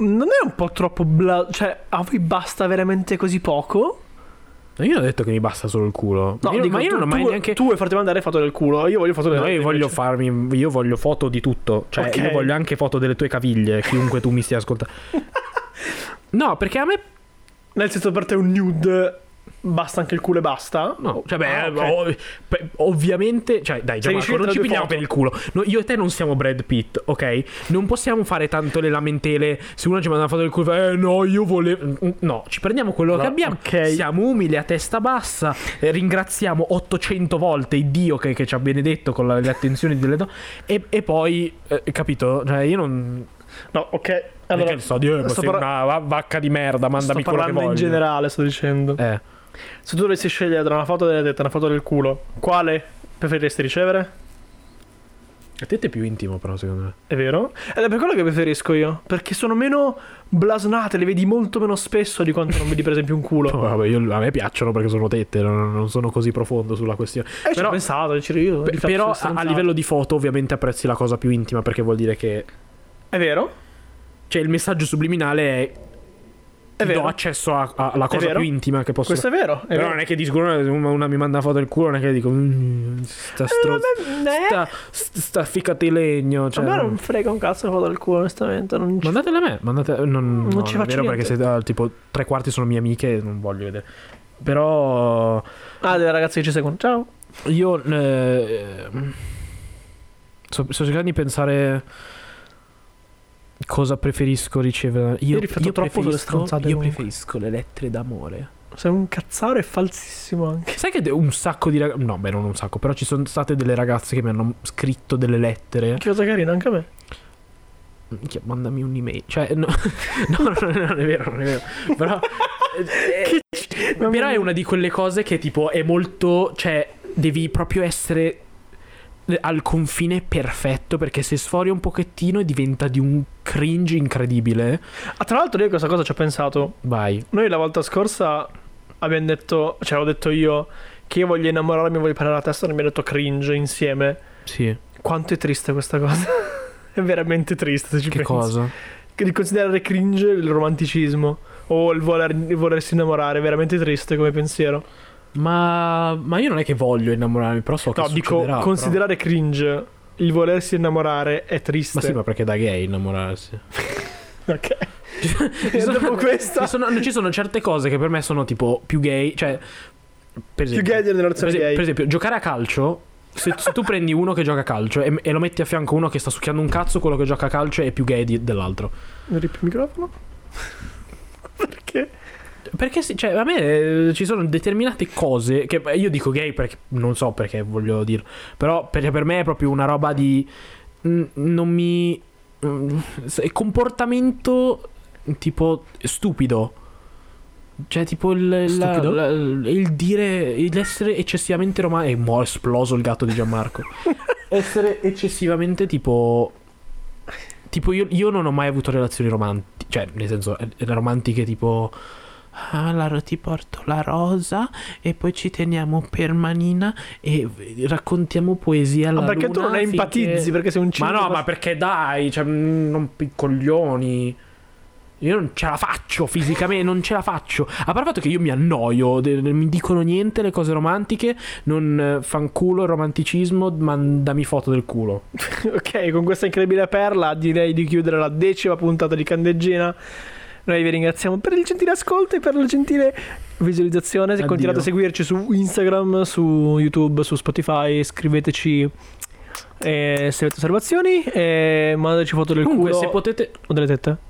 [SPEAKER 2] Non è un po' troppo bla... Cioè, a voi basta veramente così poco?
[SPEAKER 1] Ma Io non ho detto che mi basta solo il culo.
[SPEAKER 2] No,
[SPEAKER 1] Io-
[SPEAKER 2] dico,
[SPEAKER 1] ma io
[SPEAKER 2] tu,
[SPEAKER 1] non ho mai
[SPEAKER 2] tu-
[SPEAKER 1] neanche...
[SPEAKER 2] Tu vuoi farti mandare foto del culo, io voglio foto del
[SPEAKER 1] No, io voglio
[SPEAKER 2] invece.
[SPEAKER 1] farmi. Io voglio foto di tutto. Cioè,
[SPEAKER 2] Ok.
[SPEAKER 1] io voglio anche foto delle tue caviglie, chiunque tu mi stia ascoltando. No, perché a me
[SPEAKER 2] Nel senso, per te un nude basta anche il culo e basta?
[SPEAKER 1] No, cioè, beh,
[SPEAKER 2] Ah, ok.
[SPEAKER 1] ov- pe- ovviamente, cioè, dai, Gianmarco,
[SPEAKER 2] Sei riuscito
[SPEAKER 1] non
[SPEAKER 2] a
[SPEAKER 1] ci
[SPEAKER 2] due
[SPEAKER 1] pigliamo
[SPEAKER 2] foto?
[SPEAKER 1] per il culo. No, io e te non siamo Brad Pitt, ok? Non possiamo fare tanto le lamentele. Se uno ci manda una foto del culo, fa, eh no, io volevo. Mm, No, ci prendiamo quello
[SPEAKER 2] No,
[SPEAKER 1] che abbiamo.
[SPEAKER 2] ok.
[SPEAKER 1] Siamo umili a testa bassa. eh, ringraziamo 800 volte il Dio che, che ci ha benedetto con la- le attenzioni delle donne. E, e poi, eh, capito? Cioè, io non. cioè,
[SPEAKER 2] No, ok.
[SPEAKER 1] Allora,
[SPEAKER 2] Allora,
[SPEAKER 1] che so, Dio,
[SPEAKER 2] sto
[SPEAKER 1] sei
[SPEAKER 2] par-
[SPEAKER 1] una va- vacca di merda, mandami
[SPEAKER 2] sto
[SPEAKER 1] quello che
[SPEAKER 2] parlando
[SPEAKER 1] voglio.
[SPEAKER 2] in generale, sto dicendo.
[SPEAKER 1] Eh.
[SPEAKER 2] Se tu dovessi scegliere tra una foto della testa e una foto del culo, quale preferiresti ricevere?
[SPEAKER 1] A te è più intimo, però, secondo me.
[SPEAKER 2] È vero? Ed è per quello che preferisco io. Perché sono meno blasonate, le vedi molto meno spesso di quanto non vedi, per esempio, un culo.
[SPEAKER 1] No, vabbè, io- a me piacciono perché sono tette, non, non sono così profondo sulla questione.
[SPEAKER 2] Eh, ci ho
[SPEAKER 1] però-
[SPEAKER 2] pensato, ci- io,
[SPEAKER 1] Pe-
[SPEAKER 2] di fatto,
[SPEAKER 1] però a,
[SPEAKER 2] sono
[SPEAKER 1] a
[SPEAKER 2] stronzato.
[SPEAKER 1] livello di foto, ovviamente apprezzi la cosa più intima perché vuol dire che.
[SPEAKER 2] È vero?
[SPEAKER 1] Cioè, il messaggio subliminale è.
[SPEAKER 2] È
[SPEAKER 1] Ti do
[SPEAKER 2] vero.
[SPEAKER 1] accesso a- a- alla cosa
[SPEAKER 2] vero.
[SPEAKER 1] più intima che posso.
[SPEAKER 2] Questo è vero. È
[SPEAKER 1] Però
[SPEAKER 2] vero.
[SPEAKER 1] non è che di sicuro una, una mi manda foto del culo, non è che dico. "Mm, sta stro- sta,
[SPEAKER 2] Eh,
[SPEAKER 1] sta ficcati il legno. Cioè,
[SPEAKER 2] a me non frega un cazzo la foto del culo, onestamente. Non ci...
[SPEAKER 1] Mandatele a me, mandate, eh, non,
[SPEAKER 2] Non
[SPEAKER 1] no,
[SPEAKER 2] ci
[SPEAKER 1] non è
[SPEAKER 2] faccio
[SPEAKER 1] vero perché
[SPEAKER 2] niente.
[SPEAKER 1] se, ah, tipo tre quarti sono mie amiche e non voglio vedere. Però
[SPEAKER 2] Ah, delle ragazze che ci seguono. Ciao.
[SPEAKER 1] io eh, sto, sto cercando di pensare cosa preferisco ricevere. Io,
[SPEAKER 2] Io rifletto
[SPEAKER 1] io
[SPEAKER 2] troppo sulle
[SPEAKER 1] preferisco,
[SPEAKER 2] stronzate
[SPEAKER 1] io
[SPEAKER 2] comunque.
[SPEAKER 1] preferisco le lettere d'amore.
[SPEAKER 2] Sei un cazzaro e falsissimo anche.
[SPEAKER 1] Sai che de- un sacco di ragazze, no, beh, non un sacco, però ci sono state delle ragazze che mi hanno scritto delle lettere.
[SPEAKER 2] Che cosa carina, anche a me.
[SPEAKER 1] Minchia, mandami un'email. Cioè, no, no, no, no, non è vero, non è vero. Però, eh,
[SPEAKER 2] Mamma
[SPEAKER 1] però è
[SPEAKER 2] mia.
[SPEAKER 1] una di quelle cose che tipo è molto. Cioè, devi proprio essere al confine perfetto perché se sfori un pochettino diventa di un cringe incredibile.
[SPEAKER 2] Ah, tra l'altro, io a questa cosa ci ho pensato.
[SPEAKER 1] Vai.
[SPEAKER 2] Noi la volta scorsa abbiamo detto, cioè ho detto io che io voglio innamorarmi, voglio prendere la testa, non mi ha detto cringe insieme.
[SPEAKER 1] Sì.
[SPEAKER 2] Quanto è triste questa cosa. è veramente triste se ci
[SPEAKER 1] Che
[SPEAKER 2] pensi.
[SPEAKER 1] cosa?
[SPEAKER 2] Che di considerare cringe il romanticismo o il, voler- il volersi innamorare, è veramente triste come pensiero.
[SPEAKER 1] Ma, ma io non è che voglio innamorarmi, però so che
[SPEAKER 2] no, dico,
[SPEAKER 1] succederà, però.
[SPEAKER 2] considerare cringe il volersi innamorare è triste.
[SPEAKER 1] Ma sì, ma perché da gay innamorarsi?
[SPEAKER 2] Ok. E dopo questa
[SPEAKER 1] Ci sono, ci sono certe cose che per me sono tipo più gay, cioè per
[SPEAKER 2] più
[SPEAKER 1] esempio,
[SPEAKER 2] gay della
[SPEAKER 1] per,
[SPEAKER 2] relazione
[SPEAKER 1] esempio-
[SPEAKER 2] gay.
[SPEAKER 1] per esempio, giocare a calcio se, se tu prendi uno che gioca a calcio e, e lo metti a fianco a uno che sta succhiando un cazzo, quello che gioca a calcio è più gay di- dell'altro.
[SPEAKER 2] Non ripi il microfono? Perché?
[SPEAKER 1] Perché sì, cioè, a me eh, ci sono determinate cose che eh, io dico gay perché non so perché voglio dire, però perché per me è proprio una roba di mm, non mi mm, se- comportamento tipo stupido. Cioè, tipo il, la-
[SPEAKER 2] Stupido?
[SPEAKER 1] la- il dire, il essere eccessivamente romano. E mo' è esploso il gatto di Gianmarco. essere eccessivamente tipo. Tipo, io, io non ho mai avuto relazioni romantiche. Cioè, nel senso, eh, romantiche tipo. Ah, la- ti porto la rosa e poi ci teniamo per manina e raccontiamo poesia alla
[SPEAKER 2] Ah, perché tu
[SPEAKER 1] luna
[SPEAKER 2] non ne
[SPEAKER 1] finché-
[SPEAKER 2] empatizzi, perché sei un
[SPEAKER 1] ma
[SPEAKER 2] cinese.
[SPEAKER 1] no, ma perché dai, cioè, mm, non piccoglioni. Io non ce la faccio fisicamente, non ce la faccio. A parte il fatto che io mi annoio, de- non mi dicono niente le cose romantiche, non eh, fanculo il romanticismo, mandami foto del culo.
[SPEAKER 2] Ok, con questa incredibile perla direi di chiudere la decima puntata di Candeggina. Noi vi ringraziamo per il gentile ascolto e per la gentile visualizzazione. Se
[SPEAKER 1] Addio.
[SPEAKER 2] continuate a seguirci su Instagram, su YouTube, su Spotify, scriveteci eh, se avete osservazioni e mandateci foto del
[SPEAKER 1] Comunque,
[SPEAKER 2] culo
[SPEAKER 1] se potete...
[SPEAKER 2] o delle tette.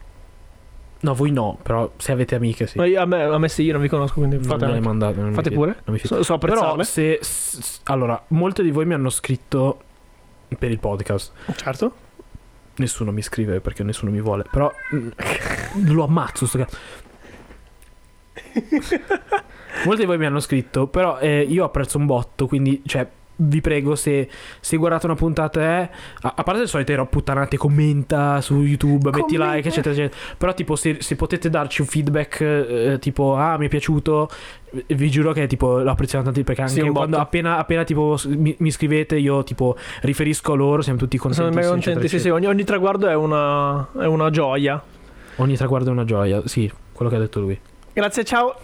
[SPEAKER 1] No, voi no, però se avete amiche sì.
[SPEAKER 2] Ma io- a, me, a me sì, io non vi conosco, quindi
[SPEAKER 1] Non
[SPEAKER 2] fate,
[SPEAKER 1] me le
[SPEAKER 2] anche.
[SPEAKER 1] mandate. non mi
[SPEAKER 2] Fate
[SPEAKER 1] fido,
[SPEAKER 2] pure.
[SPEAKER 1] Non mi fido.
[SPEAKER 2] So, so
[SPEAKER 1] Però
[SPEAKER 2] apprezzarle.
[SPEAKER 1] se... s- s- allora, molte di voi mi hanno scritto per il podcast.
[SPEAKER 2] certo.
[SPEAKER 1] Nessuno mi scrive perché nessuno mi vuole. Però mm, lo ammazzo sto cazzo. Molti di voi mi hanno scritto, però eh, io apprezzo un botto, quindi cioè, vi prego se, se guardate una puntata eh, a, a parte le solite ro- puttanate, commenta su YouTube, metti
[SPEAKER 2] Commenta.
[SPEAKER 1] like, eccetera, eccetera. Però tipo se, se potete darci un feedback eh, tipo ah, mi è piaciuto, eh, vi giuro che tipo lo apprezziamo tanto perché anche
[SPEAKER 2] Sì, un
[SPEAKER 1] quando
[SPEAKER 2] botto.
[SPEAKER 1] appena, appena tipo s- mi, mi scrivete io tipo riferisco a loro, siamo tutti
[SPEAKER 2] Sono
[SPEAKER 1] contenti.
[SPEAKER 2] mega contenti. Sì, sì, ogni, ogni traguardo è una, è una gioia.
[SPEAKER 1] Ogni traguardo è una gioia, sì, quello che ha detto lui.
[SPEAKER 2] Grazie, ciao.